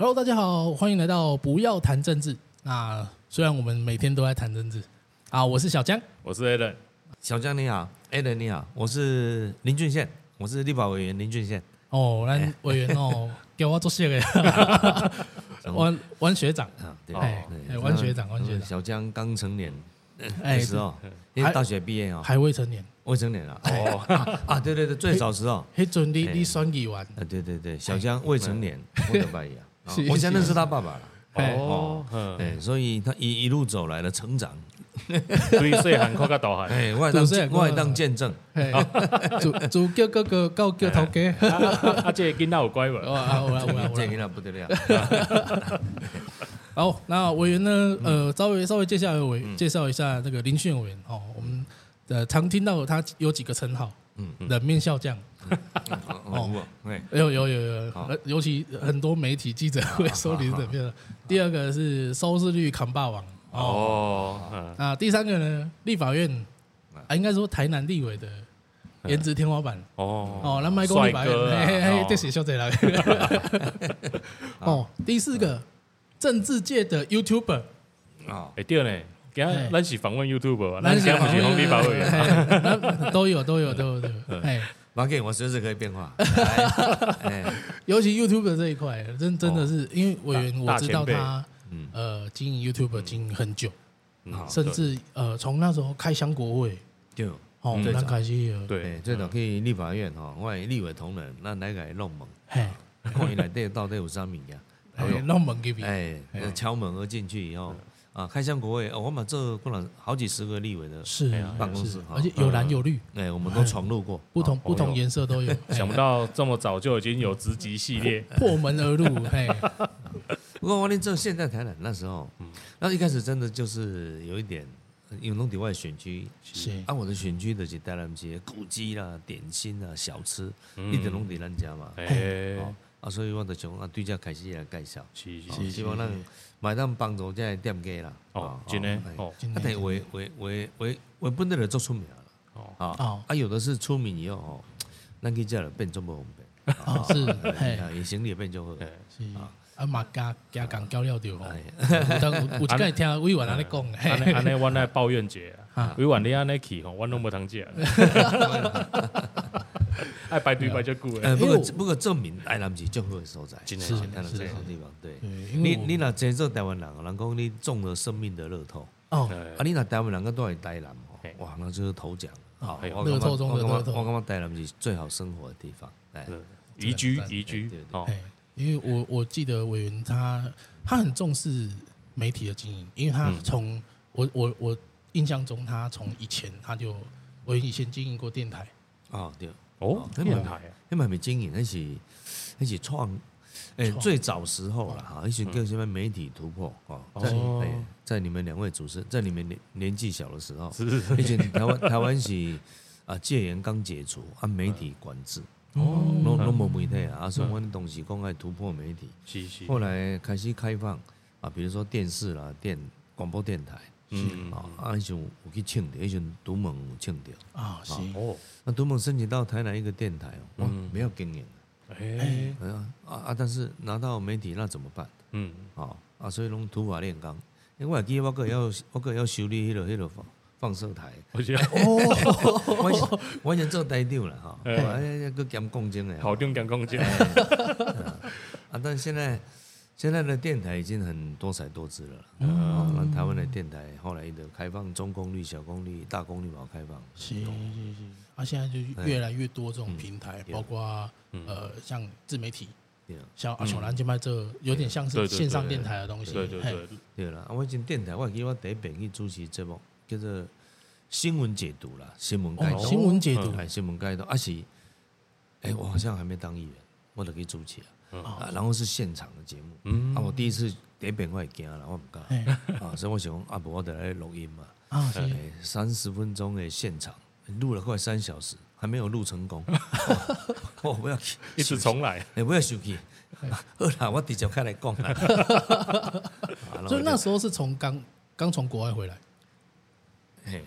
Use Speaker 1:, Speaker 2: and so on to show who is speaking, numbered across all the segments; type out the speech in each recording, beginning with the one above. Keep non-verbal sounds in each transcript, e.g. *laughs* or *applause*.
Speaker 1: Hello，大家好，欢迎来到不要谈政治。那虽然我们每天都在谈政治啊，我是小江。
Speaker 2: 我是 Alan，
Speaker 3: 小江你好，Allen 你好，我是林俊宪，我是立法委员林俊宪。
Speaker 1: 哦，咱委员
Speaker 3: *laughs*
Speaker 1: 哦，给我做谢个，弯弯学长，
Speaker 3: 啊，对，
Speaker 1: 哎
Speaker 3: 对
Speaker 1: 哎弯学长弯学长
Speaker 3: 小江刚成年
Speaker 1: 哎
Speaker 3: 的，时候，因为大学毕业哦，
Speaker 1: 还哎未成年。
Speaker 3: 未成年啊。
Speaker 1: *laughs*
Speaker 3: 哦啊啊，对对对，最早时候，
Speaker 1: 黑准你
Speaker 3: 哎
Speaker 1: 你选议员，
Speaker 3: 啊，对对对，小江未成年，不能白眼。啊
Speaker 1: 哎 *laughs* 是
Speaker 3: 我先认识他爸爸了，
Speaker 1: 哎
Speaker 2: 哦，嗯
Speaker 3: 哎，所以他一一路走来的成长，
Speaker 2: 对细汉看到大汉，
Speaker 3: 哎，外当
Speaker 1: 对这个
Speaker 3: 我外当见证，
Speaker 1: 嘿哎
Speaker 3: 哦
Speaker 1: *laughs* 主主叫哥哥到叫头家。
Speaker 2: 啊啊啊，这个囡仔有乖无？
Speaker 1: 哦啊，我来我来我
Speaker 3: 哎这
Speaker 1: 来。
Speaker 3: 个那不
Speaker 1: *laughs*
Speaker 3: 得了。
Speaker 1: 哦好，那委员呢？
Speaker 3: 嗯
Speaker 1: 呃，稍微稍微介绍委介绍一下这个林训委员哦，我们呃常听到他有几个称号，嗯
Speaker 3: 嗯，
Speaker 1: 冷面笑匠，
Speaker 3: 哦哦，哎，
Speaker 1: 有有有有，
Speaker 3: 好
Speaker 1: 呃尤其很多媒体记者会收你的片。第二个是收视率扛霸王哦，
Speaker 2: 哦，嗯
Speaker 1: 那第三个呢，立法院啊，应该说台南立委的颜值天花板
Speaker 2: 哦，
Speaker 1: 哦，那麦公
Speaker 2: 帅
Speaker 1: 立法院，
Speaker 2: 哥啊
Speaker 1: 嘿嘿嘿
Speaker 2: 哦，
Speaker 1: 这是小贼
Speaker 2: *laughs*
Speaker 1: 来。哦，第四个，政治界的 YouTuber，
Speaker 3: 啊，
Speaker 2: 哎对呢，今
Speaker 1: 哎
Speaker 2: 天咱是访问 YouTube 啊，咱今天不是红立法委啊嗯员，
Speaker 1: 员，都有都有都
Speaker 2: *laughs*
Speaker 1: 有都有，哎，
Speaker 3: 马给我随时可以
Speaker 1: *laughs*
Speaker 3: 变化。哎哎
Speaker 1: 尤其 YouTube 这一块，真真的是因为委员我
Speaker 2: 大
Speaker 1: 知道
Speaker 2: 前辈
Speaker 1: 他呃经营 YouTube 经营很久。
Speaker 2: 嗯
Speaker 1: 甚至呃，从那时候开箱国会，
Speaker 3: 就
Speaker 1: 哦，
Speaker 3: 嗯
Speaker 1: 咱开始了，
Speaker 2: 对
Speaker 3: 哎，
Speaker 2: 对
Speaker 3: 最早去立法院吼，我的立委同仁，咱来个弄门，
Speaker 1: 嘿，
Speaker 3: 看伊内底到底有啥物件。
Speaker 1: 哎弄门给别，
Speaker 3: 哎，敲门而进去以后，啊，开箱国会，哦我们这过了好几十个立委的，
Speaker 1: 是
Speaker 2: 哎呀
Speaker 3: 办公室
Speaker 1: 是
Speaker 3: 哈
Speaker 1: 而且有蓝有绿，
Speaker 3: 哎，我们都闯入过，
Speaker 1: 不同
Speaker 3: 啊
Speaker 1: 不同颜色都有，哎
Speaker 2: 想不到这么早就已经有职级系列，
Speaker 1: 破门而入，嘿，
Speaker 3: 不过王连正现在台南那时候，那一开始真的就是有一点，因为弄底外选区，
Speaker 1: 是
Speaker 3: 啊，我的选区的是带他们些古迹啦、点心啦、小吃，
Speaker 2: 嗯
Speaker 3: 一点拢伫咱家嘛，
Speaker 2: 哎，
Speaker 3: 哦啊，所以我就从啊对这开始来介绍，
Speaker 2: 是
Speaker 3: 哦
Speaker 2: 是
Speaker 3: 希望咱买咱帮助这些店家啦，
Speaker 2: 哦，真的
Speaker 3: 哎
Speaker 2: 哦
Speaker 1: 今
Speaker 3: 啊，但
Speaker 1: 年
Speaker 3: 为为为为为本地人做出名了
Speaker 2: 哦
Speaker 3: 啊、
Speaker 1: 哦
Speaker 3: 啊，有的是出名以后哦，咱去这了变中国红白，
Speaker 1: 哦是，嘿
Speaker 3: 啊，也行李也变中国，
Speaker 2: 哎
Speaker 1: 是，啊嘛加加讲教了着，
Speaker 3: 哎，
Speaker 1: 但有有一个听委员安尼讲，
Speaker 2: 安
Speaker 1: 嘿，
Speaker 2: 尼安尼，我来抱怨者
Speaker 1: 啊
Speaker 2: 啊，委婉你安尼去吼，我拢无通 *laughs* 食，啊爱排队排遮久
Speaker 3: 呃，
Speaker 2: 诶，
Speaker 3: 不
Speaker 1: 因为
Speaker 3: 过
Speaker 1: 我
Speaker 3: 不过证明台南是最好的所在，
Speaker 2: 真的
Speaker 3: 啊
Speaker 2: 真的
Speaker 3: 台南
Speaker 2: 是
Speaker 3: 最好的地方，对。
Speaker 1: 对因
Speaker 3: 你
Speaker 1: 为我
Speaker 3: 你若真做台湾人哦，人讲你中了生命的乐透，
Speaker 1: 哦，
Speaker 2: 哎
Speaker 3: 啊，你若台湾人个都来台南
Speaker 2: 嘿
Speaker 3: 哦，哇，那就是头奖
Speaker 1: 哦
Speaker 3: 啊！
Speaker 2: 哎呦
Speaker 3: 我感
Speaker 1: 乐
Speaker 3: 觉
Speaker 1: 透中的
Speaker 3: 我感觉
Speaker 1: 乐透
Speaker 3: 我感觉台南是最好生活的地方，哎，
Speaker 2: 宜居宜居
Speaker 3: 对对
Speaker 2: 哦，
Speaker 1: 哎，因为我我记得委员他他很重视媒体的经营，因为他
Speaker 2: 嗯
Speaker 1: 从我我我印象中，他从以前他就我以前经营过电台，
Speaker 3: 哦对，
Speaker 2: 哦，
Speaker 3: 那
Speaker 2: 电
Speaker 3: 么
Speaker 2: 台啊，
Speaker 3: 那么还没经营，那是那是创，哎、
Speaker 1: 创
Speaker 3: 最早时候了哈，一些各什么媒体突破哦，在
Speaker 2: 嗯哦
Speaker 3: 哎在你们两位主持，在你们年年纪小的时候，
Speaker 2: 是
Speaker 3: 而且台湾台湾是啊戒严刚解除，啊媒体管制，
Speaker 2: 嗯
Speaker 1: 哦
Speaker 3: 拢拢无媒体啊，啊所以阮东西讲爱突破媒体，
Speaker 2: 是是，
Speaker 3: 后来开始开放啊，比如说电视啦、电广播电台，
Speaker 2: 嗯
Speaker 3: 啊，啊那时候有去请的，那时候独盟有请的，
Speaker 1: 啊，是
Speaker 2: 哦，
Speaker 3: 那独盟申请到台南一个电台哦，哇，
Speaker 2: 嗯
Speaker 3: 没有经营。
Speaker 2: 哎，
Speaker 3: 哎呀啊啊！但是拿到媒体那怎么办？
Speaker 2: 嗯，
Speaker 3: 哦啊，所以拢土法炼钢。因为我还记得我个要我个要修理迄落迄落放放射台，
Speaker 2: 我觉得
Speaker 3: 我以前我以前做台长了哈，
Speaker 2: 哎
Speaker 3: 哎，个兼共精的。
Speaker 2: 好定讲讲讲，
Speaker 3: 啊，但现在现在的电台已经很多彩多姿了啦。
Speaker 2: 嗯
Speaker 3: 啊，那台湾的电台后来的开放中功率、小功率、大功率嘛开放。
Speaker 1: 是是是，啊，现在就越来越多这种
Speaker 2: 嗯
Speaker 1: 平台，包括呃像自媒体，
Speaker 3: 对啊
Speaker 1: 像阿小兰这边这有点像是
Speaker 2: 嗯对对对
Speaker 1: 线上电台的东西，
Speaker 2: 对对
Speaker 1: 嘿，
Speaker 2: 对，
Speaker 3: 对啦，啊，我以前电台我还记得我第一遍去主持节目叫做新闻解读啦，新闻解
Speaker 1: 哦，
Speaker 3: 读。
Speaker 1: 新闻解读
Speaker 3: 哎，新闻盖头，啊是，哎、我好像还没当议员，我就去主持
Speaker 2: 嗯
Speaker 3: 啊，啊，然后是现场的节目，
Speaker 2: 嗯
Speaker 3: 啊，我第一次第一遍我也惊了，我唔敢，
Speaker 1: 嘿
Speaker 3: 啊，所以我想讲，啊，无我得来录音嘛，
Speaker 1: 啊，是
Speaker 3: 哎、三十分钟的现场，录了快三小时，还没有录成
Speaker 1: *laughs*
Speaker 3: 功，我不要去，
Speaker 2: 一直重来，
Speaker 3: 哎、不要生气， *laughs* 好啦，我直接开来
Speaker 1: *laughs*
Speaker 3: 讲啦，啊然后
Speaker 1: 所以
Speaker 3: 我
Speaker 1: 那
Speaker 3: 就
Speaker 1: 时候是从刚刚从国外回来，
Speaker 3: 嘿，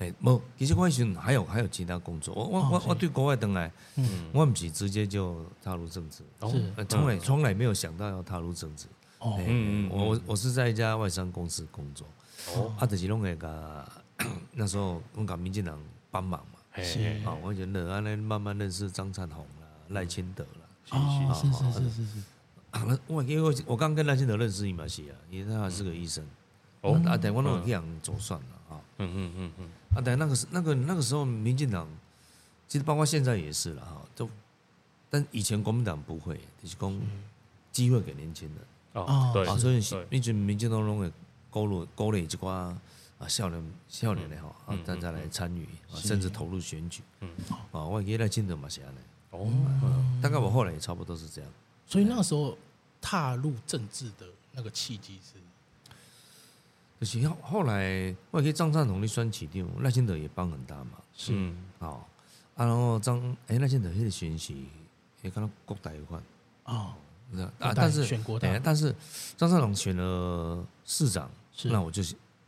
Speaker 3: 哎，无，其实我迄时阵还有还有其他工作，我我我
Speaker 1: 哦是
Speaker 3: 我对国外回来，
Speaker 1: 嗯
Speaker 3: 我毋是直接就踏入政治，
Speaker 1: 是
Speaker 2: 嗯
Speaker 3: 呃从来从来没有想到要踏入政治。
Speaker 1: 哦
Speaker 3: 哎
Speaker 2: 嗯嗯
Speaker 3: 我我我是在一家外商公司工作，
Speaker 2: 哦，
Speaker 3: 啊，就是拢会甲 *coughs* 那时候拢甲民进党帮忙嘛，
Speaker 2: 嘿
Speaker 1: 是
Speaker 2: 嘿嗯
Speaker 3: 啊，我就认安尼慢慢认识张灿宏啦、赖清德啦，
Speaker 1: 哦，
Speaker 3: 是
Speaker 1: 是
Speaker 3: 好
Speaker 1: 是
Speaker 3: 好
Speaker 1: 是是是，
Speaker 3: 啊，那我因为我我刚跟赖清德认识伊嘛是啊，因为他还是个医生，
Speaker 2: 哦
Speaker 3: 啊，啊，但我拢有去人做算了啊，
Speaker 2: 嗯嗯嗯嗯，
Speaker 3: 啊，但那个时那个那个时候民进党，其实包括现在也是了哈，都，但以前国民党不会，就是讲机会给年轻人。
Speaker 2: 哦
Speaker 1: 哦，
Speaker 2: 嗯对，
Speaker 3: 啊，所以是
Speaker 2: 对
Speaker 3: 迄阵民进党拢会鼓励鼓励一寡啊少年少年的吼，啊
Speaker 2: 嗯
Speaker 3: 大家来参与，啊甚至投入选举。
Speaker 2: 嗯
Speaker 3: 啊，我记得进的嘛是安尼，
Speaker 2: 哦，嗯
Speaker 3: 大概我后来也差不多是这样。
Speaker 1: 所以那个时候踏入政治的那个契机是，
Speaker 3: 就是后后来我记得张善同的选市长，赖清德也帮很大忙。
Speaker 2: 嗯
Speaker 3: 哦，啊，然后张哎赖清德迄个选是，也看到国台有款，
Speaker 1: 哦，
Speaker 3: 你知道
Speaker 1: 国
Speaker 3: 啊，
Speaker 1: 台
Speaker 3: 但是
Speaker 1: 选国台
Speaker 3: 哎但是张善同选了市长，
Speaker 1: 是
Speaker 3: 那我就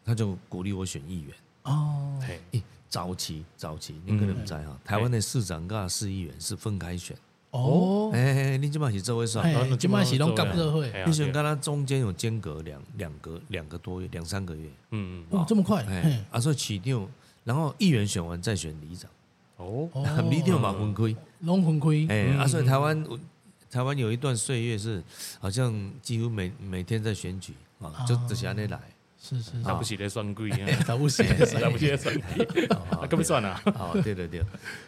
Speaker 3: 他就鼓励我选议员。
Speaker 1: 哦，
Speaker 2: 嘿，
Speaker 3: 欸早期早期，你可能不知道
Speaker 1: 嗯
Speaker 3: 哈，台湾的市长跟市议员是分开选。
Speaker 1: 哦，
Speaker 3: 哎、你这摆是这位算，
Speaker 1: 哎
Speaker 2: 那
Speaker 1: 现在是拢
Speaker 2: 这样
Speaker 1: 合作会
Speaker 2: 嘿啊
Speaker 3: 哦你选
Speaker 2: 对
Speaker 3: 跟他中间有间隔两两个两个多月两三个月。
Speaker 2: 嗯嗯，
Speaker 1: 哦，这么快，
Speaker 3: 哎、
Speaker 1: 嘿
Speaker 3: 啊，所以起定，然后议员选完再选里长，
Speaker 2: 哦，
Speaker 1: 哦
Speaker 3: *laughs* 里长嘛分开。
Speaker 1: 龙魂盔，
Speaker 3: 哎、
Speaker 2: 嗯
Speaker 3: 啊，所以台湾台湾有一段岁月是好像几乎每每天在选举啊，就
Speaker 1: 哦
Speaker 3: 只是安尼来。
Speaker 1: 是是
Speaker 2: 打
Speaker 1: 是，
Speaker 2: 不起的算贵啊，
Speaker 1: 打不死， *laughs*
Speaker 2: 打不起的算贵，那根本算啊，
Speaker 3: *laughs* 哦，对对对，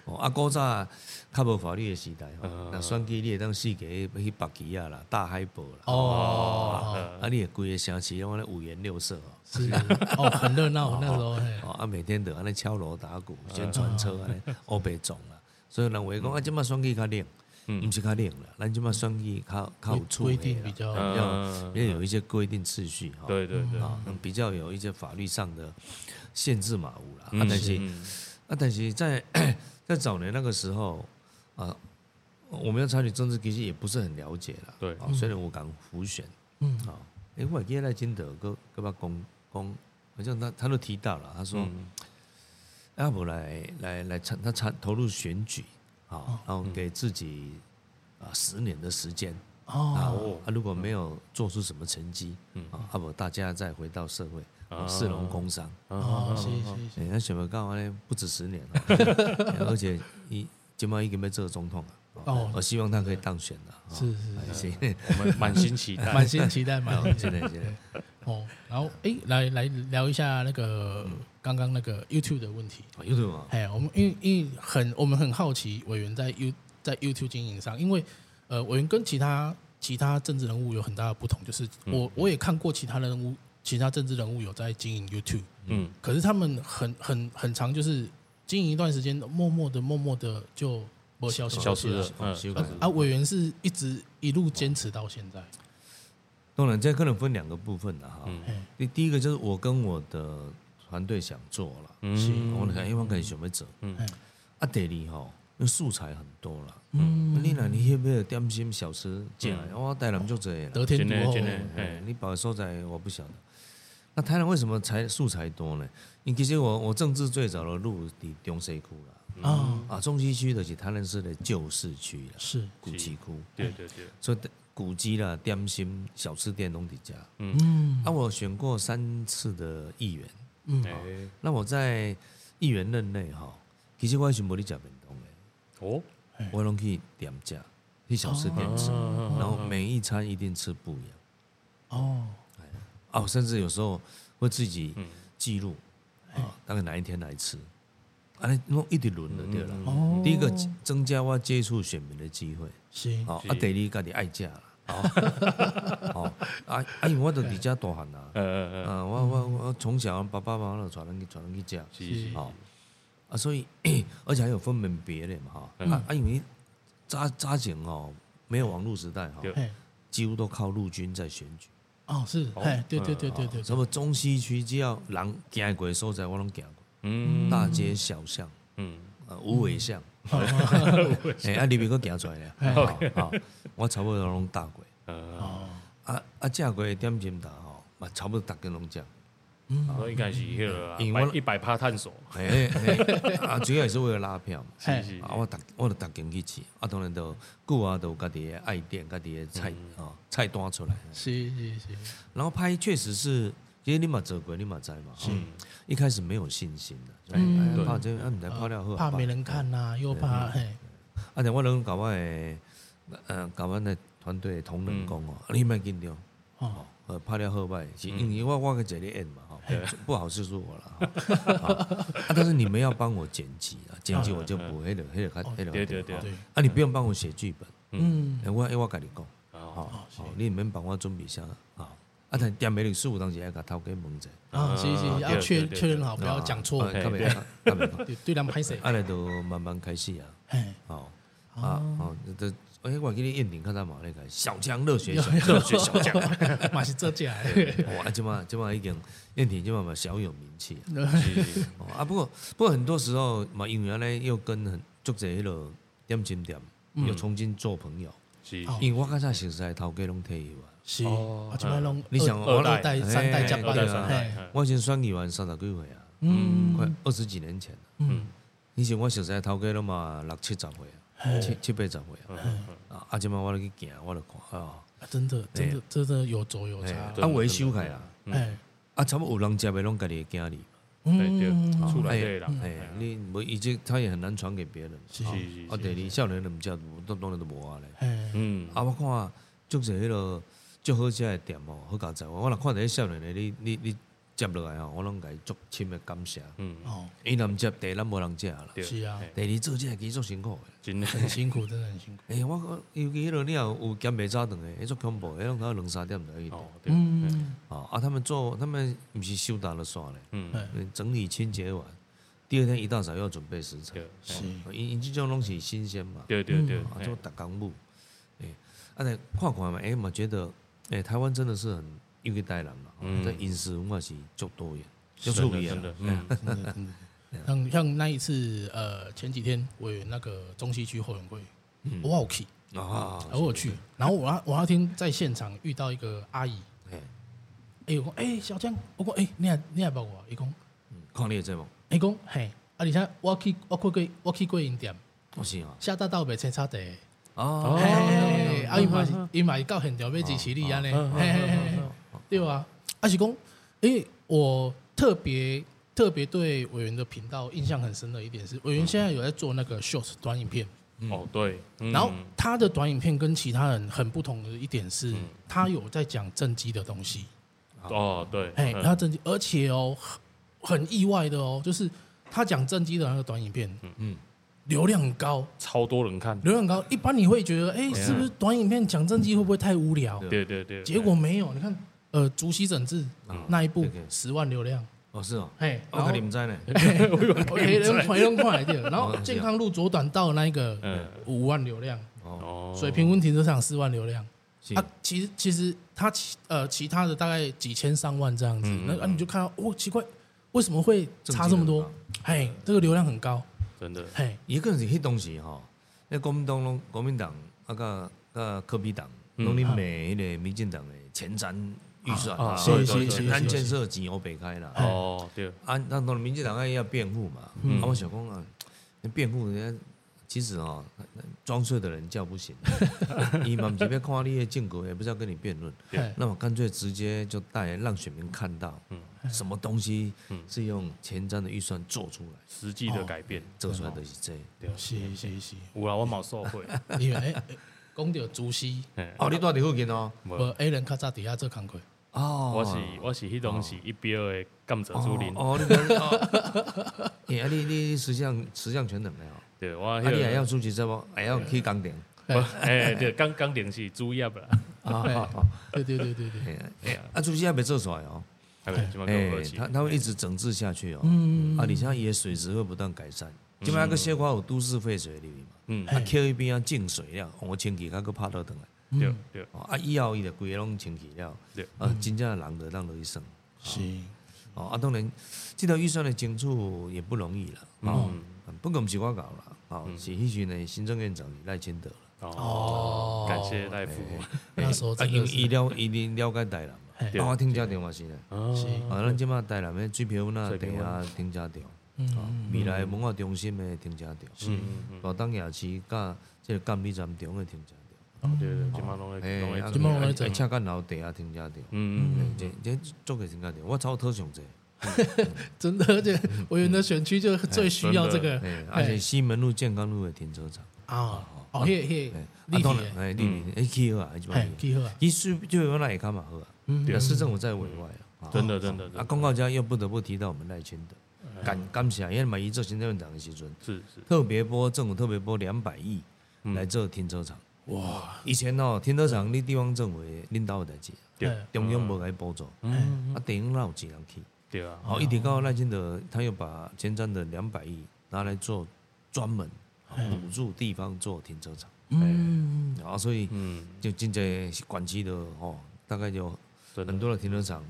Speaker 3: 哦，啊，古早较无法律的时代，
Speaker 2: 嗯
Speaker 3: 吼，那选举你会当四给去北极啊啦、大海报啦，
Speaker 1: 哦，
Speaker 3: 啊，你也规个城市，安尼五颜六色哦，
Speaker 1: 是哦，很热 *laughs* 闹那时候，
Speaker 2: 嗯
Speaker 1: 嘿
Speaker 3: 哦，啊，每天都安尼敲锣打鼓、宣传车安尼，乌白撞啦，所以人话
Speaker 2: 嗯
Speaker 3: 讲啊，即摆选举较冷，毋是较冷啦，咱即摆选举较较有趣
Speaker 1: 规定比
Speaker 3: 啦，
Speaker 1: 较，
Speaker 3: 比较
Speaker 2: 嗯
Speaker 3: 也有一些规定秩序哈，
Speaker 2: 对嗯对对，
Speaker 3: 啊，比较有一些法律上的限制嘛有啦，啊，
Speaker 2: 嗯
Speaker 3: 但是。
Speaker 2: 嗯
Speaker 3: 啊，但是在 *clears throat* 在早年那个时候啊，我们要参与政治，其实也不是很了解了。
Speaker 2: 对
Speaker 3: 啊，虽然我敢浮选
Speaker 1: 嗯，
Speaker 3: 啊，哎、我记得赖金德哥哥爸公公，好像他他都提到了，他说
Speaker 2: 嗯
Speaker 3: 要不来来来参他参投入选举啊，然后给自己啊十年的时间啊
Speaker 1: 哦，，
Speaker 2: 哦
Speaker 3: 啊如果没有做出什么成绩啊，要不大家再回到社会
Speaker 2: 啊
Speaker 3: 啊，士农工商。
Speaker 1: 哦，是是是，
Speaker 3: 哎、那选不到呢，不止十年了，哎而且一金毛已经被做总统了。
Speaker 1: 哦
Speaker 3: 我希望他可以当选了。哦
Speaker 1: 是是
Speaker 3: 哎
Speaker 1: 是，
Speaker 3: 是，
Speaker 2: 我们满心期待，
Speaker 1: 满心期待，满心期
Speaker 3: 现
Speaker 1: 待。
Speaker 3: 在现在，
Speaker 1: 哦，然后哎，来来聊一下那个刚刚那个 YouTube 的问题。
Speaker 3: 哦有什么？
Speaker 1: 哎，我们因为因为很我们很好奇委员在 U 在 YouTube 经营上，因为呃，委员跟其他其他政治人物有很大的不同，就是
Speaker 2: 嗯
Speaker 1: 我、我也看过其他人物，其他政治人物有在经营 YouTube，
Speaker 2: 嗯，
Speaker 1: 可是他们很很很长，就是经营一段时间，默默的默默的就没消息
Speaker 2: 消失了
Speaker 3: 哦
Speaker 2: 嗯
Speaker 3: 习
Speaker 1: 啊
Speaker 3: 惯了
Speaker 1: 啊，委员是一直一路坚持到现在，
Speaker 3: 当然，这可能分两个部分的哈。
Speaker 1: 嗯
Speaker 3: 第第一个就是我跟我的团队想做了，嗯，我们看，因为我可以选不走。嗯，啊，第二吼，因为素材很多了。嗯，你那你那边点心小吃，这样，我带人就这样。
Speaker 1: 得天独厚，
Speaker 2: 真的真的
Speaker 3: 哎，你保收在我不晓得。那台南为什么材素材多呢？因其实我我政治最早的路伫中西区啦，
Speaker 2: 嗯
Speaker 1: 啊，
Speaker 3: 啊，中西区就是台南市的旧市区啦，
Speaker 1: 是
Speaker 3: 古市区，
Speaker 2: 对对对，
Speaker 3: 所以古迹啦、点心、小吃店拢伫遮。
Speaker 1: 嗯
Speaker 3: 啊，我选过三次的议员，
Speaker 2: 哎，
Speaker 3: 那我在议员任内哈，其实我是无咧食便当的，
Speaker 2: 哦，
Speaker 3: 我拢去点食，去小吃店吃，然后每一餐一定吃不一样。
Speaker 1: 哦，
Speaker 3: 哦，甚至有时候会自己
Speaker 1: 嗯
Speaker 3: 记录
Speaker 1: 哎
Speaker 3: 啊，大概哪一天来吃，啊，你弄一直轮的对了。
Speaker 1: 哦
Speaker 3: 第一个增加我接触选民的机会，
Speaker 1: 是
Speaker 3: 哦，啊，第二家己爱食啦，哦，啊，啊，因为我都伫遮大汉啦，
Speaker 2: 呃
Speaker 1: 嗯
Speaker 2: 呃呃，
Speaker 3: 啊，我我我从小爸爸妈妈就带咱去带咱去食，
Speaker 2: 是
Speaker 3: 哦，啊，所以 *clears throat* 而且还有分门别类嘛哈，
Speaker 1: 嗯
Speaker 3: 啊，啊，因为早早前哦，没有网络时代哈，
Speaker 2: 对
Speaker 1: 嘿
Speaker 3: 几乎都靠陆军在选举。
Speaker 1: 哦是，哎，对对对对
Speaker 2: 啊
Speaker 1: 对，
Speaker 3: 什么中西区只要人行过的所在，我拢行过，
Speaker 2: 嗯哦
Speaker 3: 大街小巷、
Speaker 2: 嗯，
Speaker 3: 呃无尾巷， *laughs* 哎，啊，里面佫行出
Speaker 2: *laughs*
Speaker 3: 来了，啊，啊我差不多拢搭过，啊
Speaker 2: 呃，
Speaker 1: 哦，
Speaker 3: 啊啊，食过的点心达吼，嘛差不多逐间拢食，
Speaker 2: 所以应该是迄个啊
Speaker 3: 因
Speaker 2: 百
Speaker 3: 为我
Speaker 2: 一百趴探索，
Speaker 3: 嘿，嘿
Speaker 2: *laughs*
Speaker 3: 啊，主要也是为了拉票嘛。
Speaker 1: 嘿
Speaker 2: 是
Speaker 3: 啊，我逐我就逐间去吃，啊，当然都久啊，都有家己的爱店、家己的菜
Speaker 2: 嗯
Speaker 3: 啊菜单出来。
Speaker 1: 是是是，
Speaker 3: 然后拍确实是，其实你嘛走过，你嘛在嘛，哦一开始没有信心的，就
Speaker 1: 嗯
Speaker 3: 哎
Speaker 2: 对
Speaker 3: 怕这个啊，你来泡料喝，
Speaker 1: 呃怕没人看呐，又怕嘿，
Speaker 3: 啊，但我拢甲我的，呃，甲阮的团队的同仁讲哦，你莫紧张，
Speaker 1: 哦，
Speaker 3: 呃，拍了好歹，是因为我我个这里演嘛，哈，不好是说我了，哈 *laughs* 啊，但是你们要帮我剪辑啊，剪辑我就不会了，黑了黑了，
Speaker 2: 对对对
Speaker 3: 哈
Speaker 1: 对，
Speaker 3: 啊，你不用帮我写剧本，
Speaker 1: 嗯，
Speaker 3: 哎，我哎我跟你讲，
Speaker 2: 啊，
Speaker 3: 好，好，你免帮我准备啥啊？啊，但店美历史有当时要甲头家问者，
Speaker 1: 啊，是是，
Speaker 2: 啊
Speaker 1: 要
Speaker 2: 对
Speaker 1: 确
Speaker 2: 对对
Speaker 1: 确认好，不要讲错
Speaker 3: 啊，
Speaker 1: *laughs*
Speaker 3: 较袂较较袂讲，
Speaker 1: 对对，他们拍
Speaker 2: *laughs*
Speaker 1: 谁？
Speaker 3: 啊，来就慢慢开始啊。
Speaker 1: 嘿，
Speaker 3: 哦，啊，哦，这哎，我给你验明看到嘛那个小江热血小
Speaker 1: *laughs* 热血小将， *laughs* 嘛是这家
Speaker 2: *laughs*
Speaker 1: 的，
Speaker 3: 哦，啊，即嘛即嘛已经燕婷即嘛嘛小有名气啊、
Speaker 2: 是是
Speaker 3: 哦，啊，不过不过很多时候嘛，因为安尼又跟很足侪迄落点心店又重新做朋友，
Speaker 2: 是
Speaker 1: 嗯哦
Speaker 3: 因为我较早熟悉头家拢退休啊，
Speaker 1: 是，
Speaker 2: 哦
Speaker 1: 啊，就卖弄
Speaker 3: 你想
Speaker 1: 二
Speaker 2: 我
Speaker 1: 二代、三代加
Speaker 3: 哎
Speaker 1: 班
Speaker 2: 二代
Speaker 1: 的，
Speaker 2: 三代
Speaker 1: 嘿，
Speaker 2: 嗯
Speaker 3: 我先选议员三十几岁啊，快
Speaker 1: 嗯
Speaker 3: 二十几年前了，
Speaker 1: 嗯，
Speaker 3: 以前我熟悉头家拢嘛六七十岁啊，七七八十岁啊，啊，啊，即嘛我咧去行，我咧看啊，
Speaker 1: 啊真的真的真的有走有
Speaker 3: 哎
Speaker 1: 差，
Speaker 3: 啊维修开啊，
Speaker 2: 嗯
Speaker 1: 哎，
Speaker 3: 啊，差不多有人食的拢家己的囝儿。
Speaker 2: 对对
Speaker 1: 嗯，，
Speaker 2: 出来对啦，
Speaker 3: 哎，你无以前他也很难传给别人。
Speaker 1: 是
Speaker 3: 啊
Speaker 2: 是是
Speaker 3: 啊，第二少年人毋食，都当然都无啊咧。
Speaker 1: 哎，
Speaker 2: 嗯，
Speaker 3: 啊，我看足侪迄落足好食的店哦，好佳哉。我若看到迄少年的，你你你接落来吼，哦我拢甲伊足深的感谢。
Speaker 2: 嗯，
Speaker 1: 哦，
Speaker 3: 伊若毋接，第一咱无人食啦。
Speaker 2: 对，
Speaker 1: 是啊
Speaker 2: 嘿，
Speaker 3: 第二做这个其实足辛苦的。
Speaker 2: 真的，
Speaker 1: 很辛苦，真的很辛苦，
Speaker 3: 哎，我讲尤其迄落你若有减袂早顿的，迄足恐怖的，迄拢到两三点就要去。
Speaker 2: 哦，对，
Speaker 1: 嗯，
Speaker 3: 哦，啊，他们做他们毋是收单了算咧，
Speaker 2: 嗯，
Speaker 1: 哎，
Speaker 3: 整理清洁完，第二天一大早又要准备食材。
Speaker 2: 对，
Speaker 1: 是，
Speaker 3: 因因即种拢是新鲜嘛。
Speaker 2: 对对对，
Speaker 3: 啊，
Speaker 2: 嘿
Speaker 3: 做打工木，哎、啊，来看看嘛，哎、嘛觉得，哎、台湾真的是很有一代人了，
Speaker 2: 嗯
Speaker 3: 这饮食文化是足多元，足
Speaker 2: 真
Speaker 3: 啊出
Speaker 2: 的
Speaker 3: 名
Speaker 2: 真
Speaker 3: 的
Speaker 2: 的，，嗯，
Speaker 1: 真的真的。像像那一次，呃，前几天我有那个中西区后援会，
Speaker 2: 嗯
Speaker 1: 我有去，
Speaker 3: 啊，
Speaker 1: 我有去，然后我那我那天在现场遇到一个阿姨，
Speaker 3: 哎、
Speaker 1: 哎、我讲哎、小江，我讲哎、你也你也捌我，伊讲
Speaker 3: 嗯，看你的节目，
Speaker 1: 伊讲嘿，啊而且我去我去过我去过因店，
Speaker 3: 我是啊，
Speaker 1: 下大道白青草地，嘿
Speaker 3: 哦，
Speaker 1: 嘿嘿嘿啊伊嘛是伊嘛是到现场要支持你安尼，嘿嘿嘿，对啊，啊是讲哎、我特别特别对委员的频道印象很深的一点是，委员现在有在做那个 shorts 短影片，
Speaker 2: 哦，对，嗯
Speaker 1: 然后他的短影片跟其他人很不同的一点是，他有在讲正机的东西。
Speaker 2: 哦，对，
Speaker 1: 哎，
Speaker 2: 嗯
Speaker 1: 他正经，而且哦，很很意外的哦，就是他讲正经的那个短影片，嗯
Speaker 3: 嗯
Speaker 1: 流量很高，
Speaker 2: 超多人看，
Speaker 1: 流量很高。一般你会觉得，哎，
Speaker 2: 啊
Speaker 1: 是不是短影片讲正经会不会太无聊？
Speaker 2: 对对对，
Speaker 1: 结果没有，你看，呃，竹溪整治那一部
Speaker 3: 对对
Speaker 1: 十万流量，
Speaker 3: 哦是哦，
Speaker 1: 哎，
Speaker 3: 我
Speaker 1: 然后
Speaker 3: 看你们在 *laughs* 呢，
Speaker 1: 黑人黑人快一点，然后
Speaker 3: 哦
Speaker 1: 健康路左转道那一个
Speaker 2: 嗯
Speaker 1: 五万流量，
Speaker 2: 哦，
Speaker 1: 水平温停车场四万流量。
Speaker 3: 是
Speaker 1: 啊，其实其实他其呃其他的大概几千上万这样子，
Speaker 3: 嗯
Speaker 1: 那啊你就看到哦奇怪，为什么会差这么多
Speaker 3: 政？
Speaker 1: 哎，这个流量很高，
Speaker 2: 真的，
Speaker 1: 哎，
Speaker 3: 一个是迄东西吼，那国民党拢国民党啊个个科比党，
Speaker 2: 嗯
Speaker 3: 拢恁美迄个民进党的前瞻预算
Speaker 2: 啊啊
Speaker 3: 所以
Speaker 2: 是
Speaker 3: 所以
Speaker 2: 是是
Speaker 3: 前瞻
Speaker 1: 是
Speaker 3: 建设钱我白开啦，
Speaker 2: 哦，嗯对，
Speaker 3: 啊，那当然民进党爱要辩护嘛，啊，我想讲啊，那辩护人家其实哦，那装睡的人叫
Speaker 2: *laughs*
Speaker 3: 不醒，伊嘛不是要看你的证据，也不是要跟你辩论，
Speaker 1: 哎
Speaker 3: 那我干脆直接就带让选民看到，
Speaker 2: 嗯
Speaker 3: 什么东西是用前瞻的预算做出来，
Speaker 2: 实际的改变，
Speaker 3: 做出来的是这个。
Speaker 2: 嗯
Speaker 1: 是是是，
Speaker 2: 有啊啦，我冇受贿，
Speaker 1: 因为哎，哎讲到竹溪，
Speaker 2: 哎，
Speaker 3: 哦，你住伫附近哦，
Speaker 2: 无
Speaker 1: 无 A 人较早底下做工课，
Speaker 3: *laughs* 哦，
Speaker 2: 我是我是迄东西一边的甘蔗竹林，
Speaker 3: 哦，哦你讲哦， *laughs* 哎，啊你你十项十项全能没有？啊，
Speaker 2: 对，我
Speaker 3: 你还
Speaker 2: 迄
Speaker 3: 要 *laughs* 出去这不？还
Speaker 2: 哎
Speaker 3: 要去工程？
Speaker 2: 个，哎，对，刚刚联系主业啦，
Speaker 3: 啊
Speaker 1: 哎
Speaker 3: 哦哦
Speaker 1: 对对对对对，
Speaker 3: 哎哎啊，主席还没做出来哦。
Speaker 2: 还没，今晚跟我
Speaker 3: 哎
Speaker 2: 客，气
Speaker 3: 他，他会一直整治下去哦。嗯啊，你像也水质会不断改善，基本上个小可有都市废水里面嘛。
Speaker 2: 嗯
Speaker 3: 啊，Q 一边啊净水了，我清气，他个拍倒转来。
Speaker 2: 对对，
Speaker 3: 哦啊，以后伊就规个拢清气了
Speaker 2: 对。
Speaker 3: 啊，真正的人就让落去算。
Speaker 1: 是，
Speaker 3: 哦，啊，当然，这条预算的争取也不容易啦。
Speaker 2: 嗯
Speaker 3: 哦，不过毋是我搞啦，哦，是迄时呢，行政院长赖清德啦。
Speaker 2: 哦，感谢大夫，
Speaker 1: 那时候
Speaker 3: 啊，
Speaker 1: 真
Speaker 3: 因
Speaker 1: 的
Speaker 3: 为
Speaker 1: 是
Speaker 3: 伊了，伊了了解台南嘛。
Speaker 1: 嘿
Speaker 2: 对
Speaker 3: 啊，我停车场嘛是咧。
Speaker 2: 哦
Speaker 1: 是
Speaker 3: 啊，咱即马台南的水漂那
Speaker 2: 水
Speaker 3: 地
Speaker 2: 平
Speaker 3: 下停车场，
Speaker 1: 嗯，
Speaker 3: 未来文化中心的停车场，
Speaker 2: 嗯嗯
Speaker 3: 大东夜市甲即个监理站中的停车
Speaker 2: 嗯，对对，今晚拢
Speaker 3: 场，
Speaker 2: 会拢
Speaker 3: 嘿，
Speaker 2: 会
Speaker 3: 哎啊
Speaker 1: 现在拢在
Speaker 3: 啊
Speaker 1: 做
Speaker 3: 赤干楼地下停车场，
Speaker 2: 嗯嗯
Speaker 3: 嘿这这做个停车场，我超讨上者，
Speaker 1: *laughs* 真的，而且
Speaker 3: 嗯
Speaker 1: 委员的选区就
Speaker 3: 哎
Speaker 1: 最需要这个
Speaker 3: 嘿，而且西门路健康路的停车场，
Speaker 1: 啊，哦，嘿嘿
Speaker 3: 嘿，
Speaker 1: 立体
Speaker 3: 当
Speaker 1: 的
Speaker 3: 然，，哎，立体，哎，起好啊，迄
Speaker 1: 嘿，
Speaker 3: 种，
Speaker 1: 几好啊，嗯
Speaker 3: 其实就有那也看嘛好啊，那市政府在委外啊，
Speaker 2: 嗯真的真嗯的，真的
Speaker 3: 啊，公告家又不得不提到我们赖清德，感感谢，因为嘛，伊做行政院长的时阵，
Speaker 2: 是是，
Speaker 3: 特别拨政府特别拨两百亿
Speaker 2: 嗯
Speaker 3: 来做停车场。哇！以前哦，停车场你地方政府的领导的代志，
Speaker 2: 对
Speaker 1: 嗯
Speaker 3: 中央无来补助，
Speaker 2: 嗯
Speaker 3: 啊，地方哪有钱人去？哦
Speaker 2: 对啊，
Speaker 3: 好，一直到赖清德，他又把前瞻的两百亿拿来做专门
Speaker 2: 嗯
Speaker 3: 补助地方做停车场，
Speaker 1: 嗯，
Speaker 3: 啊，所以
Speaker 2: 嗯，
Speaker 3: 就真在管区的哦，大概就
Speaker 2: 真的
Speaker 3: 很多的停车场，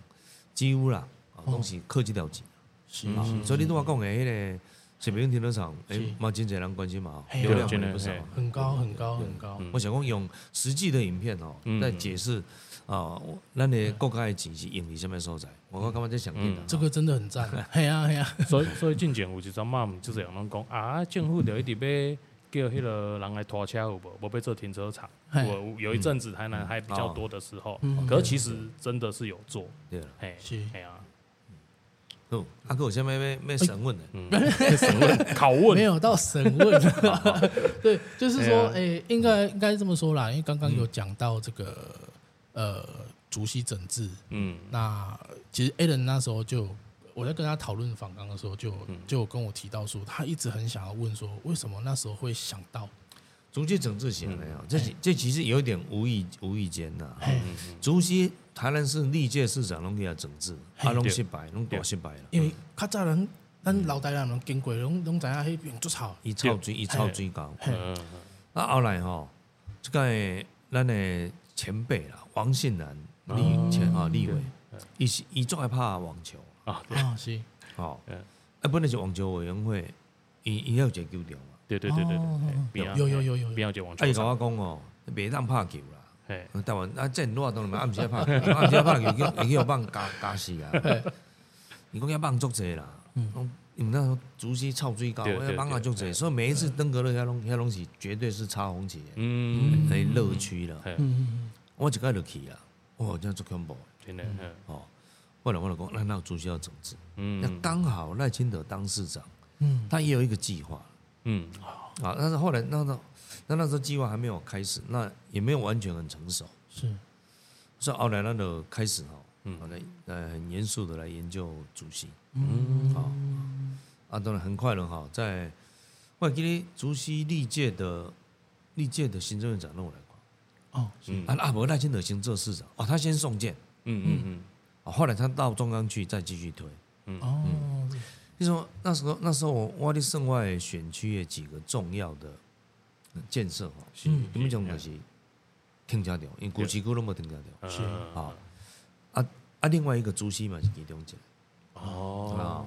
Speaker 3: 几乎啦，
Speaker 2: 哦
Speaker 3: 啊，拢是靠这条钱。
Speaker 1: 是
Speaker 3: 啊所以你拄我讲的迄个水平停车场，诶
Speaker 1: 是，
Speaker 3: 嘛真侪人关心嘛，
Speaker 1: 嘿
Speaker 3: 流量
Speaker 2: 真的
Speaker 3: 也不少嗯
Speaker 2: 嘿。
Speaker 1: 很高很高很高，
Speaker 3: 我想讲用实际的影片哦
Speaker 2: 嗯，
Speaker 3: 来解释啊，我咱的国家的钱是用伫什么所在？我我感觉这上瘾啦。
Speaker 2: 嗯
Speaker 1: 这个真的很
Speaker 2: *laughs*
Speaker 1: 赞，嘿啊嘿啊，
Speaker 2: 所以所以进前有一阵嘛，毋就是人拢讲啊，政府就一直要叫迄个人来拖车有无？无要做停车场。
Speaker 1: 嘿
Speaker 2: 我有一阵子台
Speaker 3: 嗯
Speaker 2: 南还比
Speaker 3: 哦
Speaker 2: 较多的时候，
Speaker 1: 嗯
Speaker 2: 可是其实真的是有做，
Speaker 3: 对了，
Speaker 2: 嘿，
Speaker 1: 是
Speaker 2: 嘿啊，
Speaker 3: 好，啊，哥有啥物要要审问的？
Speaker 2: 嗯，审问拷
Speaker 1: 没
Speaker 2: 问，哎
Speaker 1: 有到审问， *laughs* 对，就是说，诶，应该应该这么说啦，因为刚
Speaker 2: 嗯
Speaker 1: 刚有讲到这个呃，主席整治，
Speaker 2: 嗯
Speaker 1: 那其实 Alan 那时候就我在跟他讨论访纲的时候就，就
Speaker 2: 嗯
Speaker 1: 有跟我提到说，他一直很想要问说，为什么那时候会想到
Speaker 3: 逐渐整治型的
Speaker 2: 嗯
Speaker 3: 哦，这
Speaker 2: 哎
Speaker 3: 是这其实有点无意无意间呐。
Speaker 1: 嘿
Speaker 3: 主席台南市历届市长拢给他整治，啊，拢失败，拢大失败了。
Speaker 2: 嗯
Speaker 1: 因为较早人咱老台南人经过拢拢知影迄边足臭，
Speaker 3: 伊臭水，伊臭水高。
Speaker 1: 嘿
Speaker 2: 嗯嗯
Speaker 3: 啊，后来吼、这个咱的前辈啦，王信南
Speaker 2: 哦
Speaker 3: 立前啊立委，伊是伊最爱拍网球，
Speaker 1: 啊是，
Speaker 3: 吼、
Speaker 2: 嗯
Speaker 3: 啊本来是网球委员会，伊伊也有一个球场嘛，
Speaker 2: 对对对对
Speaker 1: 哦
Speaker 2: 对，嘿边啊
Speaker 1: 有有有有有
Speaker 2: 边啊就网
Speaker 3: 啊
Speaker 2: 球
Speaker 3: 伊甲
Speaker 2: 场，
Speaker 3: 我讲哦，袂当拍球啦，
Speaker 2: 嘿，
Speaker 3: 台湾啊真热当然嘛，暗时啊拍球， *laughs* 暗时啊拍球叫伊叫放加加死啊，伊讲要放足济啦，嗯，你们那时候足球臭水高，
Speaker 2: 对对哎
Speaker 3: 要放啊足济，所以每一次登革热遐拢遐拢是绝对是插红旗的，
Speaker 2: 嗯，
Speaker 3: 诶乐趣啦。
Speaker 2: 嘿，
Speaker 1: 嗯，
Speaker 3: 我一届就去啊，哇，真足恐怖的
Speaker 2: 真的，嘿
Speaker 3: 哦。后来我就讲，那那主席要整治，那
Speaker 2: 嗯
Speaker 3: 刚好赖清德当市长，
Speaker 1: 嗯，
Speaker 3: 他也有一个计划
Speaker 2: 嗯，
Speaker 3: 啊，但是后来那那那那时候计划还没有开始，那也没有完全很成熟，
Speaker 1: 是，
Speaker 3: 所以后来那就开始哈，
Speaker 2: 嗯
Speaker 3: 嗯，来呃很严肃的来研究主席
Speaker 1: 嗯
Speaker 3: 啊，啊，当然很快了哈，在我今天主席历届的历届的行政院长让我来
Speaker 1: 哦
Speaker 2: 嗯
Speaker 3: 管，啊啊，无赖清德先做市长，哦，他先送件。
Speaker 2: 嗯嗯嗯，
Speaker 3: 啊，后来他到中央去再继续推。
Speaker 1: 哦，
Speaker 3: 那时候那时候那时候我我的省外选区的几个重要的呃建设哈，
Speaker 1: 嗯
Speaker 2: 是
Speaker 3: 你们讲的是停车场，因为古市区都没停车场
Speaker 2: 嗯
Speaker 1: 是
Speaker 3: 啊啊啊！另外一个主席嘛是其中一个
Speaker 2: 哦，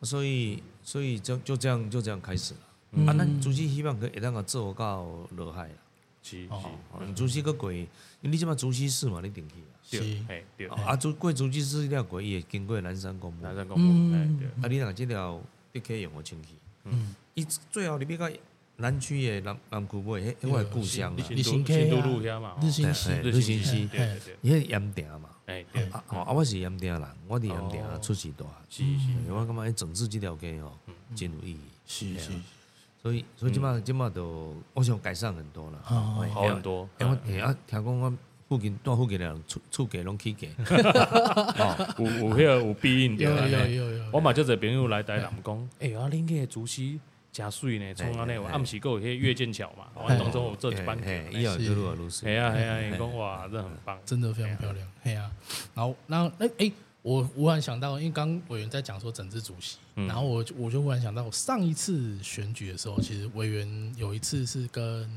Speaker 3: 啊，所以所以就就这样就这样开始了。
Speaker 1: 嗯
Speaker 3: 啊，咱主席希望可以让个做到落海啦。
Speaker 2: 是
Speaker 1: 哦
Speaker 3: 啊主席个过，因为你即马主席室嘛，你定去啊
Speaker 2: 是，
Speaker 1: 是
Speaker 2: 对，嘿对，
Speaker 3: 啊。啊，主过主席室了过，伊会经过南山公墓。
Speaker 2: 南山公
Speaker 1: 嗯
Speaker 2: 墓，哎对，
Speaker 3: 啊，你若即条你可以用我清气。嗯，伊最后你要到南区的南南区尾，迄迄我的故乡
Speaker 1: 你
Speaker 3: 啦，
Speaker 1: 你新
Speaker 2: 新
Speaker 1: 客
Speaker 2: 都
Speaker 1: 啊
Speaker 2: 新都路遐嘛，哦
Speaker 1: 日新西
Speaker 3: 哎，
Speaker 2: 日
Speaker 3: 日
Speaker 2: 新
Speaker 3: 新
Speaker 2: 西
Speaker 3: 西，
Speaker 2: 对对对，
Speaker 3: 伊迄盐埕嘛。
Speaker 2: 哎对，
Speaker 3: 啊啊，我是盐埕人，我伫盐
Speaker 2: 哦
Speaker 3: 埕出世大，
Speaker 2: 是嗯是，
Speaker 3: 哎我感觉伊整治即条街吼，真有意义。
Speaker 1: 是是，
Speaker 3: 所以所以即马即马都，我想改善很多啦。
Speaker 1: 哦
Speaker 3: 哎
Speaker 2: 嗯好嗯很多，
Speaker 3: 哎，我哎啊，听讲我附近住附近的人厝厝价拢起价，
Speaker 2: 哦有有迄个有鼻音
Speaker 1: 有
Speaker 2: 对吧啊
Speaker 1: 有有有，
Speaker 2: 我嘛就一朋友来台南讲，哎啊，恁个竹溪诚水呢，从安尼有暗时还有迄个月剑桥嘛，我哦当中有做一班桥
Speaker 3: 哎，哎
Speaker 2: 呢，
Speaker 3: 以后就愈来愈水。
Speaker 2: 哎呀哎呀，伊讲哇，这很棒，
Speaker 1: 真的非常漂亮，嘿啊，然后然后那哎，我忽然想到，因为刚委员在讲说整治主席，然后我就我就忽然想到，上一次选举的时候，其实委员有一次是跟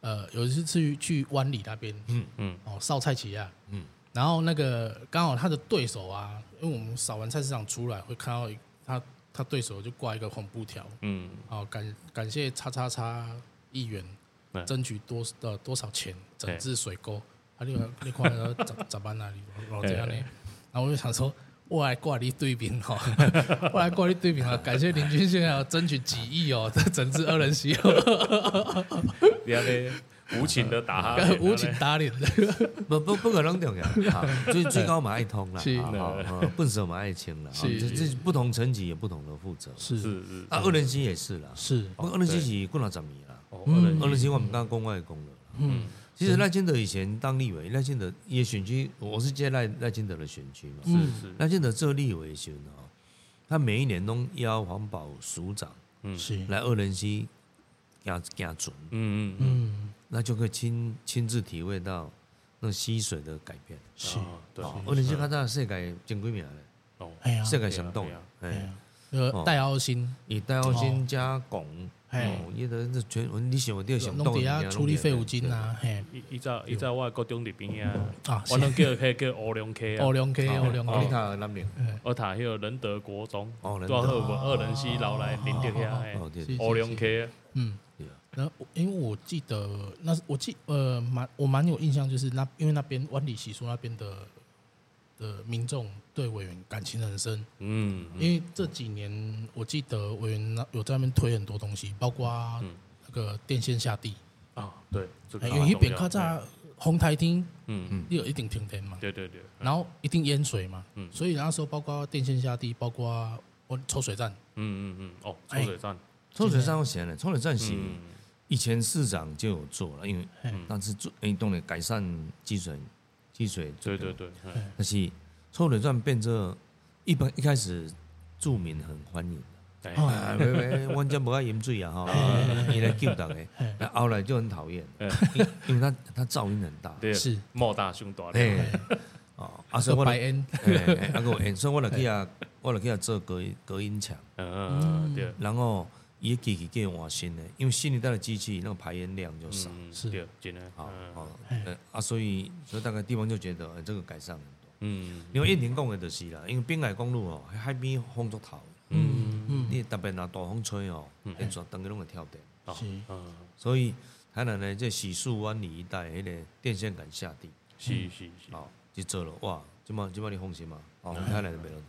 Speaker 1: 呃有一次去去湾里那边，嗯
Speaker 2: 嗯
Speaker 1: 嗯，哦烧菜奇亚，嗯，然后那个刚好他的对手啊，因为我们扫完菜市场出来会看到一他他对手就挂一个红布条，
Speaker 2: 嗯，
Speaker 1: 好，感感谢叉叉叉议员
Speaker 2: 嗯
Speaker 1: 争取多呃多少钱整治水沟，他啊，你有你看了十 *laughs* 十万啊，你老这样呢？然后我就想说，我来挂你对面哈， *laughs* 我来挂你对面啊！感谢林俊宪啊，争取几亿哦， *laughs* 这整治二人席哦，
Speaker 2: 你安 *laughs* 尼无情的打 *laughs* 哈欠，
Speaker 1: 无情打脸的。
Speaker 3: 不不不可能
Speaker 1: *laughs*
Speaker 3: 重要，哈最最高嘛爱通啦，
Speaker 1: 是
Speaker 3: 好好好笨手嘛爱轻啦，哈哦
Speaker 1: 是
Speaker 3: 这这不同层级有不同的负责。
Speaker 2: 这
Speaker 1: 是
Speaker 2: 样呢，
Speaker 3: 啊，二人机也是啦，
Speaker 1: 是，
Speaker 3: 不过二人机是过了十年啦，
Speaker 2: 哦二人
Speaker 3: 二人机我们刚公外公了。
Speaker 1: 嗯
Speaker 3: 其实赖清德以前当立委，赖清德也选区，我是接赖赖清德的选区嘛。
Speaker 1: 嗯
Speaker 2: 是
Speaker 3: 赖清德做立委的时候哦，他每一年都邀环保署长
Speaker 1: 是，
Speaker 3: 来二人机行行准，
Speaker 2: 嗯嗯嗯，
Speaker 1: 嗯
Speaker 3: 那就可以亲亲自体会到那溪水的改变。
Speaker 1: 是，
Speaker 2: 哦对，
Speaker 3: 哦，二人机看到世界前几名嘞，
Speaker 2: 哦，
Speaker 1: 哎呀，
Speaker 3: 世界上动
Speaker 2: 对啊，
Speaker 1: 哎
Speaker 3: 哎
Speaker 1: 呀，，那个戴奥辛，
Speaker 3: 以戴奥辛加汞，
Speaker 1: 嘿
Speaker 3: 哦，伊的这全你想得到想
Speaker 1: 弄
Speaker 3: 到
Speaker 1: 底下处理废物金，啊，嘿，
Speaker 2: 一一早一早我的高中入边啊，
Speaker 1: 啊，
Speaker 2: 我能叫迄叫乌龙 K 啊
Speaker 1: 欧，两 K，欧两
Speaker 3: 哦，你
Speaker 1: K，
Speaker 3: 看南宁，
Speaker 2: 我读迄个仁德国中，
Speaker 3: 哦仁德
Speaker 2: 多少我二人西老来领着遐
Speaker 3: 哦对
Speaker 1: 是
Speaker 3: 对
Speaker 2: 的乌龙 K，
Speaker 1: 嗯。
Speaker 3: 对啊，
Speaker 1: 然后我因为我记得那是我记呃蛮我蛮有印象，就是那因为那边湾里习俗那边的的民众对委员感情很深，
Speaker 2: 嗯，嗯
Speaker 1: 因为这几年我记得委员那有在那边推很多东西，包括
Speaker 2: 嗯
Speaker 1: 那个电线下地，
Speaker 2: 啊，对，这个
Speaker 1: 哎
Speaker 2: 很
Speaker 1: 因为一边
Speaker 2: 重要
Speaker 1: 靠，在红台厅，
Speaker 2: 嗯嗯，
Speaker 3: 嗯
Speaker 1: 你有一定停电嘛，
Speaker 2: 对对对，
Speaker 1: 然后一定淹水嘛，
Speaker 2: 嗯
Speaker 1: 所以那时候包括电线下地，包括我抽水站，
Speaker 2: 嗯嗯嗯，哦，
Speaker 1: 哎
Speaker 2: 抽水站，
Speaker 3: 抽水站有写了，抽水站写
Speaker 2: 嗯，
Speaker 3: 以前市长就有做了，因为
Speaker 1: 嗯
Speaker 3: 那是做运动的改善积水积水，
Speaker 2: 对对，对，哎
Speaker 1: 哎
Speaker 3: 但是抽水站变成一般一开始住民很欢迎。
Speaker 2: 哎
Speaker 1: 哦
Speaker 3: 啊，喂喂，阮遮无爱饮水
Speaker 2: *laughs*
Speaker 3: 啊吼，伊来救大
Speaker 1: 嘿
Speaker 3: 家，后来就很讨厌
Speaker 2: 嗯，
Speaker 3: 因因为他他噪音很大，
Speaker 2: 对，
Speaker 1: 是
Speaker 2: 莫大胸大
Speaker 3: 嘿
Speaker 2: 量，，
Speaker 3: 哦，啊所
Speaker 1: 这
Speaker 3: 以我
Speaker 1: 白
Speaker 3: 来，
Speaker 1: 烟，
Speaker 3: 嘿嘿
Speaker 2: *laughs*
Speaker 3: 啊个演，所以我来去啊，我来去啊做隔音隔音墙，
Speaker 2: 嗯嗯，对，
Speaker 3: 然后伊的机器计换新的，因为新一代的机器那个排烟量就少，
Speaker 2: 嗯，
Speaker 1: 是
Speaker 2: 对，真的，
Speaker 3: 好
Speaker 2: 嗯
Speaker 3: 哦，呃啊，所以所以大概地方就觉得呃这个改善很多。
Speaker 2: 嗯
Speaker 3: 因为燕婷讲的就是啦，因为滨海公路哦，海边风足头，
Speaker 2: 嗯，
Speaker 1: 嗯，
Speaker 3: 你特别若大风吹哦，连续灯个拢会跳电。
Speaker 2: 哦
Speaker 1: 是
Speaker 2: 嗯，
Speaker 3: 所以台南的这喜树湾里一带迄个电线杆下地，
Speaker 2: 是是是，
Speaker 3: 哦，就做了哇，即马即马你放心嘛，哦，台南的没有。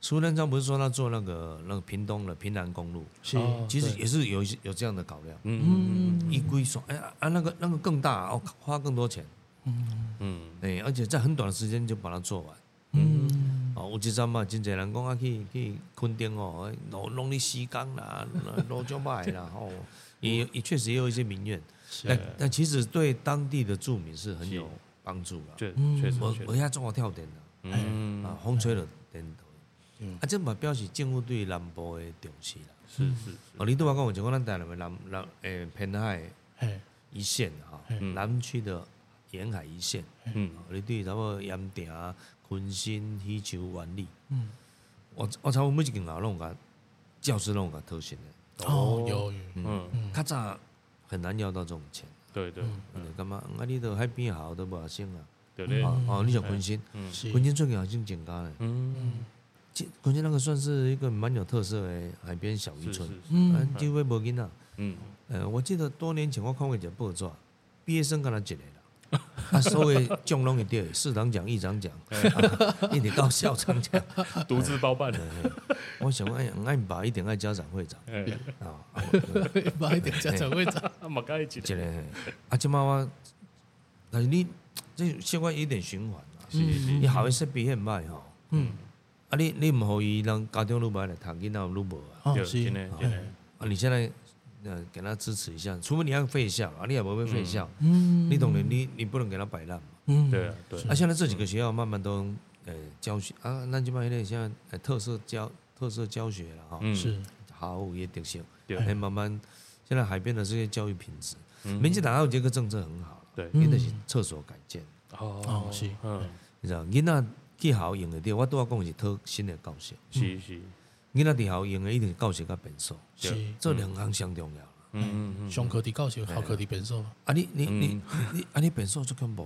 Speaker 3: 苏贞昌不是说他做那个那个屏东的平南公路，
Speaker 1: 是
Speaker 2: 哦
Speaker 3: 其实也是有一些有这样的考量，
Speaker 2: 嗯
Speaker 3: 一规说，哎呀啊那个那个更大哦，花更多钱，
Speaker 2: 嗯嗯，
Speaker 3: 哎，而且在很短的时间就把它做完。
Speaker 1: 嗯。
Speaker 3: 哦，有一阵嘛，真侪人讲啊，去去垦丁哦，哎弄弄你西工啦，弄就卖
Speaker 2: *laughs*
Speaker 3: 啦，吼、也也确实也有一些民怨，但但其实对当地的住民是很有
Speaker 2: 是
Speaker 3: 帮助啦。
Speaker 2: 确确实
Speaker 3: 我
Speaker 2: 确
Speaker 3: 我
Speaker 2: 实，
Speaker 3: 遐中国跳电啦，
Speaker 2: 嗯，
Speaker 3: 啊，风吹了电倒，啊，这嘛表示政府对南部的重视啦。
Speaker 2: 是是是，
Speaker 3: 哦，你拄仔讲有像咱台南的南南诶偏海
Speaker 1: 嘿，
Speaker 3: 一线哈、南区的沿海一线，
Speaker 2: 嗯
Speaker 3: 哦，你对差不多盐埕、昆新、喜洲、湾里，
Speaker 1: 嗯，
Speaker 3: 我我差不多每一间楼拢甲教师拢甲偷薪的，
Speaker 1: 哦，有有，
Speaker 2: 嗯，
Speaker 3: 较早很难要到这种钱，
Speaker 2: 对对
Speaker 3: 你感觉嗯啊，你到海边好都无下省啊，
Speaker 2: 对对，
Speaker 3: 哦哦，你像昆新，
Speaker 1: 是， *laughs*
Speaker 3: 昆新最近好像增加嘞，
Speaker 2: 嗯，
Speaker 3: 这昆新那个算是一个蛮有特色的海边小渔
Speaker 2: 是是
Speaker 3: 村，，
Speaker 1: 嗯，
Speaker 3: 嗯，几乎无囡仔，
Speaker 2: 嗯，
Speaker 3: 呃，我记得多年前我看过一个报纸，毕业生敢若一个啦， *laughs* 啊，所有的奖拢会得，市长奖、议长奖， *laughs* 啊一直到校长奖。
Speaker 2: 独自包办，
Speaker 3: 我想问，哎俺爸一定爱家长会长
Speaker 2: 哎，
Speaker 3: 啊，啊我我
Speaker 1: 买一点家长会长，
Speaker 2: 啊，嘛该一
Speaker 3: 一个嘿啊，即妈我，但是你这小可有点循环啦，
Speaker 2: 是是
Speaker 3: 你校的设备很歹吼，
Speaker 1: 嗯，
Speaker 3: 啊你你毋互伊人家长愈歹来读囡仔愈无啊，
Speaker 1: 哦
Speaker 2: 对，
Speaker 1: 是
Speaker 2: 真，的真的，
Speaker 3: 啊你现在呃给他支持一下，除非你要废校啊，你也无要废校，
Speaker 1: 嗯
Speaker 3: 你当然你你不能给他摆烂嘛，
Speaker 1: 嗯，
Speaker 2: 对啊对，
Speaker 3: 啊现在这几个学校慢慢都呃教学啊，咱即摆迄个现在呃特色教特色教学了哈，
Speaker 2: 嗯
Speaker 1: 是，
Speaker 3: 好有伊的特色，
Speaker 2: 对
Speaker 3: 哎慢慢现在海边的这些教育品质，民进党还有这个政策很好。
Speaker 2: 嗯对，
Speaker 3: 伊就是厕所改建，
Speaker 2: 哦嗯，
Speaker 3: 你知道？囡仔去校用的对，我拄仔讲的是讨新的教室，
Speaker 2: 是是，
Speaker 3: 囡仔伫校用的一定是教室甲便所，
Speaker 1: 是，
Speaker 3: 这两项上重要啦。
Speaker 2: 嗯嗯
Speaker 1: 上课伫教授，下课伫变数，
Speaker 3: 啊你你你你啊你便所足恐怖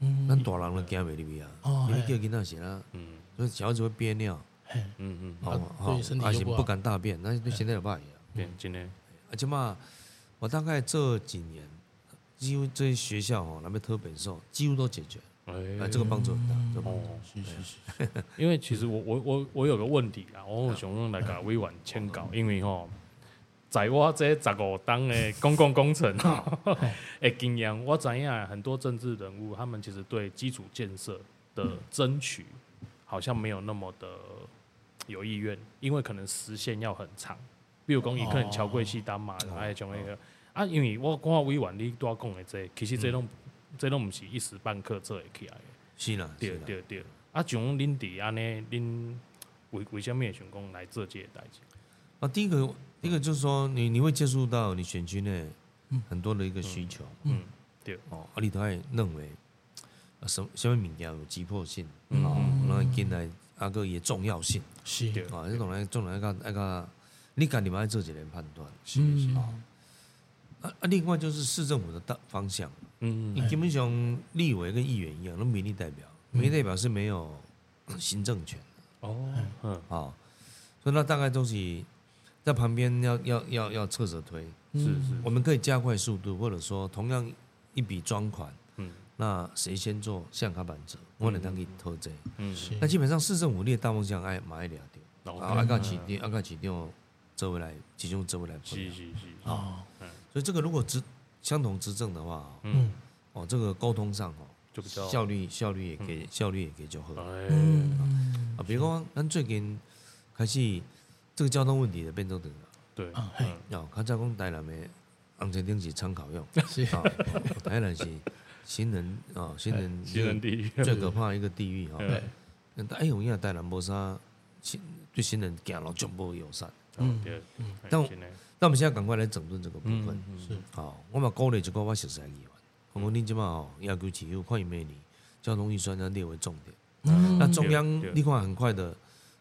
Speaker 3: 的，咱大人都惊袂入去啊
Speaker 1: 嗯哦，
Speaker 3: 你叫囡仔是啦，
Speaker 2: 嗯
Speaker 3: 所以小孩子会憋尿，
Speaker 1: 嘿，
Speaker 2: 嗯嗯，
Speaker 3: 哦
Speaker 1: 对身体
Speaker 3: 啊
Speaker 1: 就是不好
Speaker 3: 不敢大便，那对身体就歹啊。
Speaker 2: 对，真的，
Speaker 3: 啊，即嘛，我大概这几年几乎这些学校哦，那边特本寿几乎都解决，哎，这个帮助很大。这个帮助
Speaker 2: 哦，是是是， *laughs* 因为其实我我我我有个问题啊，我想用来甲委员请教，因为吼，在我这十五档的公共工程的经验，我知影啊很多政治人物，他们其实对基础建设的争取，好像没有那么的有意愿，因为可能时限要很长，比如讲伊可能桥贵西单嘛，哎，像那个啊，因为我看委员你拄讲的这，其实这拢这拢毋是一时半刻做会起来的。
Speaker 3: 是啦，
Speaker 2: 对
Speaker 3: 是啦，
Speaker 2: 对对，啊，像恁伫安尼，恁为为什么会想讲来做这个代志？
Speaker 3: 啊，第一个，第一个就是说，你你会接触到你选区内很多的一个需求，
Speaker 2: 嗯，对，
Speaker 3: 哦，啊，你都会认为啊，什么什么物件有急迫性，
Speaker 2: 嗯
Speaker 3: 哦
Speaker 2: 嗯，
Speaker 3: 然后进来啊个也重要性，
Speaker 1: 是
Speaker 2: 对，
Speaker 3: 啊，这种来，这种来个那个，你家己嘛要做一个判断。
Speaker 1: 嗯，
Speaker 3: 啊啊，另外就是市政府的大方向，
Speaker 2: 嗯
Speaker 3: 你基本上立委跟议员一样，都民意代表，
Speaker 2: 嗯
Speaker 3: 民意代表是没有 *coughs* 行政权
Speaker 2: 哦，嗯
Speaker 3: 啊、哦，所以那大概都是在旁边要要要要侧着推。
Speaker 2: 是是，
Speaker 3: 我们可以加快速度，或者说同样一笔专款，
Speaker 2: 嗯
Speaker 3: 那谁先做向卡板折，我能当给偷这。
Speaker 2: 嗯，
Speaker 1: 是
Speaker 3: 那基本上市政府列大方向爱马一俩丢，
Speaker 2: 然
Speaker 3: 啊，爱搞起定，爱搞起定，折回来，集中折回来分。
Speaker 2: 嗯是是是，
Speaker 1: 哦，
Speaker 3: 所以这个如果执相同执政的话，
Speaker 2: 嗯，
Speaker 3: 哦，这个沟通上哦，
Speaker 2: 就比较
Speaker 3: 效率效率也给、效率也给就好啊。
Speaker 2: 哎，
Speaker 3: 比如讲，咱最近开始这个交通问题的变做等了，
Speaker 2: 对，
Speaker 1: 啊嘿
Speaker 2: 嗯
Speaker 3: 哦，较早讲台南的红车顶是参考用，
Speaker 1: 是
Speaker 3: 啊，台南是行人啊，行人
Speaker 2: 新人第一，
Speaker 3: 最可怕的一个地域哈。哦
Speaker 2: 对，
Speaker 3: 哎，有影台南无啥行对行人行路全部友善，
Speaker 2: 嗯对，哎
Speaker 3: 但我
Speaker 2: 真的
Speaker 3: 那我们现在赶快来整顿这个部分。
Speaker 2: 嗯
Speaker 1: 是
Speaker 3: 哦，我嘛鼓励一个我熟悉的议员，我讲恁即马吼，哦要求市府看伊明年交通预算要列为重点。
Speaker 2: 嗯
Speaker 3: 嗯那中央
Speaker 2: 对对
Speaker 3: 你看很快的，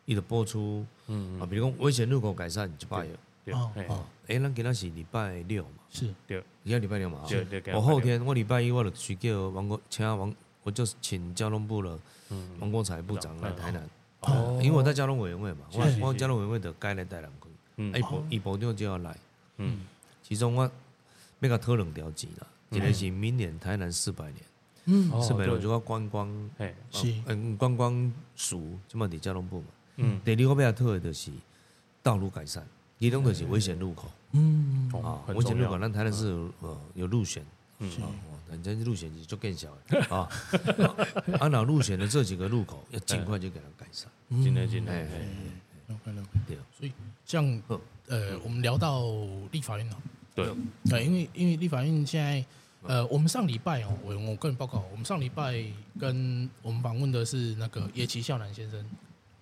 Speaker 3: 伊就拨出
Speaker 2: 嗯
Speaker 3: 啊，比如讲危险路口改善一百亿。
Speaker 2: 对，
Speaker 1: 哦
Speaker 2: 哎
Speaker 1: 哦
Speaker 3: 诶，咱今仔是礼拜六嘛，
Speaker 1: 是
Speaker 2: 对，
Speaker 3: 今仔礼拜六嘛
Speaker 2: 对对今仔
Speaker 3: 哦。我后天我礼拜一我就去叫王国，请啊王，我就请交通部了
Speaker 2: 嗯
Speaker 3: 王国才部长来台南，
Speaker 2: 哦
Speaker 3: 因为我在交通委员会嘛，我
Speaker 2: 是是
Speaker 3: 我
Speaker 2: 是
Speaker 3: 交通委员会就该来台南去，
Speaker 2: 嗯
Speaker 3: 啊，伊部伊部长就要来。
Speaker 2: 嗯
Speaker 3: 其中我要甲讨论条件啦，一个是明年台南四百年，
Speaker 1: 嗯
Speaker 2: 哦
Speaker 3: 四百年
Speaker 2: 对
Speaker 3: 就要观光，
Speaker 2: 哎
Speaker 1: 是
Speaker 3: 呃嗯，观光署即嘛伫交通部嘛。
Speaker 2: 嗯
Speaker 3: 第二个要讨论的就是道路改善，其中就是危险路口
Speaker 1: 嗯
Speaker 3: 啊
Speaker 2: 哦，很
Speaker 3: 危险
Speaker 2: 重
Speaker 3: 路
Speaker 2: 要
Speaker 3: 口，咱台南是有呃有路选。嗯，哦，反正路选就更小
Speaker 2: *laughs*
Speaker 3: 了啊。啊，那路选的这几个路口要尽快就给它改善。
Speaker 2: 真的真的，
Speaker 3: 哎
Speaker 2: 哎
Speaker 1: 了解了解。
Speaker 3: 对，
Speaker 1: 嗯所以像
Speaker 3: 嗯
Speaker 1: 呃，我们聊到立法院哦，
Speaker 2: 对，
Speaker 1: 对，因为因为立法院现在，呃，我们上礼拜哦，我我个人报告，我们上礼拜跟我们访问的是那个野崎孝男先生，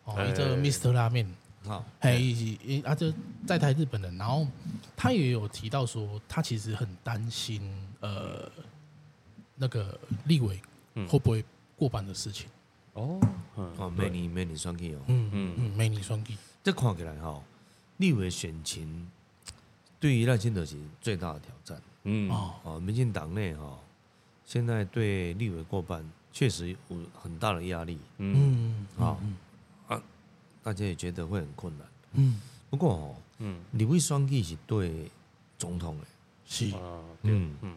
Speaker 1: 哦，
Speaker 2: 哎
Speaker 1: 一个 Mr. 拉面，
Speaker 2: 嗯
Speaker 3: 好，
Speaker 1: 嘿，以及啊，这在台日本人，然后他也有提到说，他其实很担心呃那个立委
Speaker 2: 嗯
Speaker 1: 会不会过半的事情，
Speaker 2: 哦，嗯
Speaker 3: 哦，每年每年选举哦，
Speaker 1: 嗯
Speaker 2: 嗯
Speaker 1: 嗯，美女双击，
Speaker 3: 这看起来哈、立委选情对于赖清德是最大的挑战
Speaker 2: 嗯
Speaker 1: 哦，
Speaker 3: 哦。民进党内哈、现在对立委过半确实有很大的压力
Speaker 2: 嗯
Speaker 1: 嗯
Speaker 3: 啊、啊，大家也觉得会很困难。
Speaker 1: 嗯，
Speaker 3: 不过哦，
Speaker 2: 嗯
Speaker 3: 立委选举是对总统的，
Speaker 1: 是
Speaker 2: 啊，对，
Speaker 3: 嗯，
Speaker 2: 嗯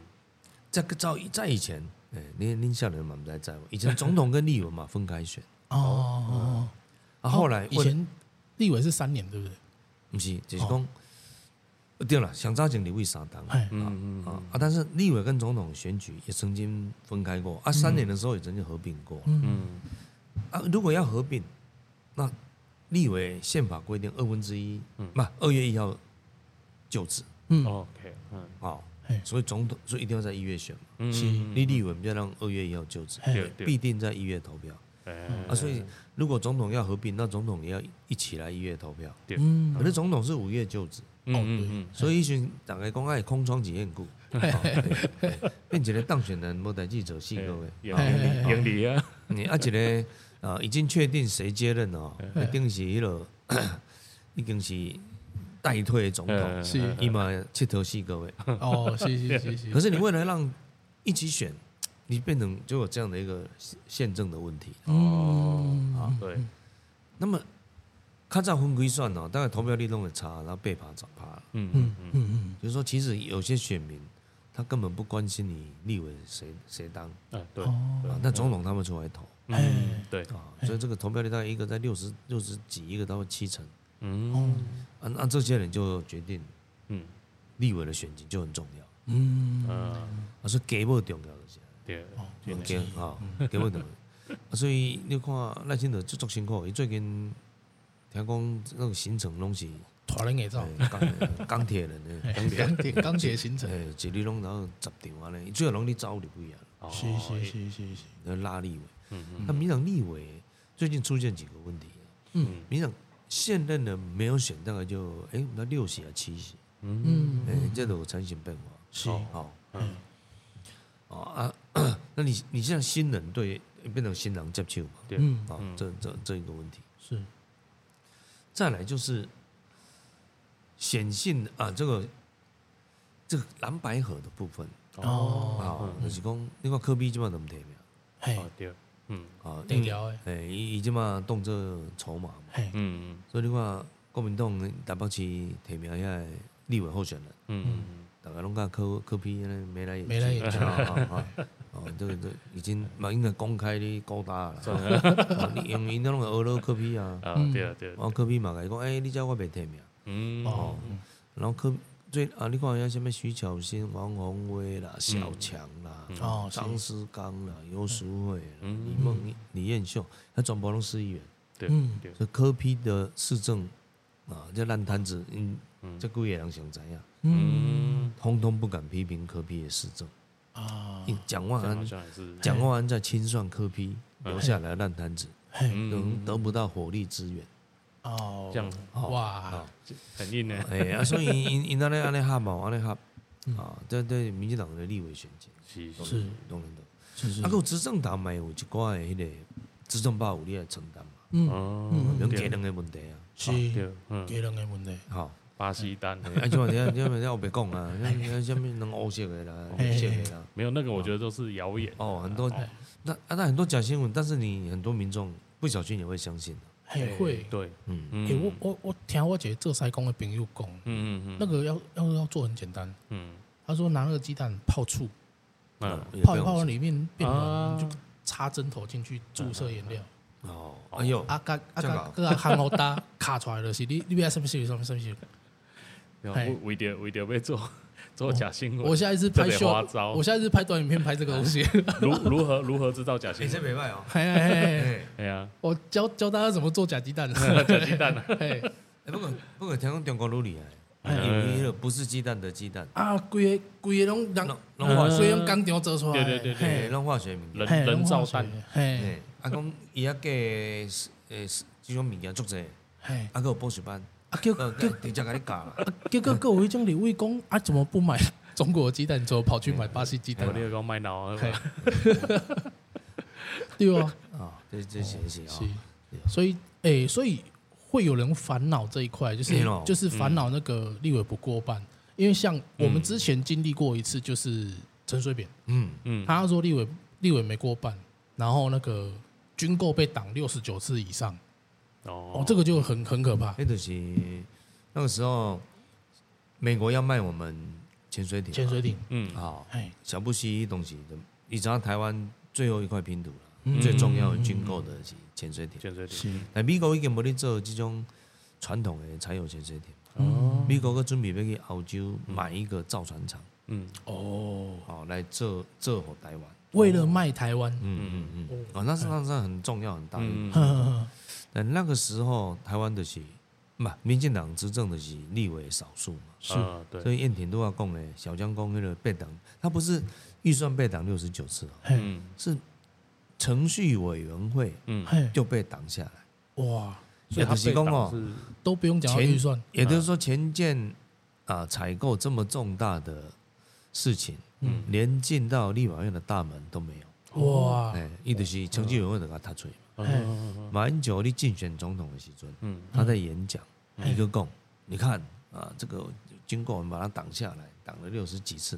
Speaker 3: 这个早在以前，哎，您您少年嘛不在在乎，以前总统跟立委嘛分开选，
Speaker 1: 哦。
Speaker 3: 啊，后来
Speaker 2: 哎
Speaker 1: 以
Speaker 3: 为了
Speaker 1: 前立委是三年，对不对？
Speaker 3: 不是就是讲，对了，想早前立委三党。
Speaker 1: 哦哎，
Speaker 2: 嗯
Speaker 3: 啊
Speaker 2: 嗯
Speaker 3: 啊！但是立委跟总统选举也曾经分开过啊，三年的时候也曾经合并过、
Speaker 2: 嗯
Speaker 3: 啊。如果要合并，那立委宪法规定二分之一，不，二月一号就职
Speaker 2: 嗯
Speaker 1: 嗯，
Speaker 2: ，OK，嗯
Speaker 3: 啊
Speaker 1: 嘿，
Speaker 3: 所以总统所以一定要在一月选嘛。
Speaker 2: 嗯，
Speaker 1: 是
Speaker 3: 你立委不要让二月一号就职，
Speaker 1: 嘿
Speaker 2: 对对，
Speaker 3: 必定在一月投票啊。
Speaker 2: 啊
Speaker 3: 所以如果总统要合并，那总统也要一起来一月投票。
Speaker 2: 对，
Speaker 1: 嗯
Speaker 3: 可是总统是五月就职，
Speaker 2: 嗯
Speaker 1: 哦
Speaker 2: 嗯
Speaker 3: 所以一群大概讲爱空窗期很久，哦对对变一个当选人无代志做四个
Speaker 2: 嗯，
Speaker 3: 月。
Speaker 1: 哦
Speaker 2: 杨迪，杨迪啊，
Speaker 3: 你啊，一个呃，已经确定谁接任了哦，一定是迄落，已经是代退的总统，伊嘛佚佗四个月。
Speaker 1: 哦，是是是
Speaker 2: *laughs*
Speaker 1: 是，
Speaker 3: 可是你为了让一起选，你变成就有这样的一个宪政的问题。
Speaker 1: 嗯
Speaker 2: 哦，
Speaker 1: 啊
Speaker 2: 对，
Speaker 3: 那么，看照分归算哦，当然投票率都会差，然后被爬找趴了。
Speaker 2: 嗯嗯嗯
Speaker 1: 嗯
Speaker 3: 就是说，其实有些选民他根本不关心你立委谁谁当
Speaker 2: 嗯，对，
Speaker 1: 哦
Speaker 2: 对
Speaker 3: 啊，那总统他们出来投
Speaker 2: 嗯，对，
Speaker 3: 啊，所以这个投票率大概一个在六十六十几，一个到七成
Speaker 2: 嗯
Speaker 3: 啊，那这些人就决定
Speaker 2: 嗯
Speaker 3: 立委的选情就很重要，
Speaker 1: 嗯，
Speaker 2: 嗯，
Speaker 3: 啊，所以给不重要就是
Speaker 2: 对，
Speaker 1: 哦
Speaker 3: 这样，给啊给不重要，啊，所以你看赖清德就足辛苦，伊最近听讲那个行程拢是
Speaker 1: 团人也造，
Speaker 3: 哎钢钢铁
Speaker 2: *laughs*
Speaker 3: 人
Speaker 1: 哎
Speaker 3: 呢，
Speaker 1: 钢铁钢铁行程，
Speaker 3: 哎，一日拢到十场安尼，伊最后拢咧走入去啊。
Speaker 2: 哦
Speaker 1: 是是，是是是，
Speaker 3: 呃拉立委。
Speaker 2: 嗯
Speaker 3: 那民党立委最近出现几个问题，
Speaker 2: 嗯
Speaker 3: 民党现任的没有选，大概就哎，那六席啊七席，
Speaker 2: 嗯
Speaker 1: 嗯，
Speaker 3: 哎，这都有产生变化。
Speaker 1: 是，
Speaker 2: 哦
Speaker 3: 哦
Speaker 2: 嗯
Speaker 3: 哦啊， *coughs* 那你你像新人对变成新人接手嘛？
Speaker 2: 对，
Speaker 1: 嗯
Speaker 3: 啊、
Speaker 2: 嗯
Speaker 3: 这这这一个问题。
Speaker 1: 是，
Speaker 3: 再来就是显性的啊，这个这个蓝白河的部分啊，
Speaker 1: 哦
Speaker 3: 哦
Speaker 2: 嗯
Speaker 3: 就是讲你看科比基本都唔提名
Speaker 1: 嘿，
Speaker 2: 哦对，嗯
Speaker 3: 啊，
Speaker 1: 得聊诶，
Speaker 3: 哎，伊伊即嘛动这筹码嘛。
Speaker 1: 嘿，
Speaker 2: 嗯
Speaker 3: 所以你看，国民党台北市提名遐个立委候选人，
Speaker 2: 嗯
Speaker 3: 大家拢甲柯柯批安尼眉来眼去
Speaker 1: 眉来眼去
Speaker 3: 啊啊啊哦，这个这已经嘛应该公开咧勾搭了啦，啊你因为因拢会学了柯批啊，
Speaker 2: 啊
Speaker 1: 嗯
Speaker 2: 对对，
Speaker 3: 啊柯批嘛甲伊讲，诶，你遮我袂提名，
Speaker 2: 嗯
Speaker 1: 哦，
Speaker 3: 然后柯最啊，你看遐什物徐巧芯、王宏威啦、小强啦、
Speaker 1: 哦，是
Speaker 3: 张思刚啦、游淑慧啦、
Speaker 2: 嗯
Speaker 3: 李梦李彦秀，他全部拢市议员。
Speaker 2: 对
Speaker 1: 嗯
Speaker 2: 对，
Speaker 3: 这科批的市政啊，这烂摊子，嗯，
Speaker 2: 嗯
Speaker 3: 这几个人想怎样，
Speaker 2: 嗯
Speaker 3: 通通不敢批评科批的市政。
Speaker 1: 啊，
Speaker 3: 因蒋万
Speaker 2: 好
Speaker 3: 安，
Speaker 2: 像也是，
Speaker 3: 蒋万安在清算科批
Speaker 1: 哎
Speaker 3: 留下来的烂摊子，
Speaker 1: 嘿，
Speaker 2: 嗯
Speaker 3: 能
Speaker 1: 嗯
Speaker 3: 得不到火力支援。
Speaker 1: 哦，
Speaker 2: 这样哦
Speaker 1: 哇，
Speaker 2: 很硬
Speaker 1: 嗯
Speaker 2: 呢，
Speaker 3: 哎啊，所以因因那咧安尼合嘛，安尼合啊，这对民进党的立委选情
Speaker 2: 是
Speaker 1: 是
Speaker 3: 当然的。
Speaker 1: 是是
Speaker 3: 啊，，有执政党嘛有一寡的迄个执政霸有你来承担嘛，
Speaker 1: 嗯，
Speaker 2: 哦，
Speaker 3: 两个人的问题啊。
Speaker 1: 是，
Speaker 2: 对，嗯，
Speaker 1: 给人的问题，
Speaker 3: 好，
Speaker 2: 巴西单
Speaker 3: 哎，啊，即嘛，你你你我别讲啊，你什么能乌色的啦，绿色的啦。
Speaker 2: 没有那个，
Speaker 1: 哦
Speaker 2: 我觉得都是谣言，
Speaker 3: 哦，很多那啊那很多假新闻，但是你很多民众不小心也会相信的。
Speaker 1: 嘿会，
Speaker 2: 对，
Speaker 3: 嗯，
Speaker 1: 诶，我我我听我姐做筛工的朋友讲，
Speaker 2: 嗯嗯
Speaker 1: 那个要要要做很简单，
Speaker 2: 嗯
Speaker 1: 他说拿那个鸡蛋泡醋，
Speaker 2: 嗯
Speaker 3: 也
Speaker 1: 泡
Speaker 3: 不
Speaker 1: 一
Speaker 3: 用
Speaker 1: 泡里面变软，
Speaker 2: 啊
Speaker 1: 你就插针头进去注射颜料，
Speaker 3: 哦，哎呦，
Speaker 1: 啊甲啊
Speaker 3: 这样
Speaker 1: 甲
Speaker 3: 啊
Speaker 1: 个烘好搭 *laughs* 卡出来就是你你要什么什么什么什么。
Speaker 2: 嗯，
Speaker 3: 哎
Speaker 2: 为为着为着要做
Speaker 3: 哦
Speaker 2: 做假新闻，
Speaker 1: 我下一次拍
Speaker 2: 这
Speaker 1: 秀
Speaker 2: 得花招，
Speaker 1: 我下一次拍短影片拍这个东
Speaker 2: *laughs*
Speaker 1: 西。
Speaker 2: 如如何如何制造假新
Speaker 3: 你这
Speaker 2: 闻？
Speaker 3: 没卖哦。
Speaker 1: 嘿嘿嘿嘿
Speaker 3: 哎，
Speaker 2: 哎呀， *laughs*
Speaker 1: 我教教大家怎么做假鸡蛋。
Speaker 2: 假鸡蛋啊，
Speaker 1: 嘿
Speaker 3: 哎不过不过，听讲中国努力哎，
Speaker 2: 哎
Speaker 3: 因为那个不是鸡蛋的鸡蛋，
Speaker 1: 啊，规个规个拢人
Speaker 3: 弄，弄化
Speaker 1: 规
Speaker 3: 学，
Speaker 1: 个拢工厂做出来。
Speaker 2: 对对对对
Speaker 3: 哎，
Speaker 1: 嘿，
Speaker 3: 弄化学物件。
Speaker 2: 人
Speaker 1: 嘿
Speaker 2: 人造。
Speaker 1: 拢化
Speaker 2: 蛋
Speaker 1: 学嘿，
Speaker 3: 哎，啊讲伊啊个诶，这种物件足侪，
Speaker 1: 嘿，
Speaker 3: 啊个有补习班，
Speaker 1: 啊哦结
Speaker 3: 呃，
Speaker 1: 结
Speaker 3: 直接甲你教啦。
Speaker 1: 结果各位经理会讲啊，怎么不买中国鸡蛋，之后跑去买巴西鸡蛋
Speaker 2: 我？那个卖脑啊，
Speaker 3: 哎
Speaker 1: 嘿，对
Speaker 2: 哦
Speaker 1: 啊，
Speaker 3: 啊，这这些是啊
Speaker 1: 哦是，，所以诶，所以会有人烦恼这一块，就是
Speaker 2: 嗯
Speaker 3: 对
Speaker 2: 哦
Speaker 3: 咯
Speaker 1: 就是烦恼那个立委不过半，因为像
Speaker 2: 嗯
Speaker 1: 我们之前经历过一次，就是陈水扁。
Speaker 3: 嗯，
Speaker 2: 嗯，
Speaker 1: 他说立委立委没过半，然后那个军购被挡六十九次以上，哦
Speaker 2: 哦，
Speaker 1: 这个就很很可怕。
Speaker 3: 那就是那个时候美国要卖我们潜水艇嘛，哦
Speaker 1: 潜水艇，
Speaker 2: 嗯，
Speaker 3: 好，
Speaker 1: 哎，
Speaker 3: 小布希东西的，你知道台湾最后一块拼图了，
Speaker 1: 嗯
Speaker 3: 最重要的军购的是潜水艇。
Speaker 2: 潜水艇，
Speaker 1: 是，
Speaker 3: 但美国已经无咧做这种传统的柴油潜水艇，
Speaker 1: 哦，
Speaker 3: 美国佫准备要去澳洲买一个造船厂，
Speaker 2: 嗯，
Speaker 1: 哦，
Speaker 3: 好、来做做给台湾。
Speaker 1: 为了卖台湾，
Speaker 3: 嗯嗯嗯，哦，那是那是很重要很大的。
Speaker 2: 嗯
Speaker 1: 呵
Speaker 3: *laughs*
Speaker 1: 呵呵
Speaker 3: 但那个时候台湾的是，不，民进党执政的是立委少数嘛。
Speaker 1: 是
Speaker 2: 啊
Speaker 3: 所
Speaker 2: 对，
Speaker 3: 以燕婷都要讲嘞，小江公那个被挡，他不是预算被挡六十九次哦，
Speaker 1: 嘿，
Speaker 2: 嗯
Speaker 3: 是程序委员会
Speaker 2: 嗯，
Speaker 1: 嘿，
Speaker 3: 就被挡下来。
Speaker 1: 哇，
Speaker 2: 所以他
Speaker 3: 哎就是
Speaker 2: 被
Speaker 3: 讲
Speaker 2: 挡
Speaker 3: 哦，
Speaker 2: 是，
Speaker 1: 都不用讲到预算，
Speaker 3: 也就是说前件啊采购这么重大的事情，
Speaker 2: 嗯
Speaker 3: 连进到立法院的大门都没有。
Speaker 2: 哦
Speaker 1: 哇，哎
Speaker 3: 哎，伊就是程序委员会就给他踢出去嘛。
Speaker 2: 嗯
Speaker 3: 马英九你竞选总统的时阵，
Speaker 2: 嗯
Speaker 3: 他在演讲，
Speaker 1: 嗯
Speaker 3: 一个供，你看啊，这个经过我们把它挡下来，挡了六十几次，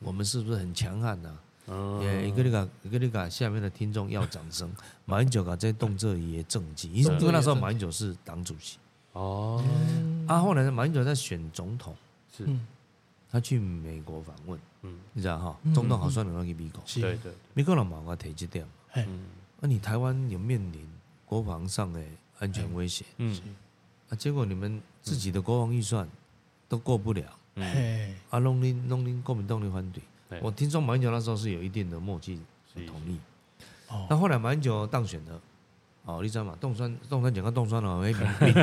Speaker 3: 我们是不是很强悍呢、啊
Speaker 2: 嗯，
Speaker 3: 也一个那个一个那个下面的听众要掌声。马英九啊，在动这也政绩，因为那时候马英九是党主席
Speaker 2: 哦，
Speaker 1: 嗯
Speaker 3: 啊，后来马英九在选总统，
Speaker 2: 是，
Speaker 1: 嗯
Speaker 3: 他去美国访问，
Speaker 2: 嗯，
Speaker 3: 你知道哈？中东好算有那去美国，
Speaker 1: 是
Speaker 2: 对对，对
Speaker 3: 美国人嘛有提这点嘛，
Speaker 1: 嘿，
Speaker 2: 嗯
Speaker 3: 那你台湾有面临国防上的安全威胁
Speaker 2: 嗯
Speaker 3: 啊，结果你们自己的国防预算都过不了，
Speaker 2: 嗯，
Speaker 1: 嘿，
Speaker 3: 啊，弄恁弄恁国民党的反对
Speaker 2: 对。
Speaker 3: 我听说马英九那时候是有一定的默契
Speaker 2: 是
Speaker 3: 同意，
Speaker 1: 哦，
Speaker 3: 但后来马英九当选了，哦，你知道吗？冻酸冻酸前跟冻酸哦，哎，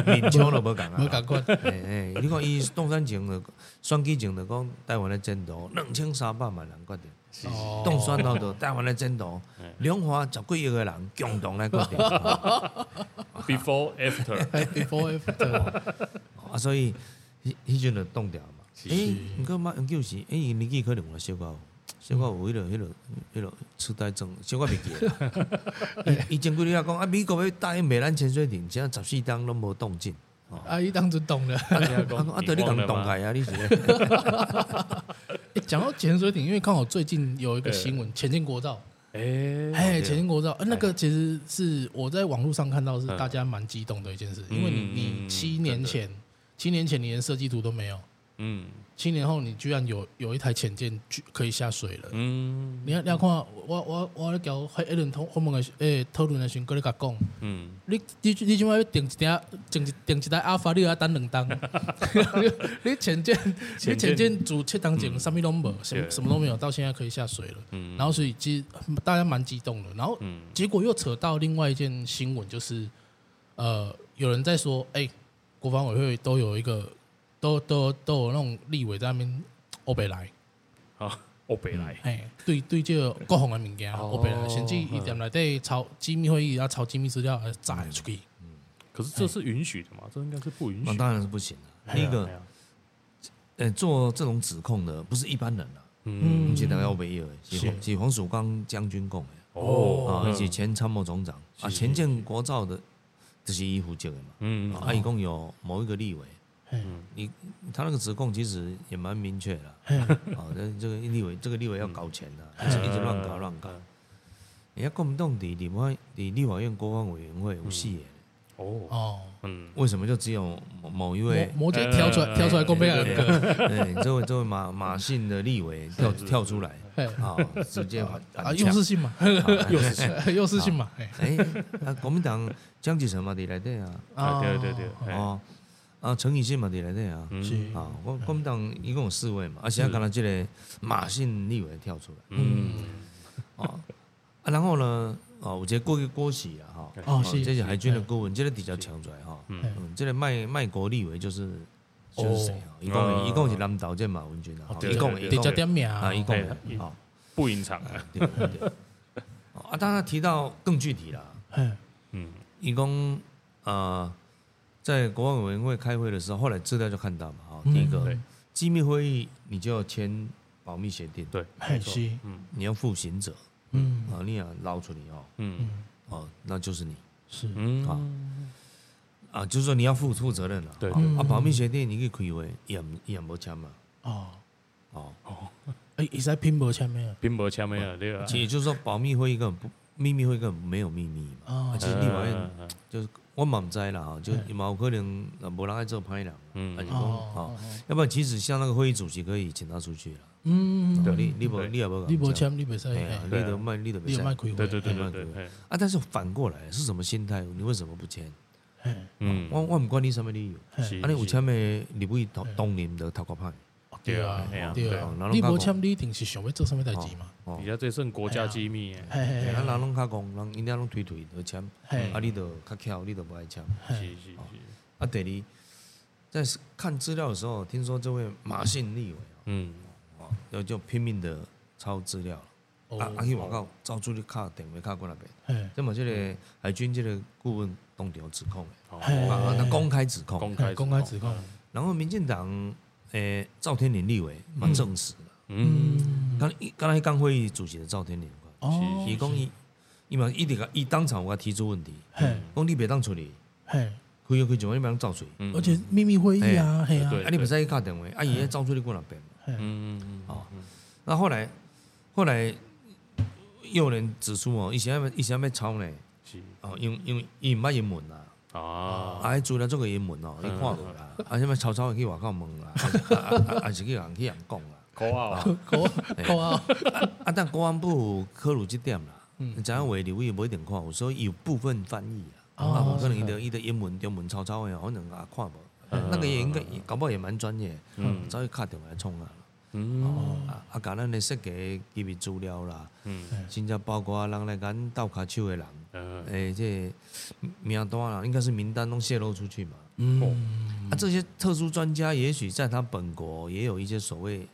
Speaker 3: 闽闽秋了无讲啊
Speaker 1: 无。赶快，
Speaker 3: 哎哎，你看伊冻酸前的选举前的讲台湾的前途两千三百万人决定，
Speaker 2: 是
Speaker 1: 哦
Speaker 3: 冻酸后的台湾的前途
Speaker 2: 哎，
Speaker 3: 两华十几亿个人共同来决定。哦
Speaker 2: before after，
Speaker 1: 哎 before
Speaker 2: *laughs*
Speaker 1: after，
Speaker 3: 啊，所以迄迄阵就冻掉嘛。
Speaker 2: 是
Speaker 3: 诶，毋过马英九是，诶，伊年纪可能有啊小可有小可有迄落迄落迄落痴呆症，小可袂记
Speaker 2: *laughs*
Speaker 3: 得啦。伊伊前几日啊讲啊，美国要答应美咱潜水艇，只啊十四天拢无动静。哦，
Speaker 1: 阿姨啊当初懂了。
Speaker 2: 大家
Speaker 3: *laughs* 啊啊，对你共动开啊，你是咧？
Speaker 2: *laughs*
Speaker 1: 诶讲到潜水艇，因为刚好最近有一个新闻，潜进国造，
Speaker 2: 哎，
Speaker 1: 哎，潜进国造，呃那个其实是我在网络上看到是大家蛮激动的一件事，因为你
Speaker 2: 嗯嗯
Speaker 1: 你
Speaker 2: 嗯
Speaker 1: 七年前，七年前你连设计图都没有，
Speaker 2: 嗯
Speaker 1: 七年后你居然有有一台潜舰去可以下水了。
Speaker 2: 嗯
Speaker 1: 你要你要看我我我咧交迄一轮讨后面的诶讨论的时阵，搁咧甲讲，
Speaker 2: 嗯，
Speaker 1: 你你你即摆要订一台订一订一台阿法，你要等两
Speaker 2: *laughs*
Speaker 1: 档。你潜舰你潜舰组七档前，啥物拢无，什么
Speaker 2: 嗯对
Speaker 1: 什么都没有，到现在可以下水了。
Speaker 2: 嗯
Speaker 1: 然后所以其实大家蛮激动的，然后
Speaker 2: 嗯
Speaker 1: 结果又扯到另外一件新闻，就是呃有人在说，哎、国防委会都有一个都都都有那种立委在那边欧北来。
Speaker 2: 好，
Speaker 3: 哦
Speaker 2: 我北来，
Speaker 1: 哎，对对，这个国防的物件，
Speaker 2: 哦
Speaker 1: 我本来甚至一点内底抄机密会议，啊，抄机密资料，呃，炸出去。
Speaker 2: 可
Speaker 1: 哎
Speaker 2: 是这是允许的啊嘛？这应该是不允
Speaker 3: 那
Speaker 2: 许。
Speaker 3: 哦当然是不行
Speaker 2: *laughs*
Speaker 3: 了。第一个
Speaker 2: 哎，呀，
Speaker 3: 呃，做这种指控的不是一般人啊，
Speaker 2: 嗯
Speaker 3: 不是大家唯一的，是
Speaker 1: 是
Speaker 3: 黄是黄曙光将军讲的，
Speaker 2: 哦
Speaker 1: 嗯
Speaker 3: 啊，以及前参谋总长啊，前建国造的，就是伊负责的嘛。
Speaker 2: 嗯
Speaker 3: 啊，一共有某一个立委，
Speaker 1: 哦嘿
Speaker 3: 你他那个指控其实也蛮明确的，啊，这这个立委这个立委要搞钱的、
Speaker 1: 嗯
Speaker 3: 一直一直乱搞乱搞。人家国民党底立法底立法院国防委员会有戏耶，
Speaker 1: 嗯
Speaker 2: 哦，
Speaker 1: 哦，
Speaker 2: 嗯
Speaker 3: 为什么就只有某某一位
Speaker 1: 摩？摩羯挑出来，
Speaker 2: 呃
Speaker 1: 挑出来公杯两个，
Speaker 3: *laughs* 哎，这位这位马马姓的立委跳跳出来，
Speaker 1: 嘿
Speaker 3: 啊，直接反
Speaker 1: 啊，
Speaker 3: 反
Speaker 1: 又
Speaker 3: 呛哦
Speaker 1: 是。信
Speaker 2: *laughs*
Speaker 1: 嘛，又是信，又是信嘛，嘿
Speaker 3: 哎，啊，国民党江启臣嘛伫内底啊，
Speaker 1: 哦
Speaker 2: 啊对对对，哎
Speaker 3: 哦，啊，陈以信嘛伫内底啊，
Speaker 2: 嗯
Speaker 1: 是
Speaker 3: 啊，国国民党一共有四位嘛，啊，现在刚才这个马姓立委跳出来，
Speaker 2: 嗯
Speaker 3: 哦，啊，然后呢，哦，有一个郭郭喜啊，哈，
Speaker 1: 哦是
Speaker 3: 这是海军的
Speaker 1: 是
Speaker 3: 顾问，这个比较强出来哈，
Speaker 2: 嗯
Speaker 3: 嗯，这个卖卖国立委就是就是谁啊？一
Speaker 2: 哦
Speaker 3: 共一共是南岛这马文君啊，哈
Speaker 2: 对
Speaker 3: 一共
Speaker 2: 对
Speaker 3: 一
Speaker 1: 得加
Speaker 3: 共
Speaker 1: 点名
Speaker 3: 啊，一共
Speaker 2: 哎
Speaker 3: 啊，哦
Speaker 2: 不隐藏啊，
Speaker 3: 对对对，哦啊，当然提到更具体了，
Speaker 1: 嘿
Speaker 2: 嗯
Speaker 3: 一共呃，在国防委员会开会的时候，后来资料就看到嘛，哈，
Speaker 2: 嗯
Speaker 3: 嗯第一个。
Speaker 2: 对，
Speaker 3: 机密会议你就要签保密协定，
Speaker 2: 对，
Speaker 1: 嘿哎是，
Speaker 2: 嗯
Speaker 3: 你要负刑责
Speaker 1: 嗯
Speaker 3: 啊，你要捞出你哦，
Speaker 2: 嗯
Speaker 3: 哦，那就是你
Speaker 1: 是，
Speaker 2: 嗯，
Speaker 3: 啊，就是说你要负负责任了、啊，
Speaker 2: 对
Speaker 1: 嗯
Speaker 3: 啊，保密协定你可以开会，也不也没签嘛，
Speaker 1: 哦，
Speaker 3: 哦，
Speaker 1: 哎，伊在拼搏前面，
Speaker 2: 拼搏前面啊，对啊，
Speaker 3: 也就是说保密会议根本不秘密会议根本没有秘密嘛，
Speaker 1: 哦
Speaker 3: 啊，
Speaker 2: 嗯
Speaker 3: 其实立法院就是我嘛不知道啦哈，就也有可能啊，无人爱做歹人，
Speaker 2: 嗯
Speaker 3: 啊，就讲
Speaker 1: 哦
Speaker 3: 哦，，要不然其实像那个会议主席可以请他出去了，
Speaker 1: 嗯，
Speaker 3: 哦你你不
Speaker 2: 对
Speaker 3: 你也不
Speaker 1: 你无，签，你袂使，
Speaker 3: 哎呀，
Speaker 1: 嘿
Speaker 3: 你都卖你都没
Speaker 1: 你有卖开会，
Speaker 2: 嗯
Speaker 1: 啊
Speaker 2: 对对对对对，哎
Speaker 3: 啊，但是反过来是什么心态？你为什么不签？
Speaker 1: 嘿
Speaker 2: 嗯，
Speaker 3: 我我唔管你什么理由，
Speaker 2: 是
Speaker 3: 哦啊，你有签的立委当当然就头壳歹，
Speaker 1: 对啊，
Speaker 2: 对啊
Speaker 1: 对
Speaker 2: 对
Speaker 1: 啊
Speaker 3: 啊，
Speaker 1: 你无签，你一定是想要做什么代志嘛？
Speaker 3: 哦
Speaker 2: 底，下这算国家机密耶，
Speaker 1: 嘿
Speaker 3: 嘿
Speaker 1: 嘿
Speaker 3: 啊，人拢较戆，人因遐拢推推就签，
Speaker 1: 嘿
Speaker 3: 啊，你就较巧，你就不爱签。
Speaker 2: 是是是，
Speaker 3: 啊，第二，在看资料的时候，听说这位马姓立委
Speaker 2: 嗯
Speaker 3: 哦，要就拼命的抄资料，
Speaker 1: 哦
Speaker 3: 啊，啊去外口到处去敲电话敲过来边，
Speaker 1: 嘿，
Speaker 3: 这么这个海军这个顾问当场指控的，
Speaker 1: 嗯嘿
Speaker 3: 啊
Speaker 2: 哦，
Speaker 3: 啊，那公开指控，
Speaker 2: 公开哦
Speaker 1: 公开指控，
Speaker 3: 然后民进党诶赵天麟立委嘛证实了。
Speaker 2: 嗯
Speaker 3: 刚刚才刚会议主席的赵天麟，
Speaker 1: 哦，
Speaker 3: 伊讲伊伊嘛一直甲伊当场我甲提出问题，
Speaker 1: 嘿
Speaker 3: 讲你别当处理，
Speaker 1: 嘿，
Speaker 3: 开开上你别当走出去，
Speaker 2: 嗯，
Speaker 1: 而且秘密会议啊，嘿啊，
Speaker 2: 对
Speaker 3: 啊你别使去敲电话，啊伊迄走出去过两遍嘛。
Speaker 2: 嗯
Speaker 3: 哦，那后来后来又有人指出哦，以前要以前要抄呢，
Speaker 2: 是
Speaker 3: 哦，因因为伊毋捌英文啦，
Speaker 2: 啊，
Speaker 3: 啊，迄资料做个英文哦，你看有啦，啊，什么曹操去外口问啦，啊啊啊啊，是去人去人讲啦，
Speaker 2: 可啊，
Speaker 1: 口口啊，
Speaker 3: 啊，但公安部有考虑这点啦，你知影话流伊无一定看，有时候有部分翻译啊，
Speaker 1: 哦
Speaker 3: 啊，有可能伊的伊的英文、中文曹操的，可能也看无，那个也应该搞不好也蛮专业，早去敲电话来创啊，
Speaker 2: 嗯
Speaker 3: 啊，啊，甲咱的设计机密资料啦，
Speaker 2: 嗯，
Speaker 3: 甚至包括人来咱斗骹手的人，
Speaker 2: 呃，
Speaker 3: 诶，这个名单啦，应该是名单拢泄露出去嘛，
Speaker 1: 嗯，
Speaker 3: 啊，这些特殊专家也许在他本国也有一些所谓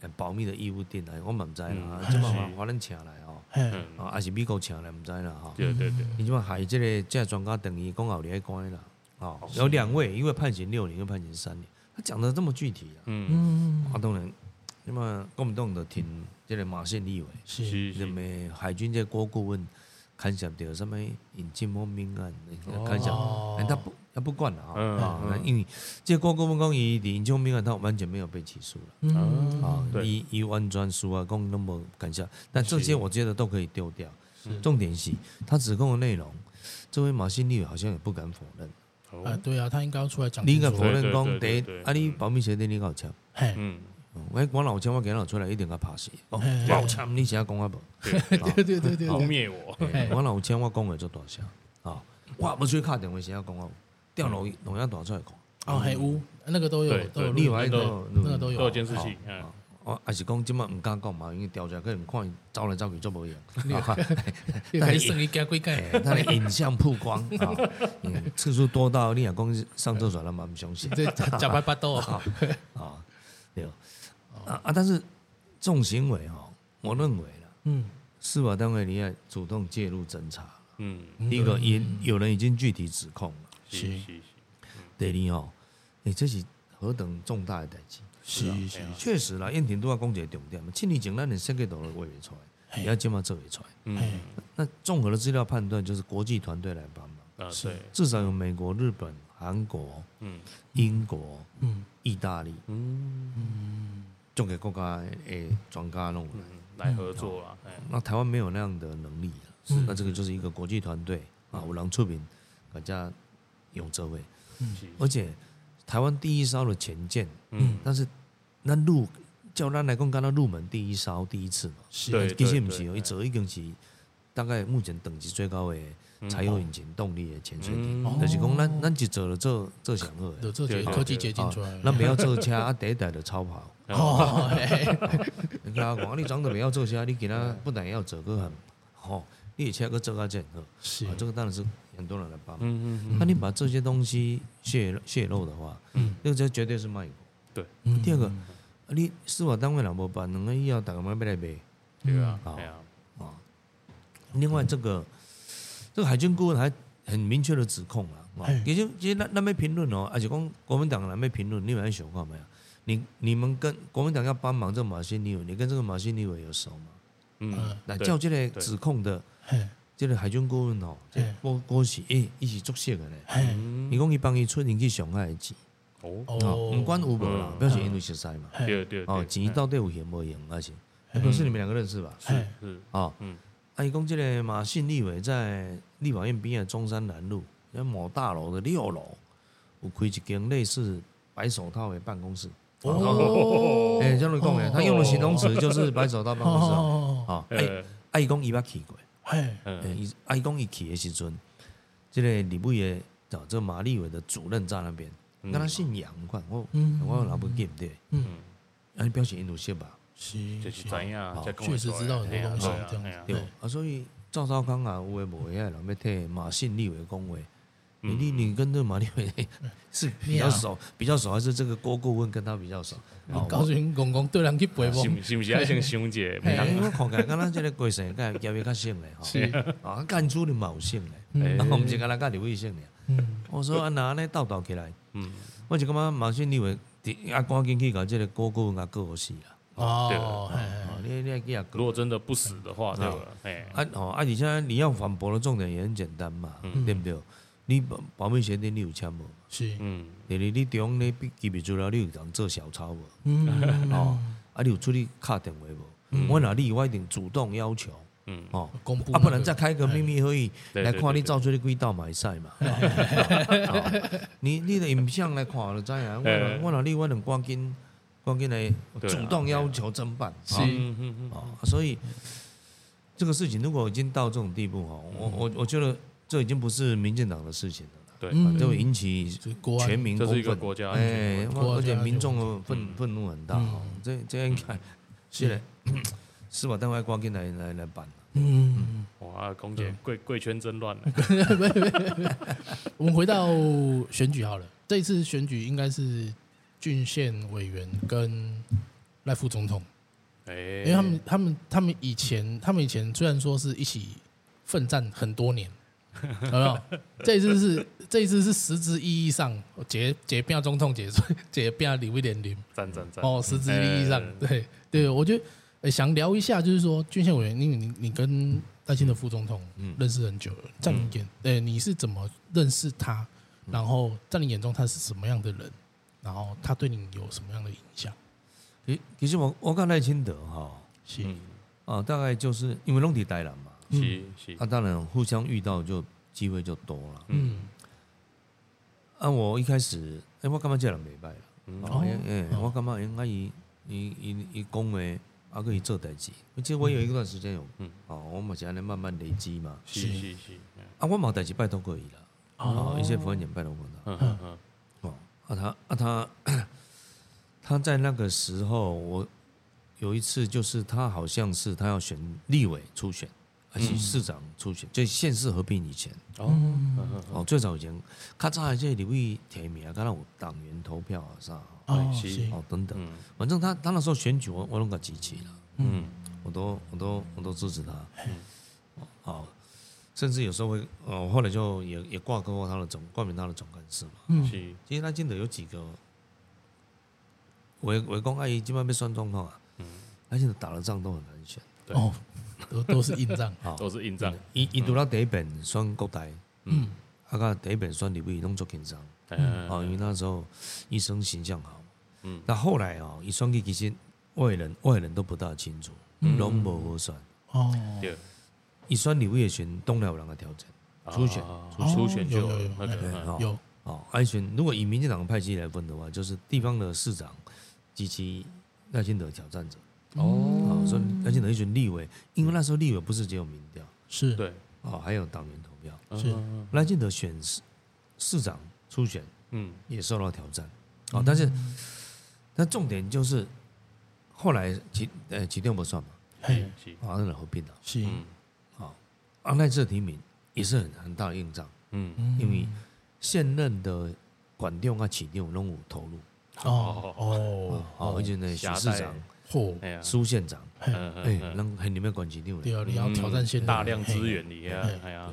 Speaker 3: 呃保密的义务定来，我嘛不知道啦，
Speaker 2: 嗯
Speaker 3: 即马
Speaker 2: 是
Speaker 3: 华咱请来哦，
Speaker 1: 嘿，
Speaker 2: 嗯，
Speaker 3: 啊，还是美国请来，毋知道啦吼。
Speaker 2: 对对对，
Speaker 3: 你即马害这个这个专家等于讲后里关啦，哦，有两位，一位判刑六年，一位判刑三年，他讲的这么具体啊，
Speaker 2: 嗯，
Speaker 1: 嗯，
Speaker 3: 啊，当然，那么国民党就挺这个马宪立委，
Speaker 1: 是，
Speaker 2: 是
Speaker 3: 认
Speaker 2: 是，
Speaker 3: 为海军这郭顾问牵涉到什么引进方面案，牵涉
Speaker 1: 哦，
Speaker 3: 哎，他不他不管了啊、
Speaker 2: 嗯
Speaker 3: 啊，
Speaker 2: 嗯
Speaker 3: 那因为这个郭顾问讲伊李银秋敏啊，他完全没有被起诉了
Speaker 1: 嗯，
Speaker 3: 啊，
Speaker 2: 对
Speaker 3: 伊伊完全输啊，讲那么感谢，但这些
Speaker 2: 是
Speaker 3: 我觉得都可以丢掉。重点是他指控的内容，这位马新立好像也不敢否认，
Speaker 1: 啊，
Speaker 2: 哦，
Speaker 1: 对啊，他应该要出来讲
Speaker 3: 你
Speaker 1: 清
Speaker 3: 敢
Speaker 1: 楚
Speaker 3: 否，认
Speaker 2: 对
Speaker 3: 讲第
Speaker 2: 对对
Speaker 3: 一
Speaker 2: 对，
Speaker 3: 啊，你
Speaker 2: 嗯
Speaker 3: 保密协定你搞签，
Speaker 1: 嘿，
Speaker 2: 嗯，
Speaker 3: 我我老签我给老出来一定给他拍死，哦
Speaker 1: 嘿，
Speaker 3: 我有签你写讲啊无，
Speaker 1: 对对对对
Speaker 2: 污
Speaker 1: 对，
Speaker 2: 蔑我，
Speaker 1: 嘿
Speaker 3: 我老签我讲的做大声啊，我不去敲电话写讲啊，调楼
Speaker 1: 嗯
Speaker 3: 龙阳大出来看。
Speaker 1: 哦，黑屋那个都
Speaker 2: 对
Speaker 1: 有都有
Speaker 2: 对
Speaker 3: 另
Speaker 1: 录，
Speaker 3: 外一
Speaker 2: 那
Speaker 3: 个
Speaker 1: 那个都
Speaker 2: 都有
Speaker 1: 有，
Speaker 2: 监视器，嗯，
Speaker 3: 哦，还是讲即摆毋敢讲嘛，因为调查可能看伊走来走去做
Speaker 1: *laughs*
Speaker 3: 无用，哦
Speaker 1: 又开始剩一家归盖，
Speaker 3: 他的影像曝
Speaker 1: *laughs*
Speaker 3: 光啊，嗯次数多到你若讲上厕所咱嘛毋相信
Speaker 1: 这假白八豆，
Speaker 3: 啊，对啊啊，但是这种行为哦，我认为啦，
Speaker 1: 嗯，
Speaker 3: 司法单位你要主动介入侦查。
Speaker 2: 嗯，
Speaker 3: 第一个，也有人已经具体指控了；
Speaker 2: 是是是，
Speaker 3: 第二哦，你这是何等重大的代志！
Speaker 2: 啊
Speaker 1: 是是是，
Speaker 3: 确实啦，燕婷都要讲一个重点嘛，七年前咱连设计都画未出来，也要即马做未出来。
Speaker 2: 嗯，
Speaker 3: 那综合的资料判断就是国际团队来帮忙，
Speaker 2: 啊，对，
Speaker 3: 至少有美国、日本、韩国、
Speaker 2: 嗯
Speaker 3: 英国、
Speaker 1: 嗯，
Speaker 3: 意大利，
Speaker 2: 嗯
Speaker 3: 这个国家诶专家弄来。
Speaker 2: 嗯，来合作啊，哎，
Speaker 3: 那台湾没有那样的能力啊那这个就是一个国际团队啊，有人出名，大家有这位，
Speaker 2: 是，
Speaker 3: 而且台湾第一艘的前舰，
Speaker 2: 嗯，
Speaker 3: 但是那入叫咱来讲，刚到入门第一艘第一次嘛，
Speaker 1: 是
Speaker 2: 对
Speaker 3: 其实不
Speaker 2: 对
Speaker 3: 是哦，
Speaker 2: 对
Speaker 3: 伊做已经是大概目前等级最高的柴油引擎动力的潜水艇，
Speaker 2: 嗯
Speaker 3: 就是讲咱咱一做了做做上好
Speaker 1: 有
Speaker 3: 的，哦
Speaker 1: 这些科技结晶出来，
Speaker 3: 咱不要做车， *laughs* 啊第一代就超跑。
Speaker 1: 哦，
Speaker 3: 你跟他讲，啊你长得不要做车，你给他不但要做个很好，你的车个做个很好，
Speaker 1: 是
Speaker 3: 啊，这个当然是很多人来帮。
Speaker 2: 嗯嗯
Speaker 3: 那你把这些东西泄露泄露的话，嗯，那这绝对是卖国。
Speaker 1: 嗯
Speaker 3: 第二个，啊你司法单位若无办，两个以后大家要来卖。哦
Speaker 2: 嗯，对啊，对啊，
Speaker 3: 另外，这个这个海军顾问还很明确的指控了、啊
Speaker 1: 哎，
Speaker 3: 也就其实那那边评论哦，而且讲国民党那边评论，你们还想看没有？你你们跟国民党要帮忙这个马新立委，你跟这个马新立委有熟吗？
Speaker 2: 嗯，
Speaker 3: 那叫这个指控的
Speaker 1: 嘿，
Speaker 3: 这个海军顾问哦，这
Speaker 1: 哎
Speaker 3: 郭郭喜诶，一起作秀的嘞。
Speaker 1: 嘿，
Speaker 2: 嗯，
Speaker 3: 你讲伊帮伊出人去上海的钱，
Speaker 2: 哦，
Speaker 1: 哦，
Speaker 3: 唔管有无啦，
Speaker 2: 嗯
Speaker 3: 表示因为熟识嘛。
Speaker 2: 对对
Speaker 3: 哦，
Speaker 2: 对，
Speaker 3: 钱到底有嫌无嫌，而且表示你们两个认识吧？
Speaker 1: 嘿，
Speaker 2: 是，
Speaker 3: 啊哦，
Speaker 2: 嗯
Speaker 3: 啊，伊讲即个马信立委在立法院边的中山南路，那某大楼的六楼，有开一间类似白手套的办公室。
Speaker 1: 哦，
Speaker 3: 哎、这样讲诶，他用的形容词就是白手套办公室哦。
Speaker 1: 哦，
Speaker 3: 哦，哎，
Speaker 2: 呃，
Speaker 3: 啊伊讲伊捌去过，
Speaker 1: 嘿，
Speaker 3: 哎，
Speaker 2: 嗯
Speaker 3: 伊啊伊讲伊去的时阵，即个立委的，找这马立委的主任在那边，跟他姓杨款，我
Speaker 1: 嗯
Speaker 3: 我老不记不对，
Speaker 2: 嗯，
Speaker 3: 啊，你表示印度识吧？
Speaker 1: 是，
Speaker 2: 就是啊怎样，哎
Speaker 3: 对吧，啊，所以赵少康啊，有诶无诶，人要替马信立委讲话。
Speaker 2: 嗯
Speaker 3: 你你
Speaker 2: 啊
Speaker 3: 你跟这马立伟 *laughs* 是比较熟，比较熟，还是这个郭顾问跟他比较哦熟？
Speaker 1: 你告诉你公公对人去
Speaker 3: 啊
Speaker 1: 陪我
Speaker 2: 是，不是不是爱先想者，
Speaker 3: 哎
Speaker 2: 哎，
Speaker 3: 我看起来敢若这个过程，敢会交易较省嘞，
Speaker 1: 是
Speaker 3: 吼，啊，干出你嘛有省嘞，
Speaker 2: 嗯
Speaker 3: 啊，我毋是敢若较刘伟省嘞。
Speaker 1: 嗯，
Speaker 3: 我说啊，那安尼斗斗起来，
Speaker 2: 嗯，
Speaker 3: 我就感觉马信立伟，啊，赶紧去甲这个郭顾问甲告死啦。
Speaker 1: 哦，嘿，
Speaker 3: 哦，你你要去啊
Speaker 2: 如果真的不死的话，对吧？哎，
Speaker 3: 啊哦，啊，而且你要反驳的重点也很简单嘛，对不对？你保保密协定你有签无？
Speaker 1: 是，
Speaker 2: 嗯，
Speaker 3: 第二，你中咧笔记笔资料，你有人做小抄无？
Speaker 1: 嗯，
Speaker 3: 哦，啊，你有出去敲电话无？我若你，我一定主动要求，
Speaker 2: 嗯
Speaker 3: 哦，
Speaker 1: 公布
Speaker 3: 啊，不
Speaker 1: 那
Speaker 3: 然
Speaker 1: 个
Speaker 3: 再开一个秘密会议
Speaker 2: 哎对
Speaker 3: 来
Speaker 2: 对
Speaker 3: 看
Speaker 2: 对
Speaker 3: 你
Speaker 2: 对
Speaker 3: 照出的轨道买赛嘛。哦你你的影像来看了，知啊，我
Speaker 2: 哎
Speaker 3: 若我若你我能赶紧赶紧来
Speaker 2: 对啊
Speaker 3: 主动要求侦办。
Speaker 1: 是
Speaker 2: 嗯嗯
Speaker 3: 啊，所以这个事情如果已经到这种地步哈，
Speaker 2: 嗯
Speaker 3: 我我我觉得这已经不是民进党的事情了啦，
Speaker 2: 对
Speaker 1: 嗯
Speaker 3: 这会引起
Speaker 1: 就是国安
Speaker 3: 全民
Speaker 2: 这
Speaker 3: 公
Speaker 2: 是一个
Speaker 3: 愤。
Speaker 2: 国家安全
Speaker 3: 哎，
Speaker 1: 国
Speaker 3: 我而且
Speaker 1: 家安全
Speaker 3: 民众
Speaker 1: 问
Speaker 3: 的愤
Speaker 2: 嗯
Speaker 3: 愤怒很大哦，这这应该是 *coughs* 的，司法单位赶紧来来来办。
Speaker 1: 嗯，
Speaker 2: 哇，空姐贵贵圈真乱了。啊
Speaker 1: 我们回到选举好了，这一次选举应该是郡县委员跟赖副总统，
Speaker 2: 哎，
Speaker 1: 因为他们他们他们以前他们以前虽然说是一起奋战很多
Speaker 2: *laughs*
Speaker 1: 年，有没有？这一次是这一次是实质意义上解解变总统解 *laughs* 解变李威廉林
Speaker 2: 赞赞赞
Speaker 1: 哦，实质意义上
Speaker 2: 嗯，
Speaker 1: 对对，我觉得呃想聊一下，就是说郡县委员，因为你你跟戴庆的副总统
Speaker 2: 嗯
Speaker 1: 认识很久了，在你眼呃你是怎么认识他？
Speaker 2: 嗯
Speaker 1: 然后在你眼中他是什么样的人？然后他对你有什么样的影响？
Speaker 3: 其其实我我看赖清德哈
Speaker 1: 是
Speaker 2: 嗯，
Speaker 3: 啊，大概就是因为拢伫台南嘛，
Speaker 2: 是是，
Speaker 3: 啊，当然互相遇到就机会就多了。
Speaker 1: 嗯
Speaker 3: 啊，我一开始，哎，我感觉这人袂歹啦。
Speaker 2: 嗯
Speaker 3: 哦，哎、诶
Speaker 1: 哦
Speaker 3: 我感觉应该伊伊伊伊讲话，啊，佮伊做代志。其实我有一段时间有，
Speaker 2: 嗯
Speaker 3: 哦，我嘛是安尼慢慢累积嘛。
Speaker 2: 是是是，嗯
Speaker 3: 啊，我嘛有代志拜托过伊啦，哦，一些朋友拜托过他。
Speaker 2: 嗯嗯嗯
Speaker 3: 哦，啊他啊他他在那个时候，我有一次就是他好像是他要选立委初选，还
Speaker 2: 嗯
Speaker 3: 是市长初选，就县市合并以前。
Speaker 2: 哦嗯
Speaker 3: 哦，最早以前，较早的这立委提名，啊敢若有党员投票啊啥，
Speaker 1: 哦
Speaker 2: 是
Speaker 1: 是
Speaker 3: 哦等等，
Speaker 2: 嗯
Speaker 3: 反正他他那时候选举我，我拢给支持了，
Speaker 2: 嗯
Speaker 3: 我都我都我都支持他，哦，甚至有时候会，哦，后来就也也挂钩过他的总冠名他的总干事嘛。
Speaker 2: 嗯
Speaker 1: 嗯
Speaker 2: 是
Speaker 3: 其实他真的有几个，我我讲阿啊姨今晚被酸状况啊，
Speaker 2: 嗯
Speaker 3: 他现在打了仗都很难选，
Speaker 2: 对
Speaker 1: 哦，都都是硬仗，
Speaker 3: 好、
Speaker 2: 都是硬仗，
Speaker 3: 伊伊除了第一遍选国台，
Speaker 1: 嗯
Speaker 3: 啊个第一遍选立委拢做轻松。哦，因
Speaker 2: 嗯
Speaker 3: 为那时候医生形象好，
Speaker 2: 嗯
Speaker 3: 那后来哦，一双击其实外人外人都不大清楚，
Speaker 2: 嗯
Speaker 3: 拢无好选。
Speaker 1: 哦，
Speaker 2: 对，
Speaker 3: 一选刘叶选东了有人的调整初选
Speaker 2: 啊初选就那个嗯
Speaker 3: 哦
Speaker 1: 有
Speaker 3: 哦，安选如果以民进党的派系来分的话，就是地方的市长及其赖清德挑战者。
Speaker 2: 哦
Speaker 3: 哦，所以赖清德一选立委，因为那时候立委不是只有民调
Speaker 1: 是，
Speaker 2: 对嗯
Speaker 3: 哦，还有党员投票。
Speaker 2: 是
Speaker 3: 赖清德选市市长初选
Speaker 2: 嗯
Speaker 3: 也受到挑战。
Speaker 1: 嗯
Speaker 3: 哦，但是那重点就是后来其呃其定不算嘛，
Speaker 1: 嘿，
Speaker 2: 是
Speaker 3: 啊，那合并了。
Speaker 1: 是，
Speaker 2: 嗯
Speaker 3: 啊，那次的提名也是很很大的硬仗，
Speaker 2: 嗯
Speaker 1: 嗯
Speaker 3: 因为现任的管长啊、市长拢有投入，
Speaker 1: 哦哦
Speaker 3: 哦，而且呢，许
Speaker 2: 下
Speaker 3: 市
Speaker 2: 代
Speaker 3: 长、
Speaker 1: 嚯，
Speaker 2: 哎呀
Speaker 3: 苏县长，
Speaker 2: 嗯
Speaker 3: 哎，让很里面管市长
Speaker 1: 对
Speaker 3: 嘞。
Speaker 1: 啊，你要挑战先
Speaker 2: 大量资，源里啊哎呀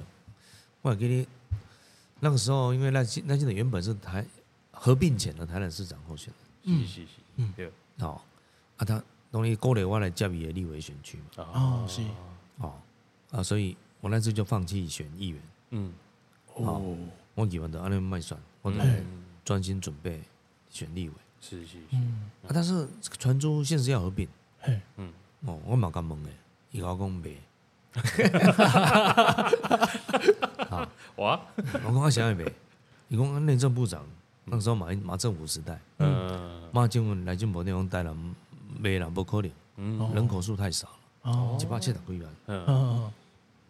Speaker 3: 我还给你那个时候，因为赖清赖清德原本是台合并前的台南市长候选
Speaker 1: 嗯
Speaker 2: 是是是对
Speaker 3: 人，哦，啊，他容易勾勒我来接伊的立委选区嘛，
Speaker 1: 哦是
Speaker 3: 哦，啊，所以我那次就放弃选议员，
Speaker 2: 嗯
Speaker 1: 嘿哦，
Speaker 3: 我议员的安尼卖算，我就来
Speaker 2: 嗯
Speaker 3: 专心准备选立委。
Speaker 2: 是是是
Speaker 1: 嗯，
Speaker 3: 啊，但是传出现实要合并，
Speaker 1: 嘿，
Speaker 2: 嗯
Speaker 3: 哦，我嘛甲问诶，伊甲我讲袂， *laughs*
Speaker 2: 哇
Speaker 3: 啊我讲啊啥会袂，伊讲啊内政部长那时候马英马政府时代，
Speaker 2: 嗯
Speaker 3: 马政府来进无地方台南袂人无可能，
Speaker 2: 嗯
Speaker 3: 人口数太少了，
Speaker 1: 哦，
Speaker 3: 一百七十几万，
Speaker 2: 嗯
Speaker 1: 嗯，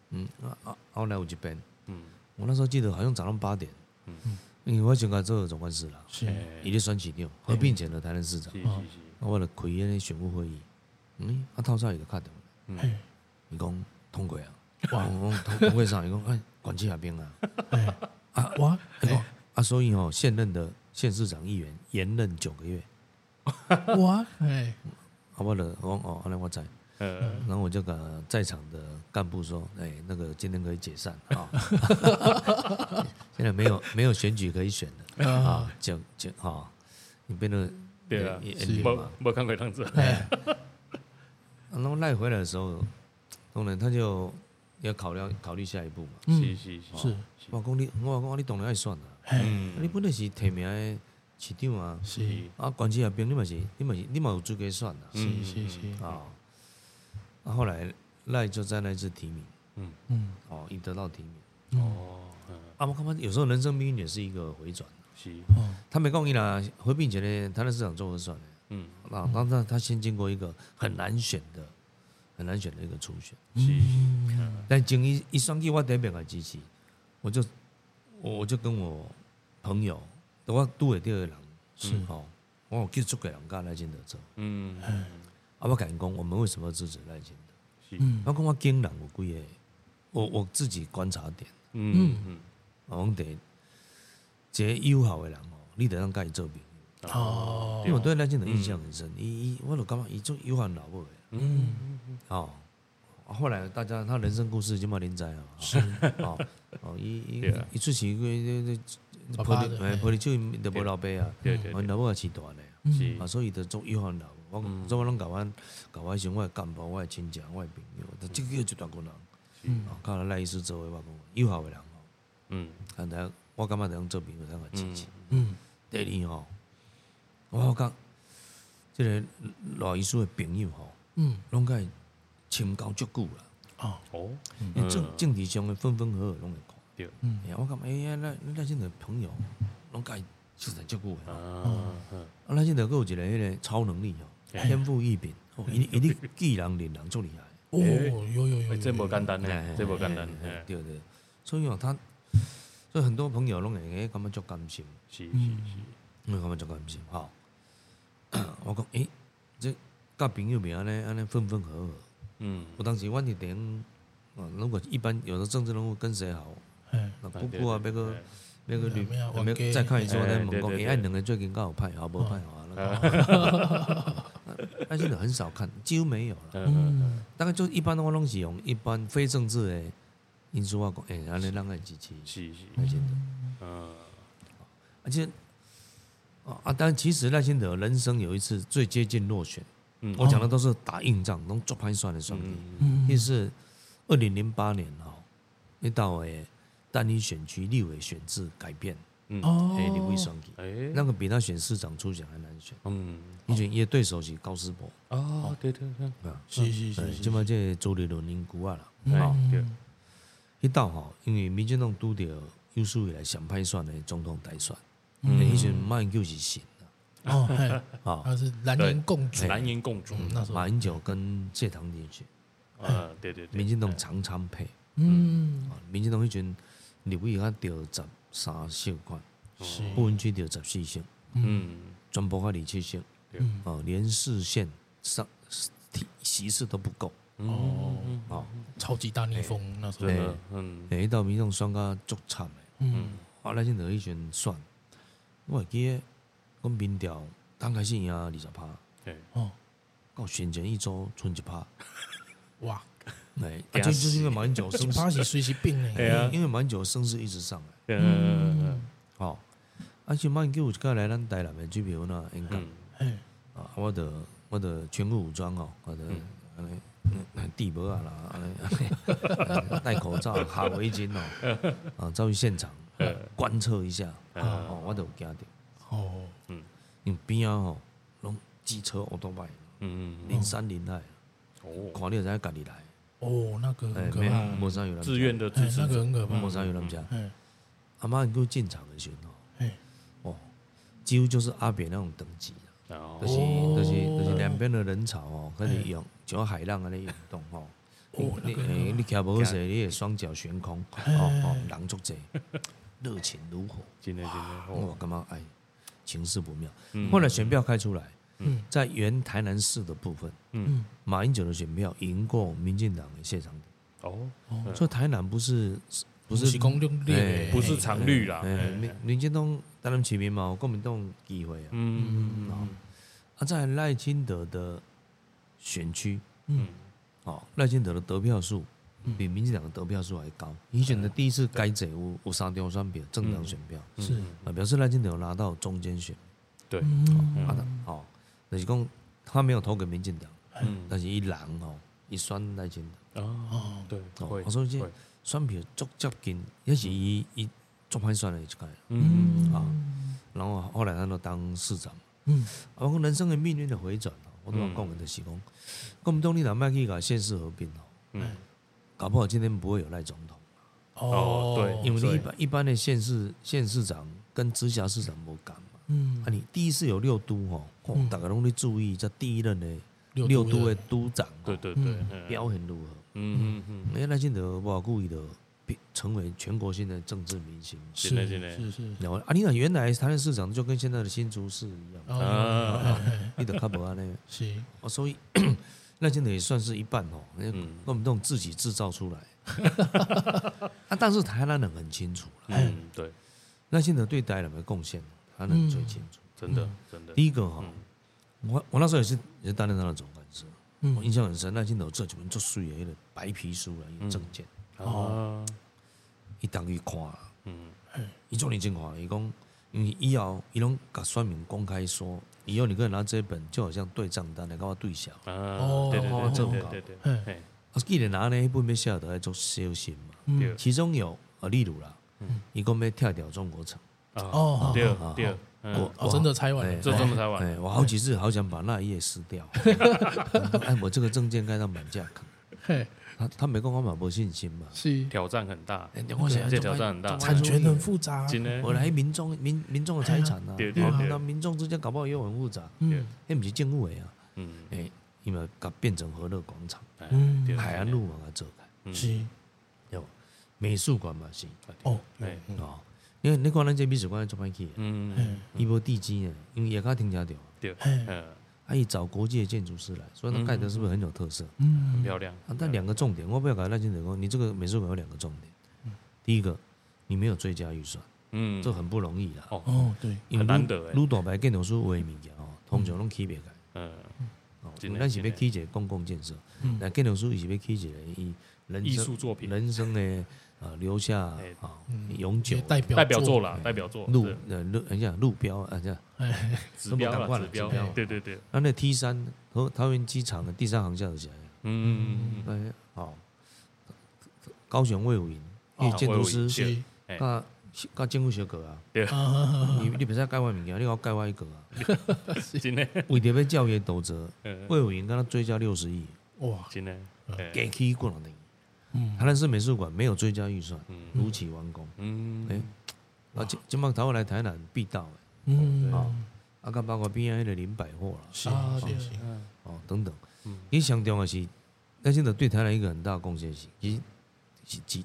Speaker 3: 嗯啊啊，后来有一边，
Speaker 2: 嗯
Speaker 3: 我那时候记得好像早上八点，
Speaker 2: 嗯
Speaker 3: 因为我先甲做总干事啦，
Speaker 1: 是，
Speaker 3: 伊咧选市长，合并前的台南市长
Speaker 2: 是，是是
Speaker 3: 啊，我就开迄个选务会议，嗯，啊透早伊就敲电话。
Speaker 2: 嗯
Speaker 1: 嘿，
Speaker 3: 伊讲通过啊，哇，我讲通通过啥？伊讲哎，管区下边啊，
Speaker 1: 啊哇，
Speaker 3: 伊讲啊，所以哦，现任的县市长议员延任九个月，
Speaker 1: 哇，哎，
Speaker 3: 啊，我了，我讲哦，后来我知，
Speaker 2: 呃
Speaker 3: 然后我就跟在场的干部说，哎，那个今天可以解散啊， *laughs* 现在没有没有选举可以选了啊，讲讲啊，你变得
Speaker 2: 对啊
Speaker 3: 也也
Speaker 1: 是
Speaker 3: 也
Speaker 2: 没
Speaker 3: 嘛
Speaker 2: 没看过这样子
Speaker 1: 哎，
Speaker 3: 啊然后赖回来的时候，当然他就要考虑考虑下一步嘛。
Speaker 2: *laughs* 是是是
Speaker 1: 嗯是
Speaker 3: 我讲你，我讲你当然爱选啦。啊你
Speaker 2: 嗯
Speaker 3: 本来是提名的市长啊，
Speaker 1: 是
Speaker 3: 啊，关系也
Speaker 1: 嗯
Speaker 3: 兵你嘛是，你嘛是，你嘛有资格选啊。
Speaker 1: 是是是，
Speaker 3: 啊，啊，后来赖就在那一次提名，
Speaker 2: 嗯
Speaker 1: 嗯，
Speaker 3: 哦，一得到提名。
Speaker 2: 哦，嗯
Speaker 3: 啊，我看看有时候人生命运也是一个回转。啊
Speaker 2: 是，
Speaker 1: 哦，
Speaker 3: 他没供应啦，回避前呢，他的市场做核算的，
Speaker 2: 嗯
Speaker 3: 那那那他先经过一个很难选的、很难选的一个初选，
Speaker 1: 嗯
Speaker 2: 是是，
Speaker 3: 但经一一双计我代表来支持，我就我我就跟我朋友，我拄的第二个人
Speaker 1: 是
Speaker 3: 哦，我有去出给人家赖清德做，
Speaker 2: 嗯
Speaker 3: 啊，我敢讲我们为什么支持赖清德？
Speaker 2: 是，嗯
Speaker 1: 嗯
Speaker 3: 我讲我经人有几个，我我自己观察点，
Speaker 2: 嗯
Speaker 3: 我讲得一个友好的人哦，你得让甲伊做朋友。
Speaker 2: 嗯，
Speaker 1: 哦
Speaker 3: 因为我对赖清德印象很深，伊伊我就感觉伊做有喊老母的，
Speaker 2: 嗯
Speaker 3: 哦，啊后来大家他人生故事就嘛连载啊，是哦哦，伊伊
Speaker 2: 对啊
Speaker 3: 伊出世
Speaker 1: 爸
Speaker 3: 个玻
Speaker 1: 爸
Speaker 3: 璃
Speaker 1: 的
Speaker 3: 哎玻璃酒就无老爸啊，
Speaker 2: 对对对，
Speaker 3: 哦老母也饲大咧，
Speaker 2: 是
Speaker 3: 啊，所以就做有喊老母，我做我拢甲阮甲我像我的干部、我的亲戚、我的朋友，但这个就大个人，
Speaker 1: 嗯
Speaker 3: 哦，甲赖医师做伙我讲有效的人哦，
Speaker 2: 嗯
Speaker 3: 但是我感觉能做朋友，咱个支持。
Speaker 1: 嗯
Speaker 3: 第二吼，我讲，即个老医师的朋友吼，
Speaker 1: 嗯，
Speaker 3: 拢甲伊深交足久啦，
Speaker 1: 哦，
Speaker 2: 哦，
Speaker 3: 因政政治上的分分合合拢会看。
Speaker 2: 对，
Speaker 1: 嗯
Speaker 3: 哎呀，我感觉哎呀，咱咱咱现在朋友拢甲伊实在足久的。啊，
Speaker 1: 哦
Speaker 2: 啊，嗯
Speaker 3: 咱现在佫有一个迄个超能力吼，
Speaker 2: 哎
Speaker 3: 天赋异禀，哦，伊伊咧记人认人足厉害。
Speaker 2: *laughs*
Speaker 1: 哦，有有有有，
Speaker 2: 这无简单
Speaker 3: 哎
Speaker 2: 嘞，这无简单，
Speaker 3: 哎
Speaker 2: 哎，
Speaker 3: 对对，所以哦，他，所以很多朋友拢会哎感觉足甘心。
Speaker 2: 是是是，
Speaker 3: 嗯我感觉足感心吼。 *coughs* 我讲，诶、这甲朋友咪安尼安尼分分合合。
Speaker 2: 嗯
Speaker 3: 有当时阮伫顶，啊，如果一般有的政治人物跟谁好，
Speaker 1: 哎，
Speaker 3: 那不过啊，要个要个
Speaker 1: 没有
Speaker 3: 捋，
Speaker 1: 冤家
Speaker 3: 要再看一次，我再
Speaker 2: 哎
Speaker 3: 问
Speaker 2: 对
Speaker 3: 讲，
Speaker 2: 对
Speaker 3: 诶，
Speaker 2: 对
Speaker 3: 哎，两个最近敢有派好无派好啊？ *laughs* 那啊个，但现在很少看，几乎没有了。
Speaker 2: 嗯
Speaker 3: 大概就一般的话，拢是用一般非政治的因素啊讲，诶，安尼咱个支持。
Speaker 2: 是是，
Speaker 3: 赖清德。而且，啊啊，但其实赖清德人生有一次最接近落选，
Speaker 2: 嗯
Speaker 3: 我讲的都是打硬仗，拢做盘算的算命。
Speaker 1: 嗯
Speaker 3: 那是二零零八年哦，那到诶单一选区立委选制改变，
Speaker 1: 哦，
Speaker 3: 诶，立委选举，
Speaker 2: 嗯哎，
Speaker 3: 那个比他选市长初选还难选，
Speaker 2: 嗯，
Speaker 3: 因为伊的对手是高斯博，
Speaker 2: 哦，对对对，
Speaker 3: 啊，
Speaker 1: 是是是是，
Speaker 3: 即嘛这个周立伦因姑啊啦，
Speaker 2: 哎对，
Speaker 3: 迄道吼，因为民进党拄着有史以来上歹选的总统大选，迄阵马英九是神
Speaker 1: 哦，哎，
Speaker 3: 啊，啊
Speaker 1: 他是蓝银共主，
Speaker 2: 蓝银共主，
Speaker 1: 那时候
Speaker 3: 马，英九跟谢长廷选，
Speaker 2: 啊，对对对，
Speaker 3: 民进党常常配，
Speaker 1: 嗯，
Speaker 3: 啊，民进党迄阵立委啊着十三小款，
Speaker 1: 是，
Speaker 3: 不分区着十四席，
Speaker 2: 哎嗯，
Speaker 3: 全部啊二七席，哦，连市县上提席次都不够，
Speaker 2: 哦，
Speaker 3: 哦，
Speaker 1: 超级大逆风，那时候
Speaker 2: 真，的，嗯
Speaker 3: 诶，迄道民众选甲足惨的。
Speaker 1: 嗯
Speaker 3: 啊，咱先在迄阵选，我会记得阮民调刚开始赢二十趴，
Speaker 2: 对，
Speaker 1: 哦，
Speaker 3: 到选前一周剩
Speaker 2: *laughs*
Speaker 3: 一趴，
Speaker 1: 哇，
Speaker 3: 哎，啊，
Speaker 2: 惊
Speaker 3: 这就是因为马
Speaker 2: *laughs*
Speaker 3: 英九
Speaker 1: 一
Speaker 3: 声势，
Speaker 1: 趴是随时病
Speaker 2: 对
Speaker 1: 嘞，
Speaker 2: 啊，
Speaker 3: 因为马英九声势一直上来，
Speaker 2: 嗯
Speaker 3: 哦，而且马英九有一个来咱台南的水票呐，演讲
Speaker 2: 嗯
Speaker 1: 哎，
Speaker 3: 啊，我的我的全副武装哦，我的安尼。嗯地帽啊啦，安
Speaker 2: *laughs*
Speaker 3: 尼戴口罩、哈围巾哦，啊，走去现场
Speaker 2: 嗯
Speaker 3: 观测一下，哦，我都有惊着，
Speaker 1: 哦，
Speaker 3: 因为边啊吼，拢机车、奥多拜，
Speaker 2: 嗯，
Speaker 3: 零三零二，
Speaker 2: 哦，
Speaker 3: 看你就知影家己来，
Speaker 1: 哦，那个
Speaker 3: 哎
Speaker 1: 很，可
Speaker 3: 没
Speaker 1: 怕，
Speaker 3: 无啥有人
Speaker 2: 嗯自愿的嗯支
Speaker 1: 哎，
Speaker 2: 持
Speaker 1: 那个
Speaker 2: 者，
Speaker 1: 很可
Speaker 3: 家，
Speaker 1: 怕
Speaker 3: 无，啥有人家。
Speaker 1: 哎，
Speaker 3: 阿妈能够进场的时候，
Speaker 1: 哎，
Speaker 3: 哦，几乎就是阿扁那种等级啊，就
Speaker 2: 哦，
Speaker 3: 是
Speaker 1: 哦
Speaker 3: 就是就是两边的人潮哦，跟你涌，就像海浪安尼涌动哦。你
Speaker 1: 哦，那
Speaker 3: 你
Speaker 1: 个
Speaker 3: 哎你徛无好势，你会双脚悬空，哦哦，人足济，热情如火，
Speaker 2: 真的真的，
Speaker 3: 我感觉哎，情势不妙。
Speaker 2: 哦嗯
Speaker 3: 后来选票开出来
Speaker 1: 嗯，
Speaker 3: 在原台南市的部分，
Speaker 2: 嗯
Speaker 3: 马英九的选票赢过民进党的谢长廷。
Speaker 2: 哦，
Speaker 3: 所以台南不是嗯不是
Speaker 1: 公用列，
Speaker 2: 哎不是常绿啦，
Speaker 3: 哎民民进党担任起民嘛，有国民党机会啊。
Speaker 2: 嗯
Speaker 3: 啊，在赖清德的选区，
Speaker 2: 嗯，
Speaker 3: 哦，赖清德的得票数比民进党的得票数还高。你选的第一次改者有有三张选票，政党选票
Speaker 1: 是，
Speaker 3: 啊，表示赖清德有拿到中间选
Speaker 2: 对，
Speaker 3: 啊，他哦，就是讲他没有投给民进党，
Speaker 2: 嗯，
Speaker 3: 但是一人哦，一选赖清德。
Speaker 2: 哦，对，会，
Speaker 3: 我说这
Speaker 2: 会
Speaker 3: 选票足接近，也是伊伊足歹选的一届。
Speaker 2: 嗯
Speaker 3: 啊，然后后来他就当市长。
Speaker 1: 嗯，
Speaker 3: 啊，我讲人生的命运的回转哦，我都要讲的就是讲，国民党你若卖去甲县市合并哦，
Speaker 2: 嗯
Speaker 3: 搞不好今天不会有赖总统，
Speaker 2: 哦对
Speaker 3: 因为
Speaker 2: 所以
Speaker 3: 你一般一般的县市县市长跟直辖市长无敢嘛。
Speaker 1: 嗯
Speaker 3: 啊，你第一次有六都吼，哦
Speaker 2: 嗯
Speaker 3: 大家拢在注意，这第一任的
Speaker 1: 六
Speaker 3: 六
Speaker 1: 都
Speaker 3: 都
Speaker 1: 的
Speaker 3: 的都长，啊
Speaker 2: 对，对对，嗯
Speaker 3: 表现如何？哎
Speaker 2: 嗯嗯
Speaker 3: 因为赖清德不好故意的成为全国性的政治明星。
Speaker 1: 是
Speaker 2: 真的真的
Speaker 1: 是是，
Speaker 3: 然后啊，你看原来台南市长就跟现在的新竹市一样，
Speaker 1: 哦，嘿嘿
Speaker 3: 你得看不安呢。
Speaker 1: 是
Speaker 3: 哦，所以 *coughs* 赖清德也算是一半哦，那
Speaker 2: 嗯
Speaker 3: 我们这种自己制造出来。 *laughs* 啊，但是台南人很清楚了，
Speaker 2: 嗯嗯，对，
Speaker 3: 赖清德对台南的贡献，哦台南人最清楚。
Speaker 2: 真的真的，
Speaker 3: 第一个哈、
Speaker 2: 嗯
Speaker 3: 我我那时候也是也是担任他的总干事，
Speaker 1: 嗯
Speaker 3: 我印象很深。赖清德这几本做水的那个白皮书啦，
Speaker 2: 嗯
Speaker 3: 有证件，
Speaker 2: 哦，
Speaker 3: 伊当去看啦，
Speaker 2: 嗯
Speaker 3: 伊做认真看啦，伊讲，因为以后伊拢甲选民公开说，以后你可以拿这一本，就好像对账单来跟我对销。
Speaker 2: 啊，对对
Speaker 1: 哦这
Speaker 2: 对
Speaker 3: 种
Speaker 2: 对对对
Speaker 1: 嗯
Speaker 2: 嘿，
Speaker 3: 啊，既然拿呢，迄本要写得要做小心嘛。
Speaker 2: 对
Speaker 1: 嗯
Speaker 3: 其中有啊，例如啦
Speaker 2: 嗯，
Speaker 3: 伊讲要跳掉中国城，
Speaker 2: 啊，
Speaker 1: 哦，
Speaker 2: 对
Speaker 3: 好
Speaker 2: 对
Speaker 3: 好，
Speaker 2: 嗯，
Speaker 1: 哦，真的拆完了，
Speaker 3: 哎
Speaker 2: 就这么才玩，
Speaker 3: 哎，我好几次好想把那一页撕
Speaker 2: *laughs*
Speaker 3: 掉。 *laughs* 哎，我这个证件该让满价看。
Speaker 1: 嘿，
Speaker 3: 他他没讲我嘛，无信心嘛。
Speaker 1: 哎是
Speaker 2: 挑战很大，
Speaker 3: 哎我想要
Speaker 2: 这
Speaker 3: 做
Speaker 2: 挑战很大
Speaker 3: 做
Speaker 1: 产权很复杂，
Speaker 2: 真的，
Speaker 3: 我来民众民民众的财产啊，
Speaker 2: 对对对
Speaker 3: 那民众之间搞不好也有很复杂，
Speaker 1: 嗯
Speaker 3: 那不是政府的啊，
Speaker 2: 嗯，
Speaker 3: 哎，伊嘛甲变成和乐广场、
Speaker 2: 哎
Speaker 1: 嗯
Speaker 2: 对
Speaker 3: 海岸路嘛，甲做开，
Speaker 2: 嗯
Speaker 1: 是
Speaker 3: 对吧？美术馆嘛是，
Speaker 1: 哦，
Speaker 2: 哎
Speaker 1: 嗯
Speaker 3: 哦，因为你看咱这美术馆做歹去的，
Speaker 2: 嗯，
Speaker 3: 啊伊无地基呢，啊因为也卡停车掉，
Speaker 2: 对，
Speaker 1: 嘿
Speaker 2: 嗯，
Speaker 3: 啊，伊找国际的建筑师来，所以他盖的是不是很有特色？
Speaker 2: 很
Speaker 1: 嗯
Speaker 2: 漂亮，
Speaker 3: 啊，但两个重点，我不要搞赖清德说，你这个美术馆有两个重点，第一个，你没有追加预算，
Speaker 2: 嗯，
Speaker 3: 这很不容易啦。
Speaker 2: 哦，
Speaker 1: 哦对，
Speaker 3: 因
Speaker 2: 很
Speaker 3: 为
Speaker 2: 难得哎
Speaker 3: 愈大牌建筑师有诶物件吼，通常拢起袂来。
Speaker 2: 嗯，
Speaker 3: 哦
Speaker 2: 真的
Speaker 3: 咱是要
Speaker 2: 真的
Speaker 3: 起一个公共建设，那建筑师伊是要起一个伊人
Speaker 2: 艺
Speaker 3: 生
Speaker 2: 术作品
Speaker 3: 人生的呃留下啊
Speaker 2: 哎
Speaker 3: 永久
Speaker 1: 嗯也代表
Speaker 2: 代表作
Speaker 1: 作
Speaker 2: 啦，代表作
Speaker 3: 路
Speaker 2: 对
Speaker 3: 呃路，人家路标啊，这样。
Speaker 1: 哎，
Speaker 2: 指标
Speaker 3: 那么赶快
Speaker 2: 啦，
Speaker 3: 了
Speaker 2: 指标
Speaker 3: 指标，
Speaker 2: 对对对，
Speaker 3: 啊，那 T 三和桃园机场的第三航厦就是
Speaker 2: 嗯，
Speaker 3: 安尼，哎，哦，高雄卫武营，
Speaker 1: 哦
Speaker 3: 因为建筑师
Speaker 2: 对
Speaker 1: 是
Speaker 2: 哎
Speaker 3: 甲甲政府相过啊，
Speaker 1: 啊，
Speaker 3: *laughs* 你你别使改我的物件，你给我改我一
Speaker 1: *laughs*
Speaker 3: 个啊，
Speaker 2: 真的，
Speaker 3: 为着要教育投资，
Speaker 2: 嗯，
Speaker 3: 卫武营跟他追加六十亿。
Speaker 1: 哇，
Speaker 2: 真
Speaker 3: *laughs*
Speaker 2: 的，哎
Speaker 3: 给起过两年，
Speaker 1: 嗯
Speaker 3: 台南市美术馆没有追加预算，
Speaker 2: 嗯
Speaker 3: 如期完工。
Speaker 2: 嗯，
Speaker 3: 哎，啊，今今麦台湾来台南必到的，
Speaker 1: 嗯
Speaker 3: 啊，啊，甲包括边仔迄个林百货啦，
Speaker 1: 是
Speaker 2: 啊对
Speaker 1: 是是，
Speaker 2: 嗯
Speaker 3: 哦等等
Speaker 2: 嗯。
Speaker 3: 伊上重要是，咱现在对台南一个很大的贡献是，伊是是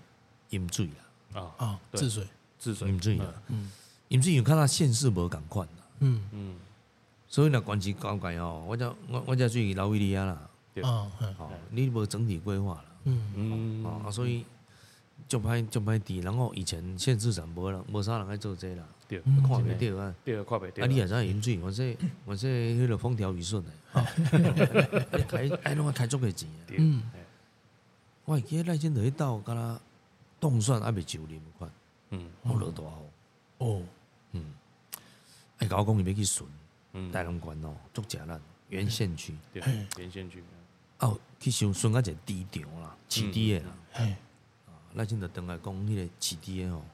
Speaker 3: 饮水啦，
Speaker 2: 啊，
Speaker 1: 啊，
Speaker 2: 对
Speaker 1: 治水，
Speaker 2: 治水，
Speaker 3: 饮水啦，
Speaker 1: 嗯
Speaker 3: 饮水有看他县市无共款啦，
Speaker 1: 嗯
Speaker 2: 嗯，
Speaker 3: 所以若关系高改哦，我则我我则水老维利亚啦，
Speaker 2: 对
Speaker 1: 啊，嗯
Speaker 3: 哦，你无整体规划啦。
Speaker 1: 嗯
Speaker 2: 嗯，
Speaker 3: 哦，啊，所以就歹就歹治，然哦后以前县市长无人无啥人爱做这啦，
Speaker 2: 对，
Speaker 1: 嗯
Speaker 2: 嗯
Speaker 3: 看
Speaker 2: 真的
Speaker 3: 袂着啊。
Speaker 2: 对，看袂着，
Speaker 3: 啊，你也知影饮水，我说我说迄个风调雨
Speaker 2: *laughs*
Speaker 3: 顺的，啊你开哎拢开足个钱的。
Speaker 2: 对，
Speaker 1: 嗯
Speaker 2: 哎
Speaker 3: 我会记得赖清德迄道敢若冻算还袂就啉款，
Speaker 2: 嗯
Speaker 3: 我落大雨，
Speaker 1: 哦，
Speaker 3: 嗯，哎，甲我讲伊要去巡
Speaker 2: 嗯，
Speaker 3: 大龙关哦，足食咱原县区，
Speaker 2: 对，连线剧，
Speaker 3: 啊，
Speaker 2: 嗯
Speaker 3: 有去巡巡到一个猪场啦，饲猪的啦。
Speaker 1: 嘿，
Speaker 3: 那真就等来讲，迄个饲猪的吼，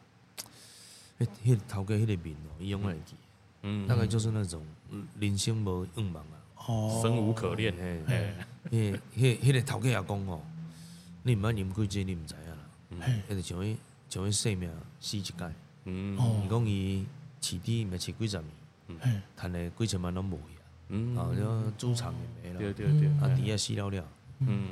Speaker 3: 迄迄个头家迄个面哦，伊永远会记，
Speaker 2: 嗯，
Speaker 3: 大概就是那种嗯人生无愿望啊。
Speaker 1: 哦，
Speaker 2: 嗯生无可恋，
Speaker 3: 嘿
Speaker 2: 哎，
Speaker 3: 迄迄迄个头家也讲吼，你毋捌啉过这，你毋知影啦。
Speaker 1: 嘿，
Speaker 3: 迄就像迄像迄生命死一届，
Speaker 2: 嗯，
Speaker 1: 哦
Speaker 3: 伊讲伊饲猪咪饲几十年，
Speaker 1: 嘿，
Speaker 3: 趁诶几千万拢无去啊，
Speaker 2: 嗯，
Speaker 3: 啊，了猪场也没
Speaker 2: 对
Speaker 3: 了，
Speaker 2: 对对，
Speaker 3: 啊，
Speaker 2: 哎
Speaker 3: 猪也死了了，
Speaker 2: 嗯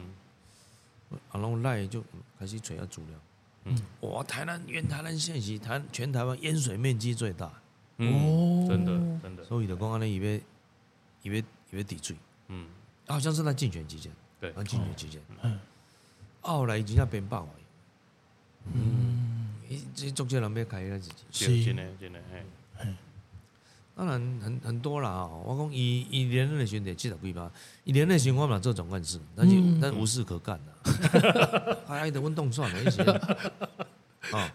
Speaker 3: 啊，然后赖就开始找下资料。
Speaker 2: 嗯，
Speaker 3: 哇，台南原台南县是台全台湾淹水面积最大。
Speaker 1: 哦
Speaker 2: 嗯，真的真的，
Speaker 3: 哦所以就讲安尼，伊要伊要伊要抵制，
Speaker 2: 嗯，
Speaker 3: 好像是在竞选期间，
Speaker 2: 对
Speaker 3: 啊，竞选期间，
Speaker 1: 嗯
Speaker 3: 后来真正变爆了，嗯，伊这中间人要开那自己，
Speaker 2: 对真的真的，哎，
Speaker 3: 当然很很多啦吼，我讲伊伊连任的选择七十几趴，伊连任的时候我嘛做总干事，但是但无事可干啦，还爱得运动算了，一时啊，啊，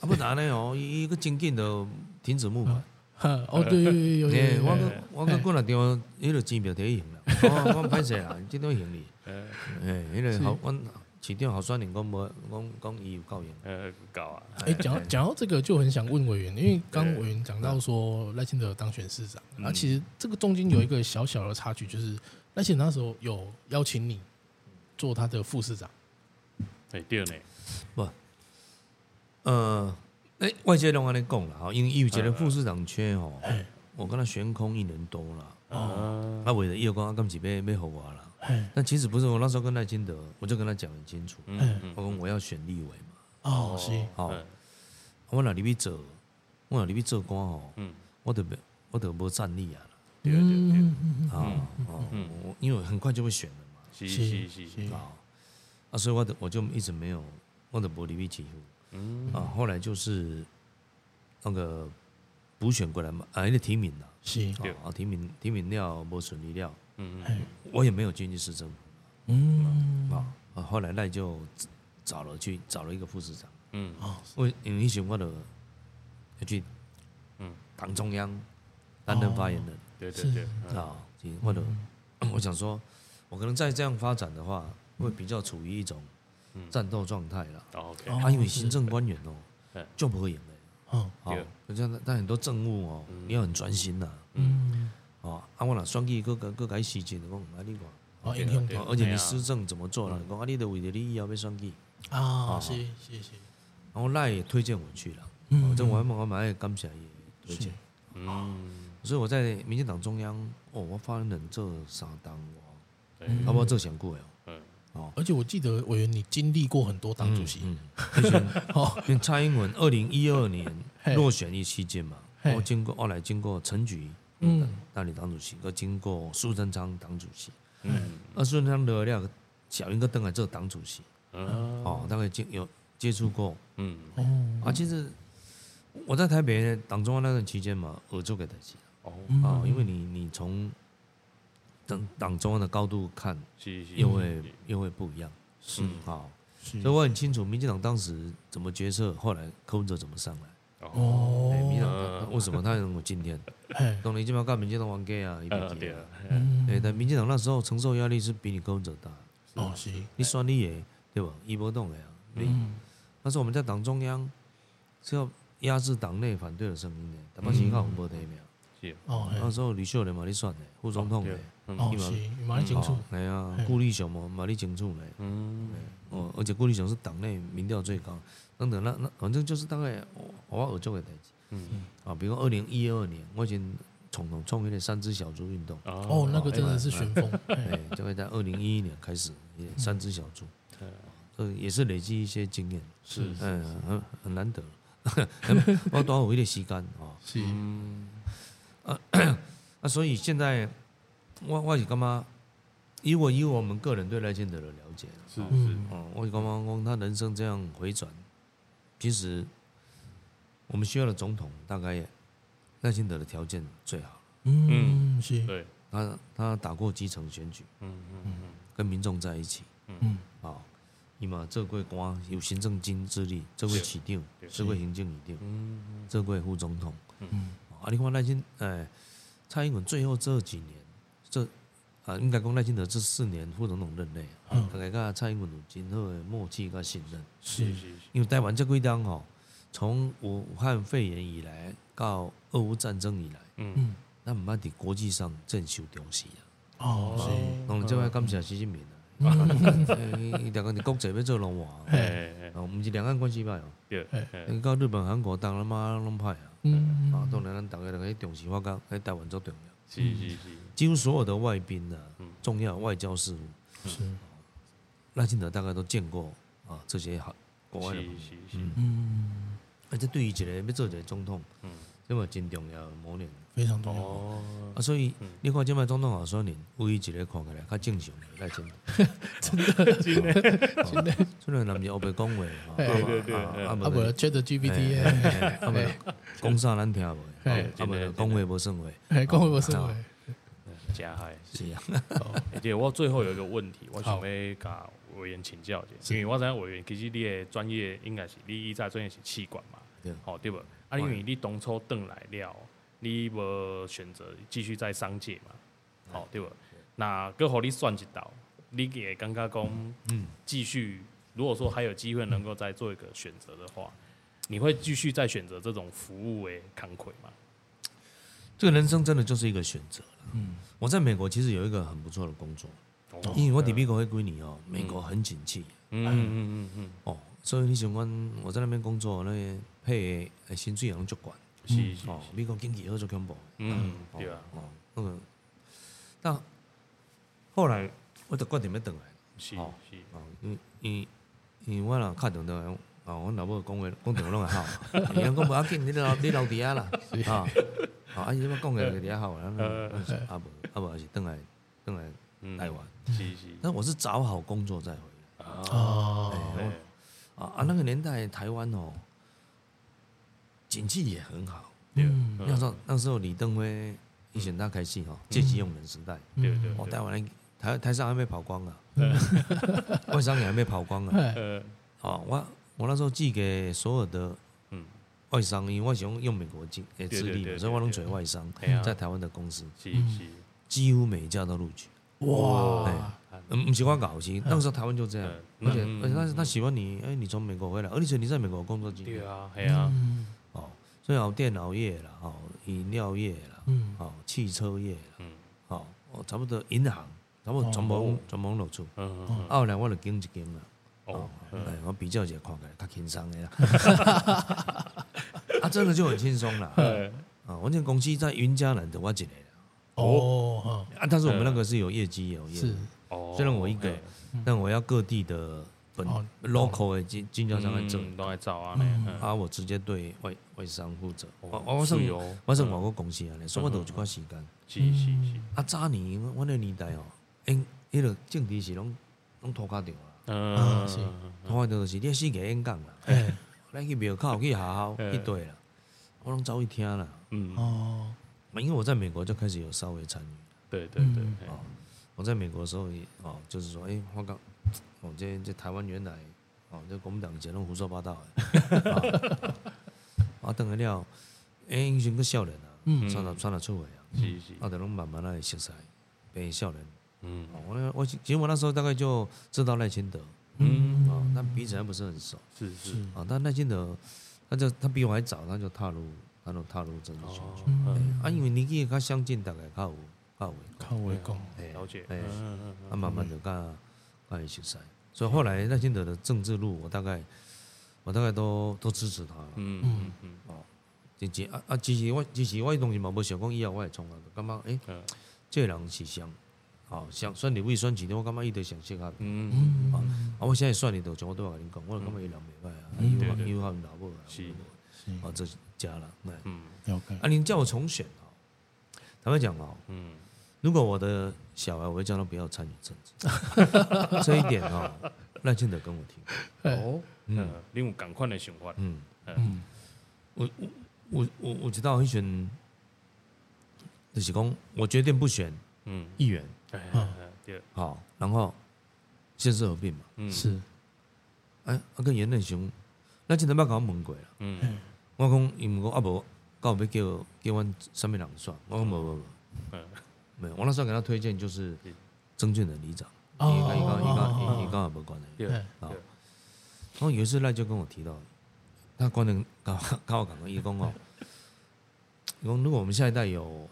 Speaker 3: 不然呢哦，伊伊个真紧就停止募款。
Speaker 1: 呵哦，对对对，有
Speaker 2: *laughs*
Speaker 1: 有
Speaker 2: 哎
Speaker 3: 诶，
Speaker 1: 有，
Speaker 3: 哎我搁我搁过两天，迄个钱票摕去 *laughs* 用啦。哦我我歹势啦，即种行 *laughs* 李。
Speaker 2: 呃
Speaker 3: 诶，迄个好，阮市长候选人讲无，讲讲伊有够用。
Speaker 2: 呃，搞啊，
Speaker 1: 哎，讲到讲到这个，就很想问委员，因为刚刚委员讲到说赖清德当选市长，啊
Speaker 2: 嗯
Speaker 1: 那其实这个中间有一个小小的插曲，就是赖清德那时候有邀请你做他的副市
Speaker 2: 哦
Speaker 1: 长。
Speaker 2: 哎、对呢，
Speaker 3: 呃，哎，外界拢安尼讲啦，吼，因为伊有一个副市长缺吼，我跟他悬空一年多了，
Speaker 2: 哦，
Speaker 3: 啊，为了叶光啊，刚是被被吼我了。
Speaker 1: 嘿
Speaker 3: 但其实不是，我那时候跟赖清德，我就跟他讲很清楚，
Speaker 2: 嗯嗯，
Speaker 3: 我讲我要选立委嘛，
Speaker 1: 哎哦，是，
Speaker 3: 哦
Speaker 2: 嗯
Speaker 3: 我若入去做，我若入去做官吼，
Speaker 2: 嗯
Speaker 3: 我得我得无战力啊，
Speaker 2: 对对对，
Speaker 1: 嗯
Speaker 3: 啊，哦
Speaker 2: 嗯
Speaker 3: 我因为我很快就会选了嘛，
Speaker 2: 是是是是，
Speaker 1: 是
Speaker 3: 啊，啊，所以我的我就一直没有，我的没入去起付
Speaker 2: 嗯，
Speaker 3: 啊，后来就是那个补选过来嘛，啊，那个提名啦，
Speaker 1: 是，
Speaker 2: 对
Speaker 3: 啊，提名提名了，无顺利了，
Speaker 2: 嗯
Speaker 1: 嘿
Speaker 3: 我也没有进去市政府
Speaker 1: 嗯，
Speaker 3: 啊，啊，后来赖就找了去找了一个副市长，
Speaker 2: 嗯
Speaker 1: 哦
Speaker 2: 嗯，
Speaker 3: 我因为以前我的要去
Speaker 2: 嗯
Speaker 3: 党中央担任发言人。
Speaker 2: 对对对，嗯
Speaker 3: 啊，或者我想说，我可能再这样发展的话，会比较处于一种
Speaker 2: 嗯
Speaker 3: 战斗状态了。
Speaker 2: 哦，OK，
Speaker 1: 哦
Speaker 3: 啊，因为行政官员哦
Speaker 2: 嗯，
Speaker 3: 就不会赢的。
Speaker 1: 哦，
Speaker 2: 对
Speaker 3: 哦，人家但很多政务哦，你要很专心呐。
Speaker 1: 嗯，
Speaker 3: 哦，啊，我若选举各个各改时间，我讲啊，你讲，
Speaker 1: 哦，影响
Speaker 2: 对嗯
Speaker 1: 到
Speaker 3: 哦而且
Speaker 2: 哎呀
Speaker 3: 你施政怎么做了？讲啊，你得为了你以后要选举，
Speaker 1: 啊，是是是，
Speaker 3: 然后赖也推荐我去了。
Speaker 1: 嗯
Speaker 3: 哦，这我还蛮我蛮感谢伊推
Speaker 1: 是
Speaker 3: 荐。，
Speaker 2: 嗯，
Speaker 3: 所以我在民进党中央，哦，我发言人做三当哦，
Speaker 2: 对，
Speaker 3: 啊，我做上过哦。
Speaker 2: 嗯，
Speaker 3: 哦，
Speaker 1: 而且我记得委员你经历过很多党主席，
Speaker 3: 嗯，嗯以前
Speaker 1: 哦，
Speaker 3: 因为蔡英文二零一二年
Speaker 1: 嘿
Speaker 3: 落选一期间嘛，
Speaker 1: 嘿
Speaker 3: 我经过后来经过陈菊
Speaker 1: 嗯，
Speaker 3: 那里党主席，又经过苏贞昌党主席，
Speaker 2: 嗯，
Speaker 3: 那苏贞昌的了小英哥登来做党主席，
Speaker 2: 嗯，
Speaker 3: 哦，大概接有接触过
Speaker 2: 嗯，
Speaker 1: 哦，
Speaker 3: 啊。其实我在台北党中央那段期间嘛，我做给台积
Speaker 2: 哦，
Speaker 1: 嗯
Speaker 3: 啊，因为你你从党党中央的高度看，
Speaker 2: 是是，
Speaker 3: 又会又会不一样
Speaker 1: 是
Speaker 2: 嗯
Speaker 3: 啊。
Speaker 1: 是
Speaker 3: 所以，我很清楚民进党当时怎么决策，后来柯文哲怎么上来。
Speaker 2: 哦，
Speaker 3: 哎，民进
Speaker 1: 哦，
Speaker 3: 党为什么他能有今天？
Speaker 1: 嘿，
Speaker 3: 当然，基本上跟民进党玩 gay 啊，一
Speaker 2: 呃，
Speaker 3: 边
Speaker 2: 对
Speaker 3: 对
Speaker 2: 啊，
Speaker 3: 哎，
Speaker 1: 嗯，
Speaker 3: 但民进党那时候承受压力是比你柯文哲大。
Speaker 1: 哦，是，
Speaker 3: 你算你也对吧？一波动的呀。你
Speaker 1: 嗯，
Speaker 3: 那时候我们在党中央是要压制党内反对的声音的，台北市靠洪波提名。
Speaker 2: 是，
Speaker 1: 哦，
Speaker 3: 那
Speaker 1: 嘿，
Speaker 3: 时候吕秀莲嘛，你算的，副总统的
Speaker 2: 对，嗯
Speaker 1: 哦，是，蛮清楚
Speaker 3: 哦，，哎呀
Speaker 1: 嘿，
Speaker 3: 顾立雄嘛，嘛你清楚的。
Speaker 2: 嗯，
Speaker 3: 哦，而且顾立雄是党内民调最高，等等，那那反正就是大概我我耳中的代志
Speaker 2: 嗯，
Speaker 3: 啊，比如二零一二年，我已经从从从那个三只小猪运动。
Speaker 1: 哦，那个真的是
Speaker 3: 哎
Speaker 1: 旋风，嘿
Speaker 3: *laughs*
Speaker 2: 嗯
Speaker 3: 哎，就会在二零一一年开始，也三只小猪，
Speaker 2: 对
Speaker 3: 呃，也是累积一些经验，
Speaker 2: 嗯是，
Speaker 3: 嗯，很很难得， *laughs* 我短有一点时间哦，
Speaker 1: 是，
Speaker 2: 嗯，
Speaker 3: 啊，所以现在我我是干嘛？以我以我们个人对赖清德的了解，
Speaker 2: 是是，
Speaker 1: 嗯，
Speaker 3: 哦，我是干嘛？讲他人生这样回转，其实我们需要的总统大概也赖清德的条件最好，
Speaker 1: 嗯，是，
Speaker 2: 对，
Speaker 3: 他他打过基层选举，
Speaker 2: 嗯嗯
Speaker 3: 跟民众在一起，
Speaker 1: 嗯，
Speaker 3: 啊，伊嘛做过官，有行政经之力，做过市长，做过行政院长，
Speaker 2: 嗯
Speaker 3: 做过副总统。
Speaker 1: 嗯，
Speaker 3: 啊，你看赖清，哎，蔡英文最后这几年，这啊，应该讲赖清德这四年副总统任内，啊
Speaker 1: 嗯
Speaker 3: 大概甲蔡英文有真好的默契甲信任。
Speaker 1: 是
Speaker 2: 是，是是，
Speaker 3: 因为台湾这几当吼，从武汉肺炎以来到俄乌战争以来，
Speaker 2: 嗯，
Speaker 1: 嗯，
Speaker 3: 咱毋捌伫国际上正受重视啊。
Speaker 1: 哦，是，
Speaker 3: 当然，这摆感谢习近平啊，伊两个伫国际要做龙王。
Speaker 2: 哎，
Speaker 3: 哦，毋是两岸关系歹哦，
Speaker 2: 对，
Speaker 1: 哎
Speaker 2: 哎
Speaker 3: 你到日本、韩国，当然嘛拢歹啊。
Speaker 1: 嗯，
Speaker 3: 啊，当然咱逐个人去重视，我讲喺台湾做重要。
Speaker 2: 是是是，
Speaker 3: 几乎所有的外宾啊
Speaker 2: 嗯，
Speaker 3: 重要外交事务，
Speaker 1: 嗯是，
Speaker 3: 赖清德大概都见过啊这些好国外的朋
Speaker 2: 是
Speaker 3: 友。
Speaker 2: 是是，
Speaker 1: 嗯，
Speaker 3: 啊，这对于一个要做一个总统，
Speaker 2: 嗯，
Speaker 3: 这么真重要的磨练。
Speaker 1: 非常重要，
Speaker 2: 哦，
Speaker 3: 啊，所以
Speaker 2: 嗯
Speaker 3: 你看，即摆总统候选人，唯一一个看起来较正常的赖清德，真的，真的，虽然人不是黑白讲话，啊
Speaker 1: 嘿
Speaker 2: 对对对
Speaker 3: 啊
Speaker 2: 嘿
Speaker 3: 啊，
Speaker 1: 啊，
Speaker 3: 不
Speaker 1: 不
Speaker 3: 然，
Speaker 1: ，Chat GPT，
Speaker 3: 哎啊不然讲啥咱听无，啊
Speaker 1: 嘿
Speaker 3: 啊不然讲话无算话，
Speaker 1: 哎，公会不是会，
Speaker 2: 加嗨。
Speaker 3: 是啊，
Speaker 2: 而且我最后有一个问题，我想要甲委员请教一下，因为我知影委员其实你的专业应该是你以前专业是气管嘛，
Speaker 3: 对
Speaker 2: 好对不？啊，因为你当初转来了，你无选择继续在商界嘛，好对不？那搁互你算一道，你也感觉讲，嗯，继续如果说还有机会能够再做一个选择的话，你会继续再选择这种服务为康魁吗？
Speaker 3: 这个人生真的就是一个选择嗯，我在美国其实有一个很不错的工作，
Speaker 2: 哦
Speaker 3: 因为我伫美国迄几年哦，美国很景气
Speaker 2: 嗯嗯嗯嗯
Speaker 3: 哦，所以你想阮我在那边工作，那个配的薪水也拢足悬
Speaker 2: 嗯，是是，
Speaker 3: 哦，美国经济好足恐怖，
Speaker 2: 嗯
Speaker 3: 哦
Speaker 2: 对啊，，
Speaker 3: 哦，那个，但后来我就决定要转来。
Speaker 2: 是
Speaker 3: 哦
Speaker 2: 是，
Speaker 3: 哦，因因因为我若敲电话，哦，阮老母讲话讲电话拢会好，
Speaker 2: *laughs*
Speaker 3: 伊讲无要紧，你留你留伫遐啦，啊，啊，啊伊要讲个伫遐好，然后啊无啊无是转来转来
Speaker 2: 呃嗯
Speaker 3: 台湾，
Speaker 2: 是是
Speaker 3: 但我是找好工作再回来
Speaker 2: 啊，
Speaker 1: 哦，
Speaker 3: 哎
Speaker 2: 哎
Speaker 3: 我啊啊那个年代台湾哦，景气也很好，
Speaker 2: 对
Speaker 1: 嗯
Speaker 3: 那时候那时候李登辉以前他开始哦，
Speaker 2: 嗯
Speaker 3: 借机用人时代，
Speaker 2: 对对
Speaker 3: 哦，
Speaker 2: 对，
Speaker 3: 台湾人台台上还没跑光啊， *laughs* 外商也还没跑光啊。
Speaker 1: 哎，
Speaker 2: 呃
Speaker 3: 哦，我我那时候寄给所有的
Speaker 2: 嗯
Speaker 3: 外商，因为我喜欢用美国进诶
Speaker 2: 对
Speaker 3: 资
Speaker 2: 对
Speaker 3: 历
Speaker 2: 对
Speaker 3: 嘛，所以我能找外商
Speaker 2: 对啊
Speaker 3: 在台湾的公司，
Speaker 2: 是是，
Speaker 3: 几乎每一家都录取。
Speaker 1: 哇，
Speaker 3: 嗯，不是我搞是那时候台湾就这样，
Speaker 2: 嗯
Speaker 3: 而且
Speaker 2: 嗯
Speaker 3: 而且他他喜欢你，哎，你从美国回来，而且你在美国工作经
Speaker 2: 对
Speaker 3: 验
Speaker 2: 啊，系啊，
Speaker 1: 嗯
Speaker 3: 哦，所以有电脑业啦，哦，饮料业啦，
Speaker 1: 嗯，
Speaker 3: 哦，汽车业啦，
Speaker 2: 嗯哦
Speaker 3: 哦，哦，差不多银行，差不多全部全部露出。
Speaker 2: 嗯嗯，
Speaker 3: 后来我就经一经啦，
Speaker 2: 哦，
Speaker 3: 哎，我比较一下看起来较轻松的啦，
Speaker 2: *laughs*
Speaker 3: *laughs* 啊，真的就很轻松啦。
Speaker 2: 嗯
Speaker 3: 啊，我那公司在云嘉南的我一个啦，
Speaker 1: 哦，哈
Speaker 3: 啊，但是我们那个是有业绩有业
Speaker 1: 是
Speaker 3: 务，
Speaker 2: 哦，
Speaker 3: 虽然我一个，但我要各地的本
Speaker 1: 哦
Speaker 3: local 的经经销商来做，
Speaker 2: 都来找啊，嗯，
Speaker 3: 啊，我直接对外外商负责，我
Speaker 2: 哦
Speaker 3: 我我算
Speaker 2: 是哦嗯
Speaker 3: 我算外国公司啊咧，所以我都有一寡时间。
Speaker 2: 是是是，
Speaker 3: 啊，早年我我那年代哦，因迄个政治是拢拢拖卡掉啦，啊
Speaker 2: 嗯，
Speaker 3: 拖卡掉就是你四个演讲啦。
Speaker 1: 哎，
Speaker 3: 咱去庙口、去学校、
Speaker 2: 嗯
Speaker 3: 去对啦，我拢走去听啦。
Speaker 2: 嗯，
Speaker 1: 哦，
Speaker 3: 因为我在美国就开始有稍微参与
Speaker 2: 对对对，
Speaker 3: 哦。我在美国的时候也哦，就是说，哎、我刚，哦，这这台湾原来哦，这国民党以前拢胡说八道的。哦啊，等下了，哎、欸，以前个少年啊，
Speaker 1: 嗯
Speaker 3: 穿了穿了出位啊，
Speaker 2: 是是，
Speaker 3: 啊，就拢慢慢来熟悉，变少年。
Speaker 2: 嗯
Speaker 3: 哦，我那我其实我那时候大概就知道赖清德
Speaker 2: 嗯，
Speaker 3: 啊、但彼此还不是很熟。
Speaker 2: 是是，
Speaker 3: 啊，但赖清德，他就他比我还早，他就踏入，他就踏入政治选举、
Speaker 2: 嗯，
Speaker 3: 啊，因为年纪也较相近，大概较有较有缘
Speaker 1: 靠围攻，
Speaker 2: 了解，
Speaker 3: 哎、
Speaker 2: 嗯嗯
Speaker 3: 啊，慢慢就较较会熟悉，所以后来赖清德的政治路，我大概我大概都都支持他了，
Speaker 2: 嗯嗯
Speaker 3: 支持啊啊支持我支持我的当时嘛无想讲以后我会创啊，就感觉诶、
Speaker 2: 嗯
Speaker 3: 这个人是谁？哦，想选立委选几天，我感觉伊就上适合。
Speaker 2: 嗯，
Speaker 3: 啊，我现在选你就像我都话跟你讲，我就感觉伊人袂歹啊，
Speaker 1: 嗯
Speaker 3: 伊
Speaker 2: 对对
Speaker 3: 有伊有含老母啊，
Speaker 2: 是
Speaker 1: 是
Speaker 3: 啊，这是家了，哎
Speaker 2: 嗯
Speaker 1: 了解，
Speaker 3: 啊，您叫我重选哦，坦白讲哦，
Speaker 2: 嗯，
Speaker 3: 如果我的小孩，我会叫他不要参与政治，
Speaker 2: *laughs*
Speaker 3: 这一点哦，赖清德跟我提，
Speaker 2: 哦，嗯，你有赶快的想法，
Speaker 3: 嗯，
Speaker 1: 嗯，
Speaker 3: 我我我我我知道会选，就是讲我决定不选
Speaker 2: 嗯，
Speaker 3: 议员，
Speaker 2: 对，
Speaker 3: 好、然后县市合并嘛，
Speaker 2: 嗯
Speaker 1: 是，
Speaker 3: 哎，啊跟严仁雄，赖清德捌甲我问过啦，
Speaker 2: 嗯
Speaker 3: 我讲伊毋讲啊无，到尾叫叫阮啥物人选，我讲无无无，
Speaker 2: 嗯
Speaker 3: 没有，我那时候给他推荐就是
Speaker 2: 是
Speaker 3: 曾俊的里长。
Speaker 1: 哦
Speaker 3: 伊跟伊跟伊跟伊伊跟我无关系。
Speaker 2: 对，对，
Speaker 3: 然后有一次赖就跟我提到，他关能跟我跟我讲过，伊讲哦，伊讲如果我们下一代有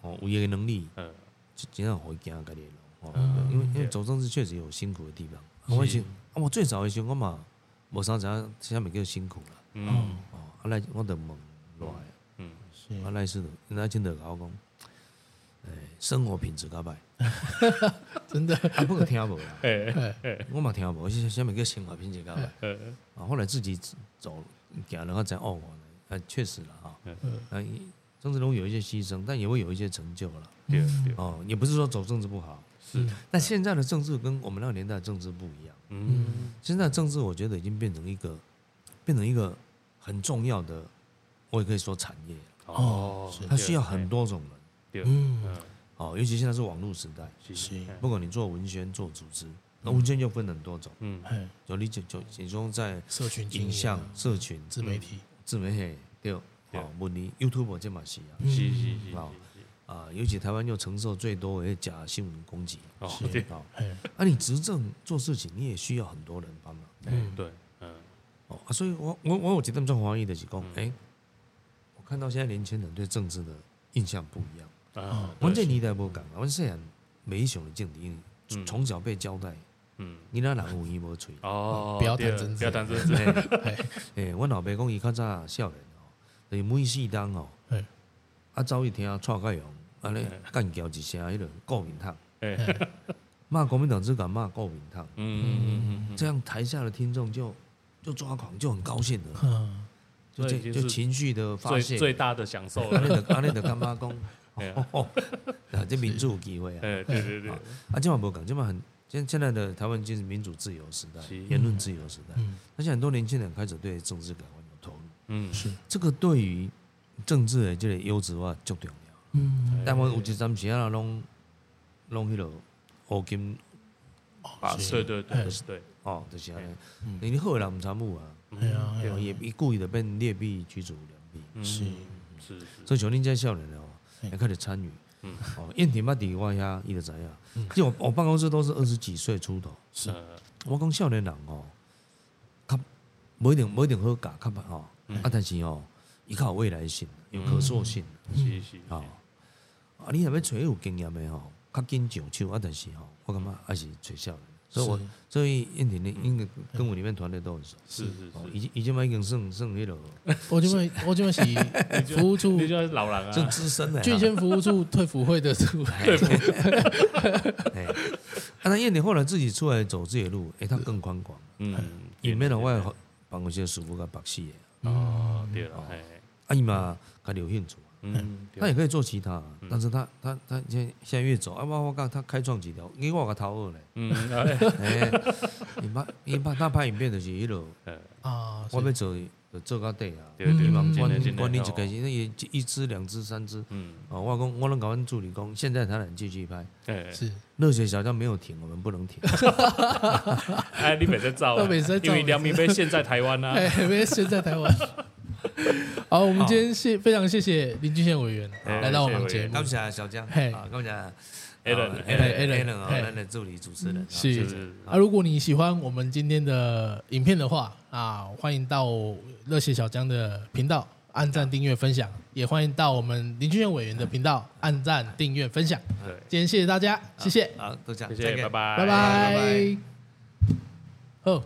Speaker 3: 哦有业能力，
Speaker 2: 嗯
Speaker 3: 就尽量回家家己咯。
Speaker 1: 嗯
Speaker 3: 哦，因为因为走政治确实有辛苦的地方。啊我以前啊，我最早的时候我嘛无啥知影啥物叫辛苦啦。
Speaker 2: 嗯
Speaker 3: 哦，啊赖我就问赖，
Speaker 2: 嗯，
Speaker 1: 是，
Speaker 3: 啊赖是赖真的甲我讲，诶，生活品质较歹，
Speaker 1: *laughs* 真的，
Speaker 3: 啊不过听
Speaker 2: *laughs*
Speaker 3: 无啦。
Speaker 2: 哎，
Speaker 1: 哎，
Speaker 3: 我嘛听无，是啥物叫生活品质较歹。
Speaker 2: 嗯
Speaker 3: 啊，后来自己走行了，后才哦，我啊，确实了啊
Speaker 2: 嗯，
Speaker 3: 啊，一政治人物有一些牺牲，但也会有一些成就了。
Speaker 2: 对对，
Speaker 3: 哦，也不是说走政治不好，嗯
Speaker 2: 是，
Speaker 3: 但现在的政治跟我们那个年代的政治不一样。
Speaker 2: 嗯
Speaker 3: 现在的政治，我觉得已经变成一个，变成一个很重要的，我也可以说产业，
Speaker 2: 哦，
Speaker 3: 它需要很多种人。
Speaker 2: 对，
Speaker 1: 嗯，
Speaker 3: 哦，尤其现在是网络时代，
Speaker 2: 是，
Speaker 3: 不管你做文宣、做组织，那文宣又分很多种，
Speaker 2: 嗯
Speaker 1: 哎，
Speaker 3: 有你就就集中在
Speaker 1: 社群经营
Speaker 3: 影像、社群、
Speaker 1: 自媒体，
Speaker 3: 自媒体对，
Speaker 2: 对
Speaker 3: 哦，问你 YouTube 这嘛是啊，
Speaker 2: 是是是，
Speaker 3: 啊，尤其台湾又承受最多的假新闻攻击，
Speaker 2: 哦对，
Speaker 3: 啊，
Speaker 1: 哎，
Speaker 3: 啊，你执政做事情你也需要很多人帮忙，
Speaker 2: 对，嗯
Speaker 3: 哦，啊，所以我我我有一点种怀疑的是讲，哎、我看到现在年轻人对政治的印象不一样，
Speaker 2: 啊，
Speaker 3: 我这年代无共啊，我细汉没想的政治
Speaker 2: 嗯
Speaker 3: 从小被交代，
Speaker 2: 嗯，
Speaker 3: 你那人有伊无
Speaker 2: *laughs*
Speaker 3: 嘴。
Speaker 2: 哦，
Speaker 1: 不要
Speaker 2: 对
Speaker 1: 谈政治
Speaker 2: 不要谈政治，
Speaker 3: 嘿
Speaker 1: 哎
Speaker 3: 诶，阮老爸讲伊较早少年哦，就是每四当哦
Speaker 1: 嘿，
Speaker 3: 啊走去听蔡介勇，安尼干叫一声迄落国民党，
Speaker 2: *laughs* 哎，
Speaker 3: 骂国民党只敢骂国民党，
Speaker 2: 嗯嗯嗯嗯，
Speaker 3: 这样台下的听众就就抓狂，就很高兴的，
Speaker 1: 嗯，
Speaker 3: 就
Speaker 2: 所
Speaker 3: 这
Speaker 2: 以已经
Speaker 3: 就是情绪的发
Speaker 2: 最
Speaker 3: 泄。
Speaker 2: 最大的享受
Speaker 3: *laughs* 安
Speaker 2: 了，
Speaker 3: 尼的安尼的干妈讲，
Speaker 2: 哎呀
Speaker 3: 哦哦，啊，这民主有机会啊，
Speaker 2: 哎，对对对，
Speaker 3: 啊，今晚不讲，今晚很现现在的台湾已经是民主自由时代
Speaker 2: 是，
Speaker 3: 言论自由时代
Speaker 1: 嗯，
Speaker 3: 而且很多年轻人开始对政治感官有投入。
Speaker 2: 嗯，
Speaker 1: 是，
Speaker 3: 这个对于政治的这个优质化足重要。
Speaker 1: 嗯，
Speaker 3: 但我有一阵时啊，拢拢迄落乌金
Speaker 2: 啊，
Speaker 1: 是
Speaker 2: 对对对对，
Speaker 3: 哦，就是安尼
Speaker 1: 嗯。
Speaker 3: 你好的人毋参悟啊，
Speaker 1: 哎呀，哎
Speaker 3: 对吧？
Speaker 1: 呀，
Speaker 3: 也伊故意的变劣币驱逐良币，
Speaker 2: 嗯
Speaker 1: 是
Speaker 2: 是是，
Speaker 3: 所以像恁这少年的哦，
Speaker 1: 嘿
Speaker 3: 也开始参与
Speaker 2: 嗯。
Speaker 3: 哦，燕婷捌伫我遐，伊就知
Speaker 1: 嗯
Speaker 3: 影。即我我办公室都是二十几岁出头，
Speaker 1: 是
Speaker 2: 呃
Speaker 3: 我讲少年人哦，较无一定无一定好教，较慢哦。啊，但是哦，伊较有未来性，有可塑性。
Speaker 2: 是是，
Speaker 3: 吼、啊，你若要找有经验的吼，较紧上手啊，但是吼，我感觉还是找少年。所以我
Speaker 1: 是嗯
Speaker 3: 所以燕婷的应该跟我里面团队都很熟，
Speaker 2: 是是
Speaker 3: 哦，
Speaker 2: 是，
Speaker 3: 已经已经已经算算迄落
Speaker 1: 我就会我就会是服务处
Speaker 2: 你就是老人
Speaker 3: 算
Speaker 2: 啊，
Speaker 3: 资深的
Speaker 1: 巨
Speaker 3: 啊。
Speaker 1: 先服务处退服会的处，
Speaker 3: 哎，啊，那燕婷后来自己出来走自己的路，哎，她更宽广。
Speaker 2: 嗯，
Speaker 3: 伊免了我的办公室的师傅甲白死的，
Speaker 2: 哦，对了，哎，
Speaker 3: 啊，伊嘛较有兴趣。
Speaker 2: 嗯，
Speaker 3: 他啊也可以做其他，啊但是他他他现在现在越走，啊，我我讲他开创几条，因为我个头
Speaker 2: *laughs*
Speaker 3: 二嘞，
Speaker 2: 嗯，哎
Speaker 3: 哎，伊拍伊拍他拍影片就是迄落，
Speaker 2: 呃
Speaker 1: 啊，是
Speaker 3: 我要做就做到底啊。
Speaker 2: 对对，
Speaker 1: 嗯
Speaker 2: 真的真
Speaker 3: 管
Speaker 2: 的
Speaker 3: 管理一
Speaker 2: 哦
Speaker 3: 个，那也一只、两只、三只。
Speaker 2: 嗯，
Speaker 3: 哦，我讲我拢甲阮助理讲，现在他能继续拍，
Speaker 2: 哎，
Speaker 1: 是，
Speaker 3: 热血小将没有停，我们不能停。
Speaker 2: 哎，你别再造 *laughs*
Speaker 1: 我不可以再
Speaker 2: 了，
Speaker 1: 走
Speaker 2: 因为梁明飞现在台湾啊， *laughs*
Speaker 1: 哎，因为现在台湾。好，我们今天谢非常谢谢林俊宪委员
Speaker 2: 哎
Speaker 1: 来到我们
Speaker 2: 谢谢
Speaker 1: 节
Speaker 2: 委员
Speaker 1: 目，
Speaker 3: 感谢小将，
Speaker 1: 嘿
Speaker 3: 啊，感谢
Speaker 2: Alan，
Speaker 1: Alan，
Speaker 3: Alan，Alan 哦，
Speaker 1: 嘿
Speaker 3: 咱的助理主持人啊，
Speaker 1: 是
Speaker 2: 是是
Speaker 1: 啊，如果你喜欢我们今天的影片的话啊，欢迎到热血小江的频道按赞、订阅、分享，也欢迎到我们林俊彦委员的频道按赞、订阅、分享。
Speaker 2: 对，
Speaker 1: 今天谢谢大家，谢谢，
Speaker 3: 好，都这样，
Speaker 2: 谢
Speaker 3: 再
Speaker 2: 谢，
Speaker 3: 见
Speaker 2: 拜拜，
Speaker 1: 拜
Speaker 3: 拜
Speaker 1: 拜。哦。